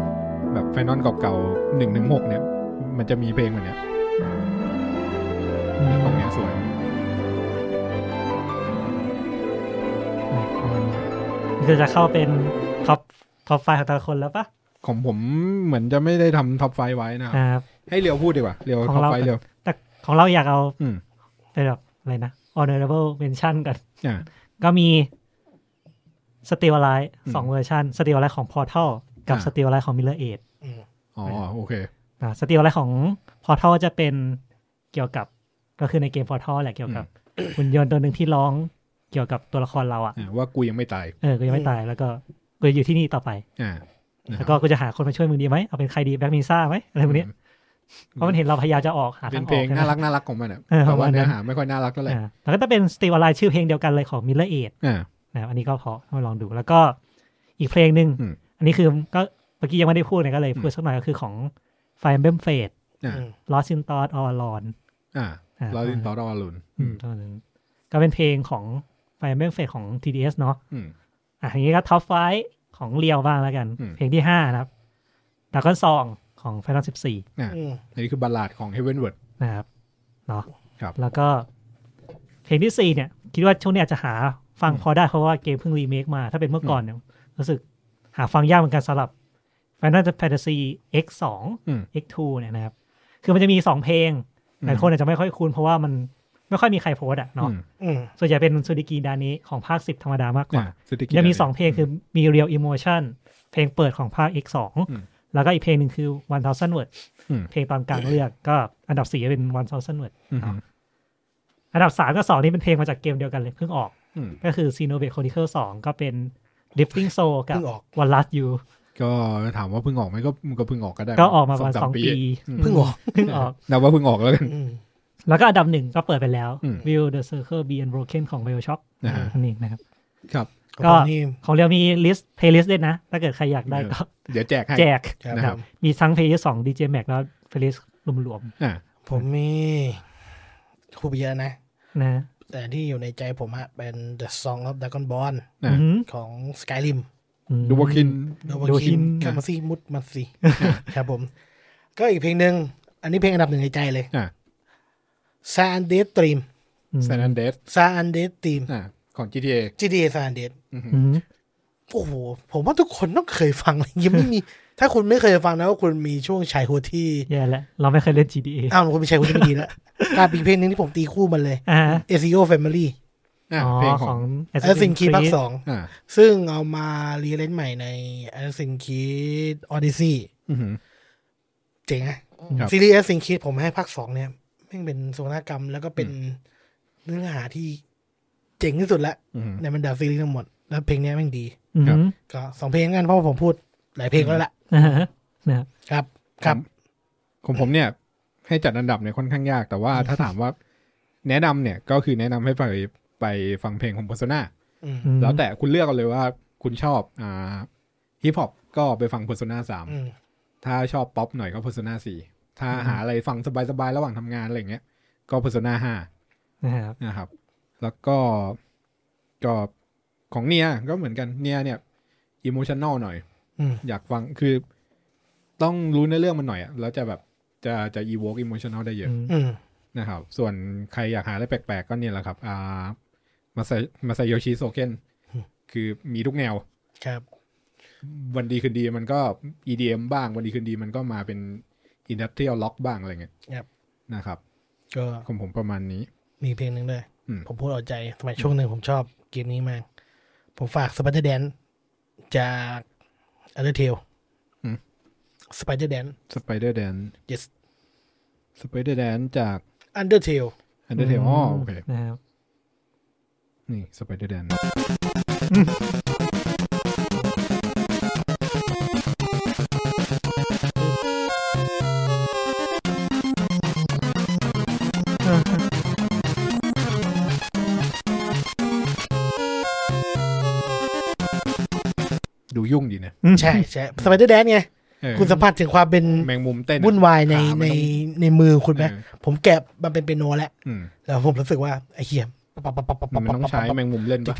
[SPEAKER 2] แบบไฟนอลเก่าๆหนึ่งหนึ่งหกเนี่ย มันจะมีเพลงแบบเนี้ยตรงเนี้ยสวย
[SPEAKER 4] อืม คือจะเข้าเป็นท็อปท็อปไฟของแต่ละคนแล้วปะ
[SPEAKER 2] ของผมเหมือนจะไม่ได้ทำท็อปไฟไว้นะครับ
[SPEAKER 4] อ่า
[SPEAKER 2] ให้เรียวพูดดีกว่าเรียว
[SPEAKER 4] ของ
[SPEAKER 2] ท็อป
[SPEAKER 4] เรา
[SPEAKER 2] ไฟเรียว
[SPEAKER 4] แต่ของเราอยากเอา
[SPEAKER 2] อืม
[SPEAKER 4] เป็นแบบอะไรนะ honorable mention กัน
[SPEAKER 2] อ่า
[SPEAKER 4] ก็มีสเตียลไลท์
[SPEAKER 2] อืม
[SPEAKER 4] สองเวอร์ชันสเตียลไลท์ของ Portal กับ
[SPEAKER 2] อ่า
[SPEAKER 4] สเตียลไลท์ของ Mirror Edge
[SPEAKER 2] อ๋อโอเค
[SPEAKER 4] อ่าสตีลอะไรของพอร์ทัลจะเป็นเกี่ยวกับก็คือในเกมพอร์ทัลแหละเกี่ยวกับหุ่นยนต์ตัวหนึ่งที่ร้องเกี่ยวกับตัวละครเราอ่ะ
[SPEAKER 2] อ่าว่ากูยังไม่ตาย
[SPEAKER 4] เออกูยังไม่ตายแล้วก็กูอยู่ที่นี่ต่อไป
[SPEAKER 2] อ่านะค
[SPEAKER 4] แล้
[SPEAKER 2] รับ
[SPEAKER 4] วก็กูจะหาคนมาช่วยมึงดีไหมเอาเป็นใครดีแบ็กมิซ่าไหมอะไรพวกนี้เพราะมันเห็นเราพยายามจะออกหา
[SPEAKER 2] เป็
[SPEAKER 4] ทาน งอ
[SPEAKER 2] เพล
[SPEAKER 4] อง กใช่ไหม
[SPEAKER 2] น่ารักน่ารักของมันอ่ะ
[SPEAKER 4] เออ
[SPEAKER 2] แต่
[SPEAKER 4] ประ
[SPEAKER 2] ว่า
[SPEAKER 4] มาณนั้น
[SPEAKER 2] เนื้อหาไม่ค่อยน่ารักเท่าไหร่
[SPEAKER 4] อ่าแล้วก็จะเป็นสตีลอะไรชื่อเพลงเดียวกันเลยของมิลเลอร์เอด
[SPEAKER 2] อ่า
[SPEAKER 4] นะครับอันนี้ก็พอเอามาลองดูแล้วก็อีกเพลงหนึ่ง
[SPEAKER 2] อืม
[SPEAKER 4] อันนี้คือก็เมื่อกี้ยังไม่ได้พูดเนี่ยก็เลยพูดสักหน่อยก็คือของไฟเบมเฟด
[SPEAKER 2] อ่า
[SPEAKER 4] ลอสซินตอสออลอน
[SPEAKER 2] อ่า
[SPEAKER 4] อ่า
[SPEAKER 2] เราดินต่อดอลุน
[SPEAKER 4] อืมเท่านั้นก็เป็นเพลงของไฟเบมเฟสของ TDS เนาะ
[SPEAKER 2] อืม
[SPEAKER 4] อ่ะอย่างนี้ก็ท็อปไฟของเรียวบ้างแล้วกัน
[SPEAKER 2] อืม
[SPEAKER 4] เพลงที่ห้านะครับดาก้อนซองของไฟนอลสิบสี่
[SPEAKER 2] อ่า
[SPEAKER 3] อืม
[SPEAKER 2] อันนี้คือบัลลาดของเฮเวนเวิร์ด
[SPEAKER 4] นะครับเนาะ
[SPEAKER 2] ครับ
[SPEAKER 4] แล้วก็เพลงที่สี่เนี่ย คิดว่าช่วงนี้อาจจะหาฟังพอได้เพราะว่าเกมเพิ่งรีเมคมา ถ้าเป็นเมื่อก่อนเนี่ยรู้สึกหาฟังยากเหมือนกันสำหรับ Final Fantasy X2
[SPEAKER 2] อืม
[SPEAKER 4] X2 เนี่ยนะครับ คือมันจะมีสองเพลงหลายคนอาจจะไม่ค่อยคุ้นเพราะว่ามันไม่ค่อยมีใครโพสต์อะเนาะ
[SPEAKER 2] อืม
[SPEAKER 3] อืม
[SPEAKER 4] ส่วนใหญ่เป็นซูดิกีดานิของภาค 10 ธรรมดามากก
[SPEAKER 2] อ่า
[SPEAKER 4] ว่า
[SPEAKER 2] สติกิ
[SPEAKER 4] จะมี 2 เพลงคือมี Real Emotion เพลงเปิดของภาค X2
[SPEAKER 2] อืม
[SPEAKER 4] แล้วก็อีกเพลงหนึ่งคือ One Thousand Words
[SPEAKER 2] อืม
[SPEAKER 4] เพลงตอนกลางเลือกก็อันดับ 4 เป็น One Thousand Words
[SPEAKER 2] อืม
[SPEAKER 4] เนาะอันดับ 3 กับ 2 นี่เป็นเพลงมาจากเกมเดียวกันเลยเพิ่งออก
[SPEAKER 2] อืม
[SPEAKER 4] ก็คือ Xenoblade Chronicles 2 ก็เป็น Drifting Soul กับ
[SPEAKER 3] เพิ่งออก
[SPEAKER 4] One Last You
[SPEAKER 2] ก็ถามว่าเพิ่งออกไหมก็มันก็เพิ่งออกก็ได้
[SPEAKER 4] ก็ออกมาประมาณ
[SPEAKER 2] ส
[SPEAKER 4] 2ปี
[SPEAKER 2] ม
[SPEAKER 3] เพิ่งออก
[SPEAKER 4] เพิ่งออก
[SPEAKER 2] นับว่าเพิ่งออกแล้วกัน
[SPEAKER 3] อืม
[SPEAKER 4] แล้วก็อันดับหนึ่งก็เปิดไปแล้ว
[SPEAKER 2] อืม
[SPEAKER 4] Will the Circle Be Unbroken ของ BioShock
[SPEAKER 2] นะฮะ
[SPEAKER 4] นั่นเองนะครับ
[SPEAKER 2] ครับ
[SPEAKER 3] ข
[SPEAKER 4] ก็
[SPEAKER 3] องผมนี่
[SPEAKER 4] ของเรียวมีลิสต์เพลย์ลิสต์ด้วยนะ ถ้าเกิดใครอยากได้ก็
[SPEAKER 2] เดี๋ยวแจกให้
[SPEAKER 4] แจก
[SPEAKER 3] ครับ
[SPEAKER 2] นะครับ
[SPEAKER 3] ผม
[SPEAKER 4] มีทั้งเพลย์ลิสต์สองดีเจแม็กแล้วเพลย์ลิสต์รวม
[SPEAKER 2] อ่า
[SPEAKER 3] ผมมีคูเบียนะ
[SPEAKER 4] ๆนะ
[SPEAKER 3] แต่ที่อยู่ในใจผมฮะเป็น The Song of Dragon Ball
[SPEAKER 2] อ่า
[SPEAKER 4] อืม
[SPEAKER 3] ของ Skyrim
[SPEAKER 4] อืม
[SPEAKER 2] ดูว่าคิน
[SPEAKER 3] โด
[SPEAKER 4] โด
[SPEAKER 3] วา
[SPEAKER 4] คิ
[SPEAKER 3] คิ
[SPEAKER 4] น
[SPEAKER 3] นกามาซีมุดมาซี <laughs> ครับผม ก็อีกเพลงหนึ่ง อันนี้เพลงอันดับหนึ่งในใจเลย
[SPEAKER 2] อ่า
[SPEAKER 3] s a n d e s Dream
[SPEAKER 4] อืม
[SPEAKER 2] s ซนแอนเดส
[SPEAKER 3] s a n d e s Dream
[SPEAKER 2] อ่าของ GTA
[SPEAKER 3] GTA s a n d e s
[SPEAKER 4] อืม
[SPEAKER 3] โอ้โห ผมว่าทุกคนต้องเคยฟังอะไรอย่างเงี้ยไม่มี <laughs> ถ้าคุณไม่เคยฟังนะว่าคุณมีช่วงชายหัวที่
[SPEAKER 4] แย่แล้วเราไม่เคยเล่น GTA
[SPEAKER 3] อ้าวคุณมีชายหัวที่ไม่ดีแล้วกลารเป็นเพลงหนึงที่ผมตีคู่มันเลย
[SPEAKER 4] อ่า
[SPEAKER 3] a s i o Family
[SPEAKER 2] อ่า
[SPEAKER 4] อ๋อ
[SPEAKER 2] เพลงข
[SPEAKER 4] ข
[SPEAKER 2] อ
[SPEAKER 4] อง ง
[SPEAKER 3] a s i n Creed ภาคสอง
[SPEAKER 2] อ่า
[SPEAKER 3] ซึ่งเอามารีเลนใหม่ใน a s i n Creed Odyssey
[SPEAKER 2] อือหือ
[SPEAKER 3] เจ๋งอะ
[SPEAKER 2] ครับ
[SPEAKER 3] ซีรีส์ Assassin's Creed ผมให้ภาคสองเนี่ยแม่งเป็นสุนากรรมแล้วก็เป็นเนื้อหาที่เจ๋งที่สุดละ
[SPEAKER 2] อือหือ
[SPEAKER 3] ในบรรดาซีรีส์ทั้งหมด แล้วเพลงเนี้ยแม่งดี
[SPEAKER 4] อืม
[SPEAKER 2] ครับ
[SPEAKER 3] ก็สองเพลงกันเพราะว่าผมพูดหลายเพลงแล้วล่ะ
[SPEAKER 4] อ่าฮะนะครับ
[SPEAKER 3] ครับ ครับ
[SPEAKER 2] ของผมเนี่ย ให้จัดอันดับเนี่ยค่อนข้างยาก แต่ว่าถ้าถามว่าแนะนำเนี่ยก็คือแนะนำให้ไปไปฟังเพลงของ Persona
[SPEAKER 3] อืม
[SPEAKER 4] อืม
[SPEAKER 2] แล้วแต่คุณเลือกเอาเลยว่าคุณชอบอ่าฮิปฮอปก็ไปฟัง Persona
[SPEAKER 3] อืม
[SPEAKER 2] 3 ถ้าชอบป๊อปหน่อยก็ Persona 4 ถ้าหาอะไรฟังสบายๆ ระหว่างทำงานอะไรอย่างเงี้ยก็ Persona
[SPEAKER 4] นะครับ
[SPEAKER 2] 5 นะครับ แล้วก็ก็ของเนียก็เหมือนกันเนียเนี่ยอิโมชันแนลหน่อย
[SPEAKER 3] อืม
[SPEAKER 2] อยากฟังคือต้องรู้เนื้อเรื่องมันหน่อยอะแล้วจะแบบจะจะ evoke emotional ได้เยอะ
[SPEAKER 4] อืม
[SPEAKER 3] อืม
[SPEAKER 2] นะครับ ส่วนใครอยากหาอะไรแปลกๆ ก็เนี่ยแหละครับ อ่า มาซามาซาโยชิโซเคนคือมีทุกแนว
[SPEAKER 3] ครับ
[SPEAKER 2] วันดีคืนดีมันก็ EDM บ้าง วันดีคืนดีมันก็มาเป็น Industrial Lock บ้างอะไรเงี้ย
[SPEAKER 3] ครับ
[SPEAKER 2] นะครับ
[SPEAKER 3] ก็
[SPEAKER 2] ของผมประมาณนี้
[SPEAKER 3] มีเพลงหนึ่งด้วย
[SPEAKER 2] อืม
[SPEAKER 3] ผมพูดเอาใจ สมัยช่วงหนึ่งผมชอบเกมนี้มาก ผมฝาก Spider Dance จาก Other Tale
[SPEAKER 2] อืม
[SPEAKER 3] Spider Dance
[SPEAKER 2] Spider Dan
[SPEAKER 3] yes
[SPEAKER 2] Spider Dan จาก
[SPEAKER 3] Undertale
[SPEAKER 2] Undertale อ๋อโอเค
[SPEAKER 4] นะครับ
[SPEAKER 2] นี่ Spider Dan ดูยุ่งดีนะ
[SPEAKER 3] ใช่ใช่สไปเดอร์แดนไง
[SPEAKER 2] เออ
[SPEAKER 3] คุณสัมผัสถึงความเป็น
[SPEAKER 2] แมงมุมเต้นอะ
[SPEAKER 3] วุ่นวายใน
[SPEAKER 2] ขามัน
[SPEAKER 3] ใน
[SPEAKER 2] ต้อง
[SPEAKER 3] ในมือคุณไหม
[SPEAKER 2] เออ
[SPEAKER 3] ผมแกะมันเป็นเปียโนแล้ว
[SPEAKER 2] อืม
[SPEAKER 3] แล้วผมรู้สึกว่า ไอ้เหี้ยปั๊บปั๊บปั๊บปั๊บ
[SPEAKER 2] มัน
[SPEAKER 3] ปั๊บปั๊บ
[SPEAKER 2] ต้องใช้แมงมุมเล่นปะ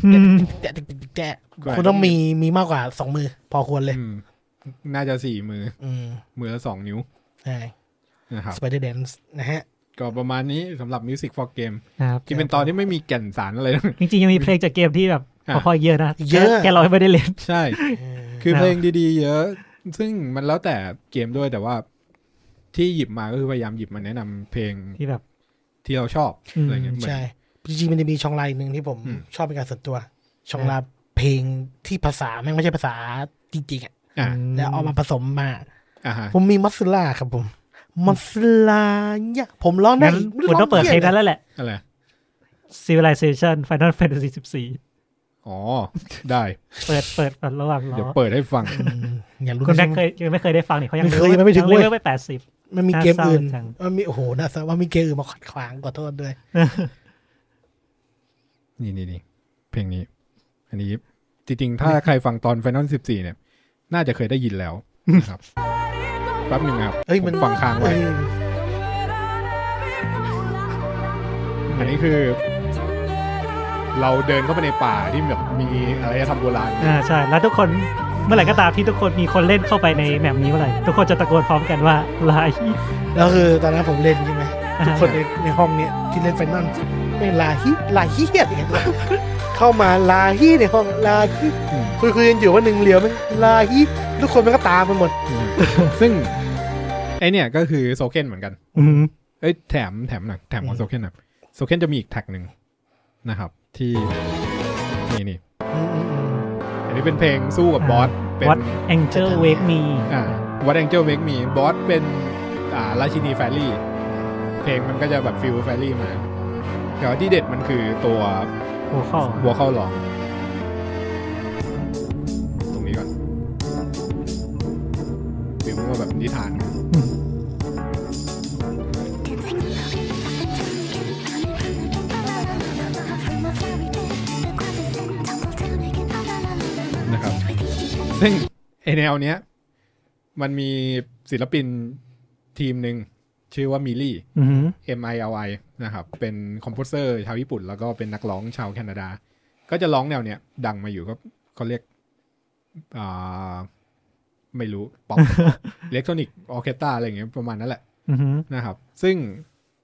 [SPEAKER 3] แจ๊ะแจ๊ะแจ๊ะแจ๊ะ
[SPEAKER 2] กว่า
[SPEAKER 3] คุณต้องมีมีมากกว่าสองมือ พอควรเลย
[SPEAKER 2] อืม น่าจะสี่มือ
[SPEAKER 3] อืม
[SPEAKER 2] มือละสองนิ้ว
[SPEAKER 3] ใช่
[SPEAKER 2] นะครับ
[SPEAKER 3] สไปเดอร์แดนนะฮะ
[SPEAKER 2] ก็ประมาณนี้สำหรับ Music for Game
[SPEAKER 4] นะครับ
[SPEAKER 2] ที่เป็นตอนที่ไม่มีแก่นสารอะไรเลย
[SPEAKER 4] จริงๆยังมีเพลงจากเกมที่แบบ
[SPEAKER 2] อ่ะ
[SPEAKER 4] เพราะพ่อเยอะนะ
[SPEAKER 3] เยอะ
[SPEAKER 4] แค่แค่เราไม่ได้เล่น
[SPEAKER 2] ใช่ คือ
[SPEAKER 4] นะ
[SPEAKER 2] เพลงดีๆ เยอะ ซึ่งมันแล้วแต่เกมด้วยแต่ว่า ที่หยิบมาก็คือพยายามหยิบมาแนะนำเพลง
[SPEAKER 4] ที่แบบ
[SPEAKER 2] ที่เราชอบ
[SPEAKER 4] อืม
[SPEAKER 2] อะไรเงี้ยเหมือน
[SPEAKER 3] ใช่จริงๆมันจะมีช่องไลน์อีกหนึ่งที่ผม
[SPEAKER 2] อืม
[SPEAKER 3] ชอบเป็นการส่วนตัว ช่องไลน์เพลงที่ภาษาแม่งไม่ใช่ภาษาจริงๆอ่ะ
[SPEAKER 2] อ่า
[SPEAKER 3] แล้วเอามาผสมมา
[SPEAKER 2] อ่าฮะ
[SPEAKER 3] ผมมีมัสซิลล่าครับผมมัสซิลล่าเนี่ยผมร้องได้
[SPEAKER 4] งั้นคุณต้องเปิดเพลงนั้นแล้วแหละ
[SPEAKER 2] อะไร
[SPEAKER 4] Civilization Final Fantasy 14
[SPEAKER 2] อ๋อ ได้
[SPEAKER 4] เปิดเปิดเปิดระหว่างรอ
[SPEAKER 2] เดี๋ยวเปิดให้ฟัง
[SPEAKER 3] อืมอย่ารู้
[SPEAKER 4] คุณแม็
[SPEAKER 3] นะ
[SPEAKER 4] กเคยยังไม่เคยได้ฟังนี่เขายัง
[SPEAKER 3] ไม่เคยยังไม่ถึง
[SPEAKER 4] เล
[SPEAKER 3] เว้ย
[SPEAKER 4] เวลไป
[SPEAKER 3] มันมีเกมอื่น
[SPEAKER 4] น่าเศร้าจัง
[SPEAKER 3] มันมีโอ้โหน่าเศร้าว่ามีเกมอื่นมาขัดขวางขอโทษด้วย
[SPEAKER 4] 80
[SPEAKER 2] นี่นี่นี่เพลงนี้ อันนี้จริงๆ ถ้าใครฟังตอนไฟนอลสิบสี่เนี่ย น่าจะเคยได้ยินแล้ว
[SPEAKER 3] <laughs>
[SPEAKER 2] นะครับ แป๊บหนึ่งนะครับ
[SPEAKER 3] เอ้ย
[SPEAKER 2] ผ
[SPEAKER 3] มัน
[SPEAKER 2] มฟังค้างไว้
[SPEAKER 3] เอ้ย
[SPEAKER 2] อันนี้คือ เราเดินเข้าไปในป่าที่แบบมีอะไรทำโบราณ
[SPEAKER 4] อ่าใช่แล้วทุกคนเมื่อไหร่ก็ตามที่ทุกคนมีคนเล่นเข้าไปในแมปนี้เมื่อไหร่ทุกคนจะตะโกนพร้อมกันว่าลาย
[SPEAKER 2] <laughs>
[SPEAKER 3] แล้วคือตอนนั้นผมเล่นใช่ไหม
[SPEAKER 4] อ่า
[SPEAKER 3] ทุกคนในในห้องเนี้ยที่เล่นไฟนอลไม่งลาฮิลาฮิเฮียอะไรเงี้ยเข้ามาลาฮิในห้องลาฮิ
[SPEAKER 2] อืม
[SPEAKER 3] คุยคุยกันอยู่ว่าหนึ่งเหลียวมันลาฮิทุกคนมันก็ตามไปหมด
[SPEAKER 2] ซึ่ง ไอเนี่ยก็คือโซเคนเหมือนกัน
[SPEAKER 4] อืม
[SPEAKER 2] เอ้ยแถมแถมหน่อยแถมของโซเคนหน่อยโซเคนจะมีอีกแท็กหนึ่งนะครับ ที่นี่นี่อันนี้เป็นเพลงสู้กับบอสเป็น
[SPEAKER 4] วัดแองเจิลเวกมี
[SPEAKER 2] อ่าวัดแองเจิลเมกมีบอสเป็นอ่าราชินีแฟรี่ เพลงมันก็จะแบบฟิลแฟรี่มาแต่ว่าที่เด็ดมันคือตัว
[SPEAKER 4] หัวข้อ
[SPEAKER 2] บัวเข้าหลอง ตรงนี้ก่อนฟิลมันก็แบบนิทาน นะครับ ซึ่งไอแนวเนี้ย มันมีศิลปินทีมหนึ่งชื่อว่ามิลี่
[SPEAKER 4] อืม
[SPEAKER 2] M I L I นะครับ เป็นคอมโพเซอร์ชาวญี่ปุ่น แล้วก็เป็นนักร้องชาวแคนาดา ก็จะร้องแนวเนี้ย ดังมาอยู่ก็เขาเรียกอ่าไม่รู้ ป๊
[SPEAKER 4] <laughs>
[SPEAKER 2] อป อิเล็กทรอนิกออเคสตราอะไรอย่างเงี้ยประมาณนั้นแหละ
[SPEAKER 4] อืม
[SPEAKER 2] นะครับ ซึ่ง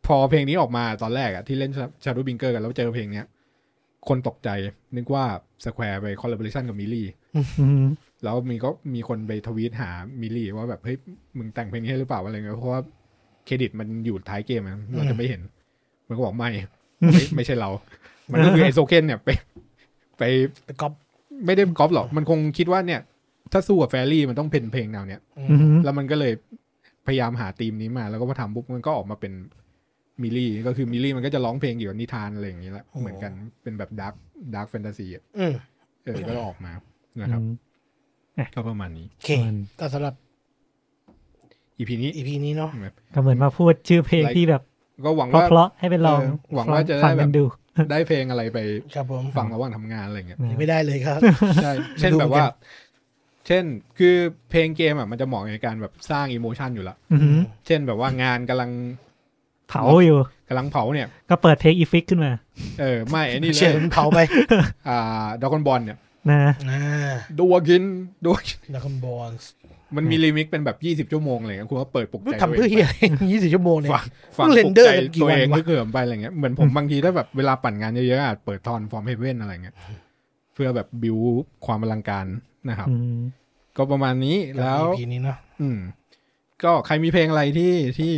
[SPEAKER 2] พอเพลงนี้ออกมาตอนแรกอะที่เล่นชา a ูบิงเกอร์กันแล้วเจอเพลงเนี้ย คนตกใจ นึกว่าสแควร์ไปคอลลาบอร์ชันกับมิลี่
[SPEAKER 4] อืม
[SPEAKER 2] แล้วมีก็มีคนไปทวีตหามิลลี่ว่าแบบเฮ้ยมึงแต่งเพลงนี้ให้หรือเปล่าอะไรเงี้ยเพราะว่าเครดิตมันอยู่ท้ายเกมอะเราจะไม่เห็น มันก็บอกไม่ <laughs> ไม่ไม่ใช่เรา มันก็คือไอโซเคนเนี่ยไปไป
[SPEAKER 3] ไปก๊อป
[SPEAKER 2] ไม่ได้ก๊อปหรอก มันคงคิดว่าเนี่ย ถ้าสู้กับแฟรี่มันต้องเป็นเพลงแนวเนี้ย
[SPEAKER 4] อืม
[SPEAKER 2] แล้วมันก็เลยพยายามหาธีมนี้มา แล้วก็พอทำปุ๊บมันก็ออกมาเป็นมิลลี่ก็คือมิลลี่มันก็จะร้องเพลงเกี่ยวกับนิทานอะไรอย่างนี้แหละเหมือนกันเป็นแบบดาร์กดาร์กแฟนตาซีอะ
[SPEAKER 3] อืม
[SPEAKER 2] เออก็ออกมานะครับก็ประมาณนี้
[SPEAKER 3] โอเคก็สำหรับ
[SPEAKER 2] อีพีนี้
[SPEAKER 3] อีพีนี้เนาะ
[SPEAKER 4] ก็เหมือนมาพูดชื่อเพลงที่แบบ
[SPEAKER 2] ก็หวังว่า
[SPEAKER 4] เพราะๆให้เป็นลอง
[SPEAKER 2] เออหวังว่าจะได้
[SPEAKER 4] ฟังกัน
[SPEAKER 2] แบบ
[SPEAKER 4] ดู
[SPEAKER 2] ได้เพลงอะไรไป
[SPEAKER 3] ครับผม
[SPEAKER 2] ฟังระหว่างทำงานอะไรเงี้ย
[SPEAKER 3] ไม่ได้เลยครับ
[SPEAKER 2] ใช่เช่น
[SPEAKER 3] ดูเห
[SPEAKER 2] แบ
[SPEAKER 3] มือนกัน
[SPEAKER 2] บว่า เช่นคือเพลงเกมอ่ะมันจะเหมาะในการแบบสร้างอิโมชันอยู่ละ
[SPEAKER 4] อืม
[SPEAKER 2] เช่นแบบว่างานกำลัง
[SPEAKER 4] เผาอยู่
[SPEAKER 2] กำลังเผาเนี่ย
[SPEAKER 4] ก็เปิดเพลงอีฟิกขึ้นมา
[SPEAKER 2] เออไม่ไอ้นี่เล
[SPEAKER 3] เชื่อย มันเผาไป
[SPEAKER 2] อ่าดอกอนบอลเนี่ย
[SPEAKER 4] นะ
[SPEAKER 3] อ่า
[SPEAKER 2] ดัวกินดัวกิน
[SPEAKER 3] ดราก้อนบอล
[SPEAKER 2] มันมีรีมิกเป็นแบบยี่สิบ20 ชั่วโมงอะไรเงี้ยคุณก็เปิดปลุกใจ
[SPEAKER 3] ทำเพื่อเฮียยี่สิบชั่วโมงเนี่ย
[SPEAKER 2] ฟังฟัง
[SPEAKER 3] เพิ่ง
[SPEAKER 2] ปลุกใจ
[SPEAKER 3] render กันกี่
[SPEAKER 2] ตัวเอง
[SPEAKER 3] วันวะ
[SPEAKER 2] ก็เกิมไปอะไรเงี้ยเหมือนผมบางทีถ้าแบบเวลาปั่นงานเยอะๆอาจเปิดทอนฟอร์มเฮเว่นอะไรเงี้ยเพื่อแบบบิวความอลังการนะครับ
[SPEAKER 4] อืม
[SPEAKER 2] ก็ประมาณนี้แล้ว
[SPEAKER 3] อีพีนี้เนาะ
[SPEAKER 2] อืม ก็ใครมีเพลงอะไรที่ที่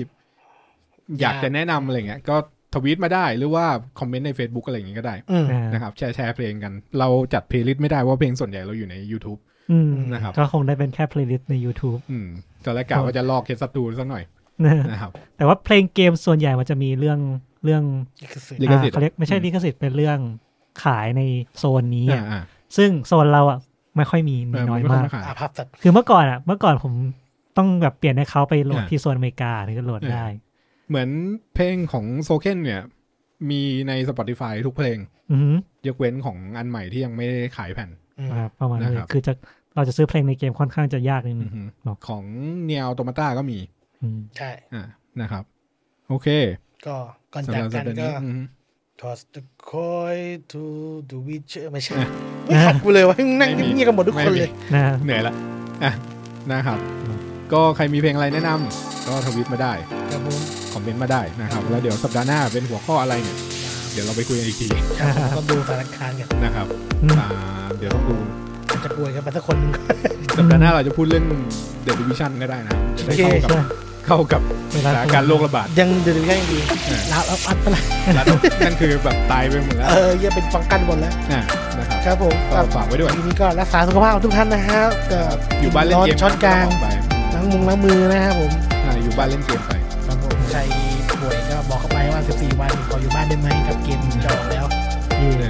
[SPEAKER 2] อยาก
[SPEAKER 3] อยาก
[SPEAKER 2] จะแนะนำอะไรเงี้ย ก็ทวีตมาได้หรือว่าคอมเมนต์ใน Facebook อะไรอย่างงี้ก็ได้
[SPEAKER 3] อืม
[SPEAKER 4] อ่า
[SPEAKER 2] นะครับ แชร์แชร์เพลงกัน เราจัดเพลย์ลิสต์ไม่ได้เพราะเพลงส่วนใหญ่เราอยู่ใน YouTube
[SPEAKER 4] อืม
[SPEAKER 2] นะครับ
[SPEAKER 4] ก็คงได้เป็นแค่เพลย์ลิสต์ใน YouTube
[SPEAKER 2] อืมตอนแรกกะว่าจะลอกเคสตูสักหน่อย
[SPEAKER 4] นะ
[SPEAKER 2] นะครับ
[SPEAKER 4] แต่ว่าเพลงเกมส่วนใหญ่มันจะมีเรื่องเรื่อง
[SPEAKER 3] ลิข
[SPEAKER 2] ลิข
[SPEAKER 3] สิทธิ์
[SPEAKER 2] สิทธิ์
[SPEAKER 4] อ่าเขาเรียกไม่ใช่ลิขสิทธิ์เป็นเรื่องขายในโซนนี้
[SPEAKER 2] อ่า
[SPEAKER 4] อะ
[SPEAKER 2] อ่า
[SPEAKER 4] ซึ่งโซนเราอ่ะไม่ค่อยมีมีน้อย
[SPEAKER 2] เไต้ง
[SPEAKER 4] มาก
[SPEAKER 2] ขย
[SPEAKER 3] อาภาพสัตว์
[SPEAKER 4] คือเมื่อก่อนอ่ะ เมื่อก่อนผมต้องแบบเปลี่ยนให้เขาไปโหลด
[SPEAKER 2] อ่า
[SPEAKER 4] ที่โซนอเมริกาถึงจะโหลด
[SPEAKER 2] อ่า
[SPEAKER 4] ได้
[SPEAKER 2] เหมือนเพลงของโซเคนเนี่ย มีใน Spotify ทุกเพลง
[SPEAKER 4] อืม
[SPEAKER 2] ยกเว้นของอันใหม่ที่ยังไม่ได้ขายแผ่น
[SPEAKER 3] อืม
[SPEAKER 4] อ่าประมาณนั้น
[SPEAKER 2] นะครับ
[SPEAKER 4] คือจะเราจะซื้อเพลงในเกมค่อนข้างจะยากนิดนึ
[SPEAKER 2] อือง ฮึ
[SPEAKER 4] หรอ
[SPEAKER 2] ของเนียวโตมาต้าก็มี
[SPEAKER 4] อืม
[SPEAKER 3] ใช่
[SPEAKER 2] อ่านะครับ โอเค
[SPEAKER 3] ก็ก่อน
[SPEAKER 2] สำ
[SPEAKER 3] จา
[SPEAKER 2] หรับ
[SPEAKER 3] ก
[SPEAKER 2] สั
[SPEAKER 3] กั
[SPEAKER 2] ป
[SPEAKER 3] น
[SPEAKER 2] ดาห์
[SPEAKER 3] ก็
[SPEAKER 2] นี้อือฮึ
[SPEAKER 3] toss the coin to the witcher ไม่ใช่ไม่ขัดกูเลยว่านั่ง
[SPEAKER 2] ไม่มี
[SPEAKER 3] เงียบๆกันหมดทุกคนเลย
[SPEAKER 4] นะ
[SPEAKER 2] เหนื่อยละอ่ะนะครับ ก็ใครมีเพลงอะไรแนะนำก็ทวิตมาได้
[SPEAKER 3] ครับผม
[SPEAKER 2] คอมเมนต์มาได้นะครับ แล้วเดี๋ยวสัปดาห์หน้าเป็นหัวข้ออะไรเนี่ย เดี๋ยวเราไปคุยกันอีกที
[SPEAKER 3] ครับผมก็ดูสารคานกัน
[SPEAKER 2] นะครับ
[SPEAKER 4] อืม
[SPEAKER 2] อ่าเดี๋ยวต้องดู
[SPEAKER 3] จะป่วยกันไปสักคนหนึ่ง
[SPEAKER 2] สัปดาห์หน้าเราจะพูดเรื่องเดอะดิวิชั่นก็ได้นะจะได้เข้ากับ
[SPEAKER 3] โอเคใช่
[SPEAKER 2] เข้ากับ
[SPEAKER 4] เว
[SPEAKER 2] ส
[SPEAKER 4] ลา
[SPEAKER 2] ถานการณ์โรคระ
[SPEAKER 3] <laughs>
[SPEAKER 2] บาด
[SPEAKER 3] ยังเดือดร้อนยังดี
[SPEAKER 2] เออ
[SPEAKER 3] ลาอัพอัพไปละ
[SPEAKER 2] แล้วนั่นคือแบบตายไปหมดแล้ว
[SPEAKER 3] เออยังเป็นฟังกันหมดแล้ว
[SPEAKER 2] อ่านะครับ
[SPEAKER 3] ครับผม
[SPEAKER 2] ก็ฝากไว้ด้วย
[SPEAKER 3] ทีนี้ก็รักษาสุขภาพทุกท่านนะครับก็
[SPEAKER 2] อยู่บ้านเล่นเกม
[SPEAKER 3] ช้อนกลาง
[SPEAKER 2] ออไป
[SPEAKER 3] ล้างมุงล้างมือนะครับผม
[SPEAKER 2] อ่าอยู่บ้านเล่นเกมไป
[SPEAKER 3] ครับผมใครป่วยก็บอกเข้าไปว่า 14 วันขออยู่บ้านได้ไหมครับเกมจะออกแล้ว
[SPEAKER 2] นี่เลย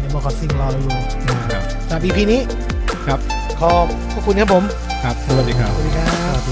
[SPEAKER 3] ในมอคอสซิ่งรอเราอยู่
[SPEAKER 2] นะครับ
[SPEAKER 3] สำหรับ EP นี้
[SPEAKER 2] ครับ
[SPEAKER 3] ขอบพระคุณครับผม
[SPEAKER 2] ครับสวัสดีครับ
[SPEAKER 3] สวัสดีครับ